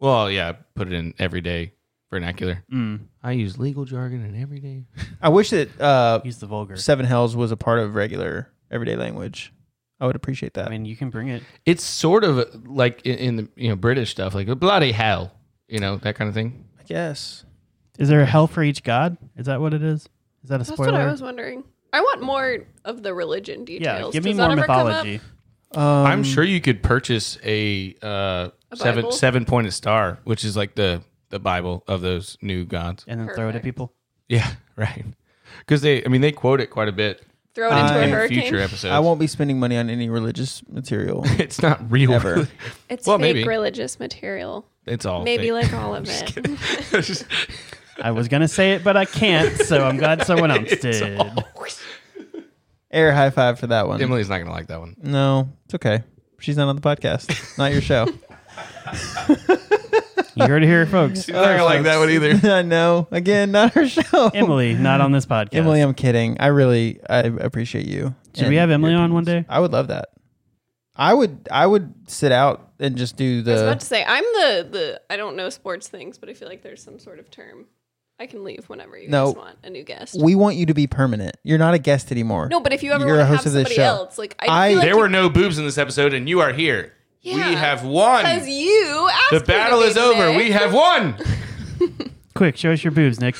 Speaker 2: Well, yeah, put it in everyday vernacular.
Speaker 3: Mm.
Speaker 2: I use legal jargon in everyday.
Speaker 3: I wish that uh,
Speaker 5: He's the vulgar.
Speaker 3: Seven Hells was a part of regular everyday language. I would appreciate that.
Speaker 5: I mean, you can bring it.
Speaker 2: It's sort of like in, in the you know British stuff, like bloody hell, you know that kind of thing.
Speaker 3: I guess.
Speaker 5: Is there a hell for each god? Is that what it is? Is that a
Speaker 4: That's
Speaker 5: spoiler?
Speaker 4: what I was wondering. I want more of the religion
Speaker 1: Yeah,
Speaker 4: details.
Speaker 1: give me
Speaker 4: Does that
Speaker 1: more
Speaker 4: ever come up?
Speaker 1: mythology.
Speaker 3: Um,
Speaker 2: I'm sure you could purchase a, uh, seven
Speaker 4: Bible?
Speaker 2: seven pointed star, which is like the the Bible of those new gods.
Speaker 1: and then throw it at
Speaker 4: Perfect.
Speaker 1: people.
Speaker 2: Yeah, right. Because they, I mean, they quote it quite a bit
Speaker 4: Throw it into
Speaker 3: I-
Speaker 4: a
Speaker 2: Uh, in
Speaker 4: hurricane.
Speaker 2: future episodes.
Speaker 3: I won't be spending money on any religious material.
Speaker 2: It's not real.
Speaker 3: Ever.
Speaker 4: It's
Speaker 2: Well,
Speaker 4: fake
Speaker 2: maybe.
Speaker 4: religious material.
Speaker 2: It's all
Speaker 4: Maybe
Speaker 2: fake.
Speaker 4: like all of it.
Speaker 1: I was gonna say it, but I can't, so I'm glad someone else did.
Speaker 3: Air high five for that one.
Speaker 2: Emily's not gonna like that one.
Speaker 3: No, it's okay. She's not on the podcast. Not your show.
Speaker 1: You heard it here, folks.
Speaker 2: She's not gonna like that one either.
Speaker 3: I know. Again, not her show.
Speaker 1: Emily, not on this podcast.
Speaker 3: Emily, I'm kidding. I really, I appreciate you.
Speaker 1: should
Speaker 3: And
Speaker 1: we have Emily
Speaker 3: your
Speaker 1: on one
Speaker 3: opinions.
Speaker 1: day?
Speaker 3: I would love that. I would, I would sit out and just do
Speaker 4: I was
Speaker 3: the.
Speaker 4: about to say I'm the the I don't know sports things, but I feel like there's some sort of term. I can leave whenever you
Speaker 3: No.
Speaker 4: guys want a new guest.
Speaker 3: We want you to be permanent. You're not a guest anymore.
Speaker 4: no, but if you ever
Speaker 3: You're
Speaker 4: want
Speaker 3: a
Speaker 4: to
Speaker 3: host of
Speaker 4: have
Speaker 3: this
Speaker 4: somebody
Speaker 3: show.
Speaker 4: else, like
Speaker 3: I-
Speaker 4: I, feel like
Speaker 2: There were no boobs in this episode, and you are here.
Speaker 4: Yeah.
Speaker 2: We have won.
Speaker 4: because you asked
Speaker 2: The
Speaker 4: me to
Speaker 2: battle
Speaker 4: be
Speaker 2: is over.
Speaker 4: today.
Speaker 2: We have won.
Speaker 1: Quick, show us your boobs, Nick.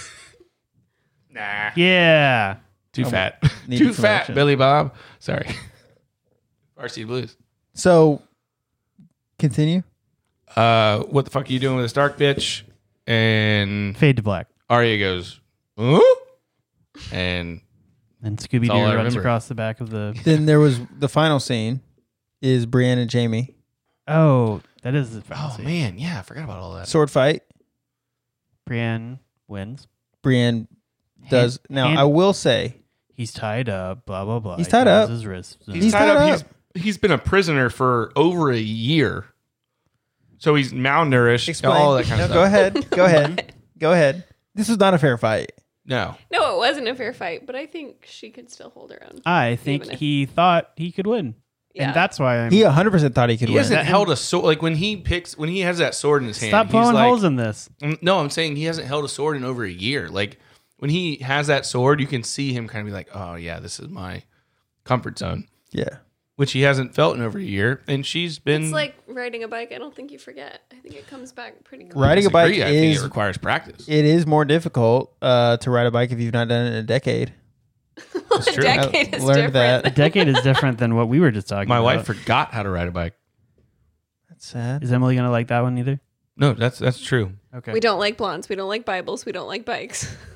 Speaker 2: nah,
Speaker 1: Yeah.
Speaker 2: too fat.
Speaker 3: Need
Speaker 2: too
Speaker 3: some
Speaker 2: fat,
Speaker 3: action.
Speaker 2: Billy Bob. Sorry. Varsity Blues.
Speaker 3: So, continue.
Speaker 2: Uh, what the fuck are you doing with this dark bitch? And
Speaker 1: Fade to black.
Speaker 2: Arya goes, huh? and
Speaker 1: And Scooby Doo
Speaker 2: all I
Speaker 1: runs
Speaker 2: remember.
Speaker 1: across the back of the.
Speaker 3: Then there was the final scene. Is Brienne and Jamie
Speaker 1: Oh, that is the
Speaker 2: oh
Speaker 1: fallacy.
Speaker 2: man, yeah, I forgot about all that.
Speaker 3: sword fight?
Speaker 1: Brienne wins.
Speaker 3: Brienne does. Now,
Speaker 1: hand-
Speaker 3: I will say,
Speaker 1: He's tied up. Blah blah blah.
Speaker 3: He's
Speaker 1: He
Speaker 3: tied
Speaker 1: grabs
Speaker 3: up.
Speaker 1: His wrist.
Speaker 2: He's,
Speaker 3: He's
Speaker 2: tied
Speaker 3: tied
Speaker 2: up.
Speaker 3: up.
Speaker 2: He's he's been a prisoner for over a year, so he's malnourished.
Speaker 3: explain.
Speaker 2: All that kind of stuff.
Speaker 3: no, go ahead. Go ahead. go ahead. This was not a fair fight.
Speaker 2: No,
Speaker 4: No, it wasn't a fair fight, but I think she could still hold her own.
Speaker 1: I think
Speaker 4: Even if-
Speaker 1: he thought he could win,
Speaker 4: Yeah.
Speaker 1: and that's why I'm.
Speaker 3: He 100% thought he could
Speaker 2: he
Speaker 3: win.
Speaker 2: hasn't
Speaker 1: That-
Speaker 2: held a sword. Like when he picks, when he has that sword in his hand,
Speaker 1: Stop
Speaker 2: he's
Speaker 1: blowing
Speaker 2: like-
Speaker 1: holes in this.
Speaker 2: Mm, No, I'm saying he hasn't held a sword in over a year. Like when he has that sword, you can see him kind of be like, "Oh yeah, this is my comfort zone,"
Speaker 3: Yeah.
Speaker 2: which he hasn't felt in over a year. And she's been
Speaker 4: It's like riding a bike. I don't think you forget. I think it comes back pretty close.
Speaker 3: Riding a bike
Speaker 2: disagree. I think
Speaker 3: is
Speaker 2: it requires practice.
Speaker 3: it is more difficult uh, to ride a bike if you've not done it in a decade.
Speaker 4: a
Speaker 2: true.
Speaker 4: decade
Speaker 3: I
Speaker 4: is
Speaker 3: learned
Speaker 4: different.
Speaker 1: A decade is different than what we were just talking
Speaker 2: My
Speaker 1: about.
Speaker 2: wife forgot how to ride a bike.
Speaker 3: That's sad.
Speaker 1: Is Emily gonna like that one either?
Speaker 2: No, that's that's true.
Speaker 1: Okay.
Speaker 4: We don't like blondes. We don't like Bibles. We don't like bikes.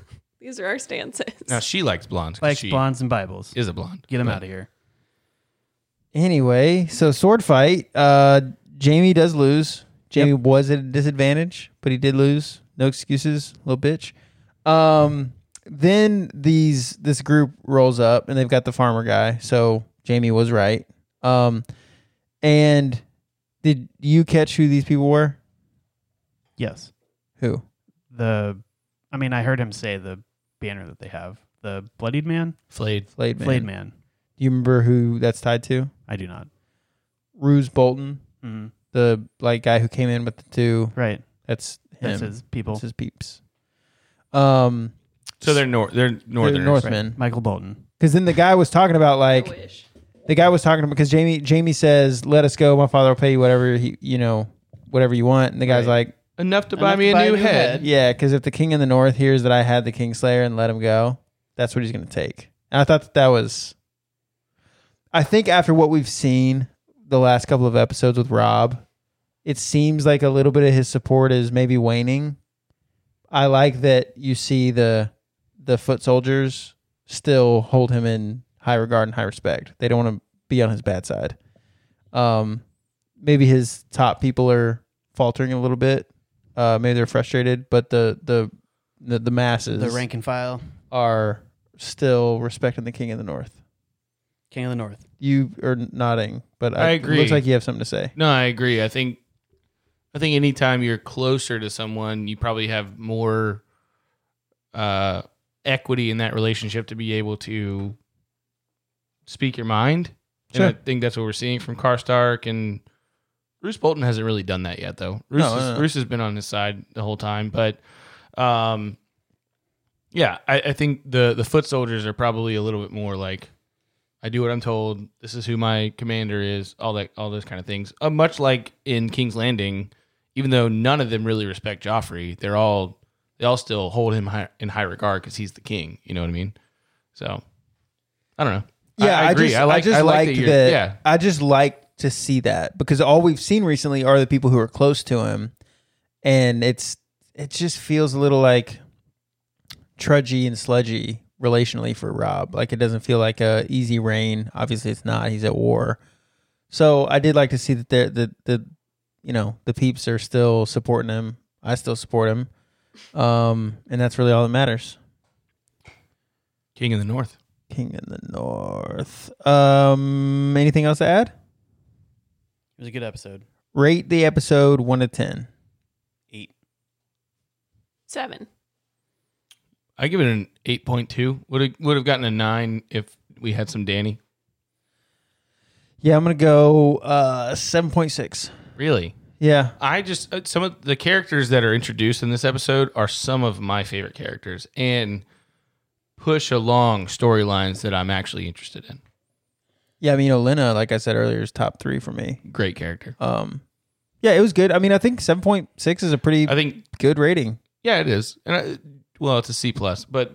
Speaker 4: These are our stances.
Speaker 2: Now she likes blondes. 'cause
Speaker 1: like
Speaker 2: she
Speaker 1: blondes and Bibles.
Speaker 2: is a blonde.
Speaker 1: Get them out of here.
Speaker 3: Anyway, so sword fight. Uh, Jamie does lose. Jamie was at a disadvantage, but he did lose. No excuses, little bitch. Um, then these this group rolls up and they've got the farmer guy. So Jamie was right. Um, and did you catch who these people were?
Speaker 1: Yes.
Speaker 3: Who?
Speaker 1: The, I mean, I heard him say the banner that they have. The bloodied man,
Speaker 2: Flayed.
Speaker 3: Flayed man.
Speaker 1: flayed man.
Speaker 3: Do you remember who that's tied to?
Speaker 1: I do not.
Speaker 3: Ruse Bolton,
Speaker 1: Mhm.
Speaker 3: the like guy who came in with the two.
Speaker 1: Right.
Speaker 3: That's him.
Speaker 1: That's his people.
Speaker 3: That's his peeps. Um,
Speaker 2: So they're nor they're northerners.
Speaker 3: They're
Speaker 1: Right.
Speaker 3: Northmen.
Speaker 1: Michael Bolton.
Speaker 3: Because then the guy was talking about
Speaker 4: I
Speaker 3: like
Speaker 4: wish.
Speaker 3: the guy was talking because Jamie Jamie says, "Let us go. My father will pay you whatever he you know whatever you want." And the guy's like,
Speaker 2: Enough to
Speaker 1: Enough
Speaker 2: buy me
Speaker 1: to
Speaker 2: a
Speaker 1: buy
Speaker 2: new head.
Speaker 3: "Yeah, because if the king in the north hears that I had the Kingslayer and let him go, that's what he's going to take." And I thought that that was, I think after what we've seen the last couple of episodes with Rob, it seems like a little bit of his support is maybe waning. I like that you see the the foot soldiers still hold him in high regard and high respect. They don't want to be on his bad side. Um, maybe his top people are faltering a little bit. Uh, maybe they're frustrated, but the the the, the masses
Speaker 1: The rank and file.
Speaker 3: are still respecting the king of the north.
Speaker 1: King of the North.
Speaker 3: You are nodding, but
Speaker 2: I
Speaker 3: it
Speaker 2: agree.
Speaker 3: looks like you have something to say.
Speaker 2: No, I agree. I think I think anytime you're closer to someone, you probably have more uh equity in that relationship to be able to speak your mind. And I
Speaker 3: Sure.
Speaker 2: think that's what we're seeing from Karstark and Bruce Bolton hasn't really done that yet though. Bruce,
Speaker 3: No,
Speaker 2: has,
Speaker 3: no, no.
Speaker 2: Bruce has been on his side the whole time, but um yeah, I, I think the the foot soldiers are probably a little bit more like I do what I'm told. This is who my commander is. All that, all those kind of things. Uh, much like in King's Landing, even though none of them really respect Joffrey, they're all they all still hold him high, in high regard because he's the king. You know what I mean? So I don't know.
Speaker 3: Yeah, I,
Speaker 2: agree.
Speaker 3: Just,
Speaker 2: I like. I,
Speaker 3: just
Speaker 2: like that.
Speaker 3: liked
Speaker 2: you're-
Speaker 3: that.
Speaker 2: Yeah,
Speaker 3: I just like to see that because all we've seen recently are the people who are close to him, and it's it just feels a little like trudgy and sludgy relationally for Rob. Like it doesn't feel like a easy reign. Obviously, it's not. He's at war, so I did like to see that they're the the you know the peeps are still supporting him. I still support him, um, and that's really all that matters.
Speaker 2: King of the North.
Speaker 3: King in the North. Um, anything else to add?
Speaker 1: was a good episode.
Speaker 3: Rate the episode one to ten.
Speaker 1: Eight.
Speaker 4: Seven.
Speaker 2: I give it an eight point two. Would have would have gotten a nine if we had some Danny.
Speaker 3: Yeah, I'm gonna go uh seven point six.
Speaker 2: Really,
Speaker 3: Yeah,
Speaker 2: I just uh, some of the characters that are introduced in this episode are some of my favorite characters and push along storylines that I'm actually interested in.
Speaker 3: yeah. I mean, Olena, like I said earlier, is top three for me.
Speaker 2: Great character.
Speaker 3: Um, yeah, it was good. I mean, I think seven point six is a pretty
Speaker 2: I think
Speaker 3: good rating.
Speaker 2: Yeah, it is. And I, well, it's a C plus, but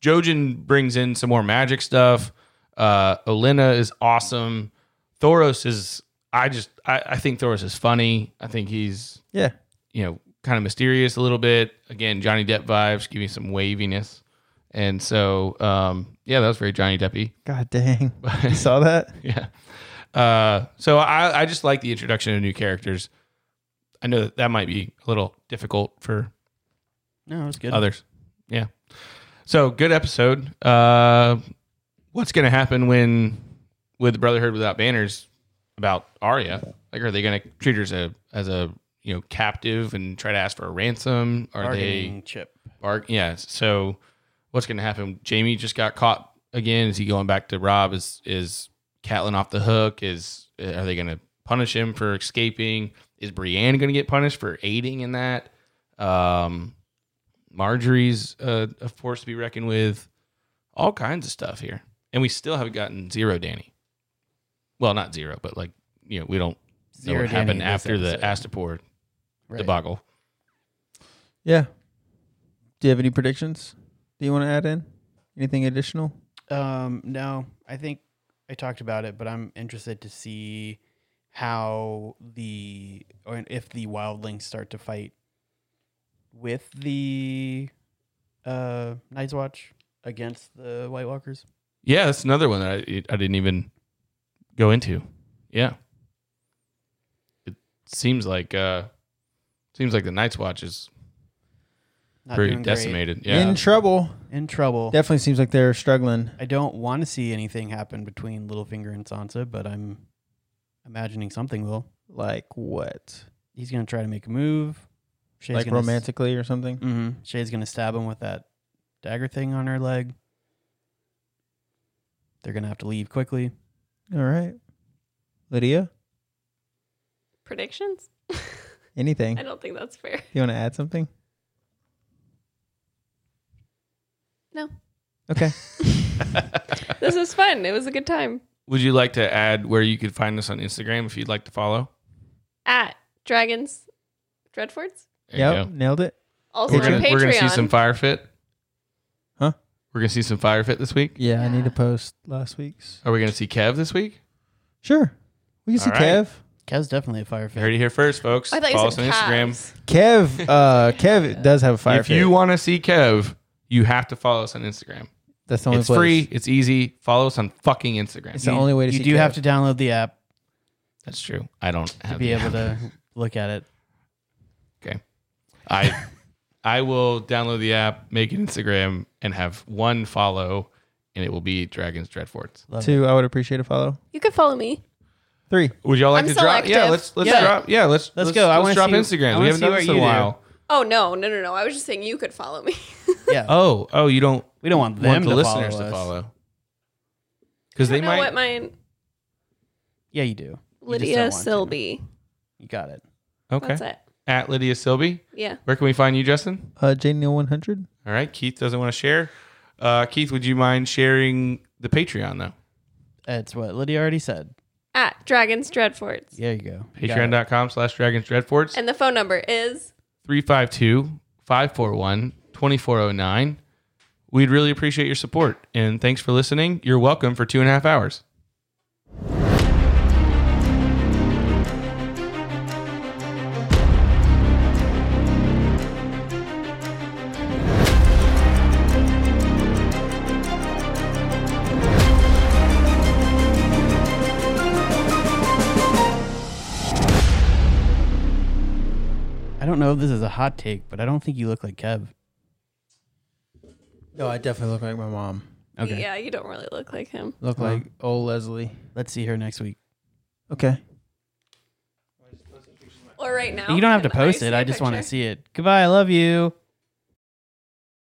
Speaker 2: Jojen brings in some more magic stuff. Uh, Olena is awesome. Thoros is. I just. I, I think Thoros is funny. I think he's
Speaker 3: Yeah,
Speaker 2: you know kind of mysterious a little bit. Again, Johnny Depp vibes, giving some waviness. And so, um, yeah, that was very Johnny Deppy.
Speaker 3: god dang, you saw that?
Speaker 2: Yeah. Uh, so I, I just like the introduction of new characters. I know that, that might be a little difficult for
Speaker 1: No, it was good.
Speaker 2: others. Yeah. So good episode. Uh, what's going to happen when with the Brotherhood without banners about Arya? Like, are they going to treat her as a as a you know captive and try to ask for a ransom? Are
Speaker 1: Bargaining chip.
Speaker 2: they bark? Yeah. So what's going to happen? Jamie just got caught again. Is he going back to Rob? Is is Catelyn off the hook? Is are they going to punish him for escaping? Is Brienne going to get punished for aiding in that? Um, Marjorie's uh, a force to be reckoned with. All kinds of stuff here, and we still haven't gotten zero Danny. Well, not zero, but like you know, we don't know
Speaker 1: Zero
Speaker 2: what
Speaker 1: Danny
Speaker 2: happened
Speaker 1: in this
Speaker 2: after the
Speaker 1: episode.
Speaker 2: Astapor
Speaker 1: Right.
Speaker 2: debacle.
Speaker 3: Yeah. Do you have any predictions? Do you want to add in anything additional?
Speaker 1: Um, no, I think I talked about it, but I'm interested to see how the or if the wildlings start to fight with the uh Night's Watch against the White Walkers.
Speaker 2: Yeah, that's another one that I I didn't even go into. Yeah, it seems like uh, seems like the Night's Watch is
Speaker 1: Not
Speaker 2: very
Speaker 1: doing great.
Speaker 2: decimated. Yeah,
Speaker 3: In trouble.
Speaker 1: in trouble.
Speaker 3: Definitely seems like they're struggling.
Speaker 1: I don't want to see anything happen between Littlefinger and Sansa, but I'm imagining something will.
Speaker 3: Like what?
Speaker 1: He's gonna try to make a move. Shay's
Speaker 3: like
Speaker 1: gonna s-
Speaker 3: romantically or something?
Speaker 1: hmm Shay's gonna stab him with that dagger thing on her leg. They're gonna have to leave quickly.
Speaker 3: All right. Lydia,
Speaker 4: Predictions?
Speaker 3: anything?
Speaker 4: I don't think that's fair.
Speaker 3: You want to add something?
Speaker 4: No.
Speaker 3: Okay.
Speaker 4: This is fun. It was a good time.
Speaker 2: would you like to add where you could find us on Instagram if you'd like to follow?
Speaker 4: At Dragons Dreadfords.
Speaker 2: There you go.
Speaker 3: yep. Nailed it.
Speaker 4: Also
Speaker 2: We're
Speaker 4: on
Speaker 2: gonna,
Speaker 4: Patreon.
Speaker 2: we're gonna see some fire fit.
Speaker 3: Huh?
Speaker 2: We're gonna see some fire fit this week.
Speaker 3: Yeah, I need to
Speaker 4: Yeah.
Speaker 3: post last week's.
Speaker 2: Are we gonna see Kev this week?
Speaker 3: Sure. We can see
Speaker 2: All right.
Speaker 3: Kev.
Speaker 1: Kev's definitely a fire
Speaker 2: You heard
Speaker 1: fan.
Speaker 2: it here first, folks.
Speaker 4: I thought you
Speaker 2: Follow us
Speaker 4: said
Speaker 2: on Instagram.
Speaker 4: calves.
Speaker 3: Kev, uh, Kev does have a fire
Speaker 2: if you want to see Kev, you have to follow us on Instagram.
Speaker 3: That's the only
Speaker 2: it's
Speaker 3: place.
Speaker 2: free. It's easy. Follow us on fucking Instagram.
Speaker 3: It's the only way to
Speaker 1: you
Speaker 3: see
Speaker 1: do
Speaker 3: Kev.
Speaker 1: have to download the app
Speaker 2: That's true. I don't
Speaker 1: to
Speaker 2: have
Speaker 1: be
Speaker 2: the
Speaker 1: able
Speaker 2: app.
Speaker 1: to look at it.
Speaker 2: Okay. I I will download the app, make an Instagram, and have one follow, and it will be Dragons Dreadforts.
Speaker 1: Love it.
Speaker 3: Two, I would appreciate a follow.
Speaker 4: You can follow me.
Speaker 3: Three.
Speaker 2: Would y'all like
Speaker 4: I'm
Speaker 2: to
Speaker 4: so
Speaker 2: drop? Yeah,
Speaker 4: active.
Speaker 2: let's let's
Speaker 1: Yeah.
Speaker 2: drop. Yeah, let's
Speaker 1: Let's go. I
Speaker 2: Let's
Speaker 1: wanna
Speaker 2: drop
Speaker 1: see- I
Speaker 2: Instagram.
Speaker 1: wanna
Speaker 2: We haven't
Speaker 1: see
Speaker 2: done
Speaker 1: what
Speaker 2: this in a
Speaker 1: you do.
Speaker 2: while.
Speaker 4: Oh no, no, no, no. I was just saying you could follow me.
Speaker 1: Yeah,
Speaker 2: Oh, oh, you don't
Speaker 1: we don't want them
Speaker 2: want the
Speaker 1: to
Speaker 2: listeners
Speaker 1: follow
Speaker 2: to
Speaker 1: us.
Speaker 2: follow because
Speaker 4: I
Speaker 2: they
Speaker 4: don't know
Speaker 2: might.
Speaker 4: what mine
Speaker 1: Yeah, you do. You just don't
Speaker 4: Lydia
Speaker 1: want to.
Speaker 4: Silby.
Speaker 1: You got it.
Speaker 4: That's
Speaker 2: okay,
Speaker 4: it.
Speaker 2: at Lydia Silby.
Speaker 4: Yeah.
Speaker 2: Where can we find you, Justin?
Speaker 3: Uh, Neal 100.
Speaker 2: All right, Keith doesn't want to share. Uh, Keith, would you mind sharing the Patreon though?
Speaker 1: That's what Lydia already said.
Speaker 4: At Dragons Dreadforts.
Speaker 1: There you go. You got it.
Speaker 2: Patreon.com slash Dragons Dreadforts.
Speaker 4: And the phone number is
Speaker 2: 352 541 2409. We'd really appreciate your support. And thanks for listening. You're welcome for two and a half hours.
Speaker 5: I don't know if this is a hot take, but I don't think you look like Kev.
Speaker 3: No, I definitely look like my mom.
Speaker 5: Okay.
Speaker 4: Yeah, you don't really look like him.
Speaker 3: Look like old Leslie.
Speaker 5: Let's see her next week.
Speaker 3: Okay.
Speaker 4: Or right now.
Speaker 5: You don't have to
Speaker 4: in the high
Speaker 5: post it.
Speaker 4: sea
Speaker 5: I just want to
Speaker 4: picture.
Speaker 5: see it. Goodbye. I love you.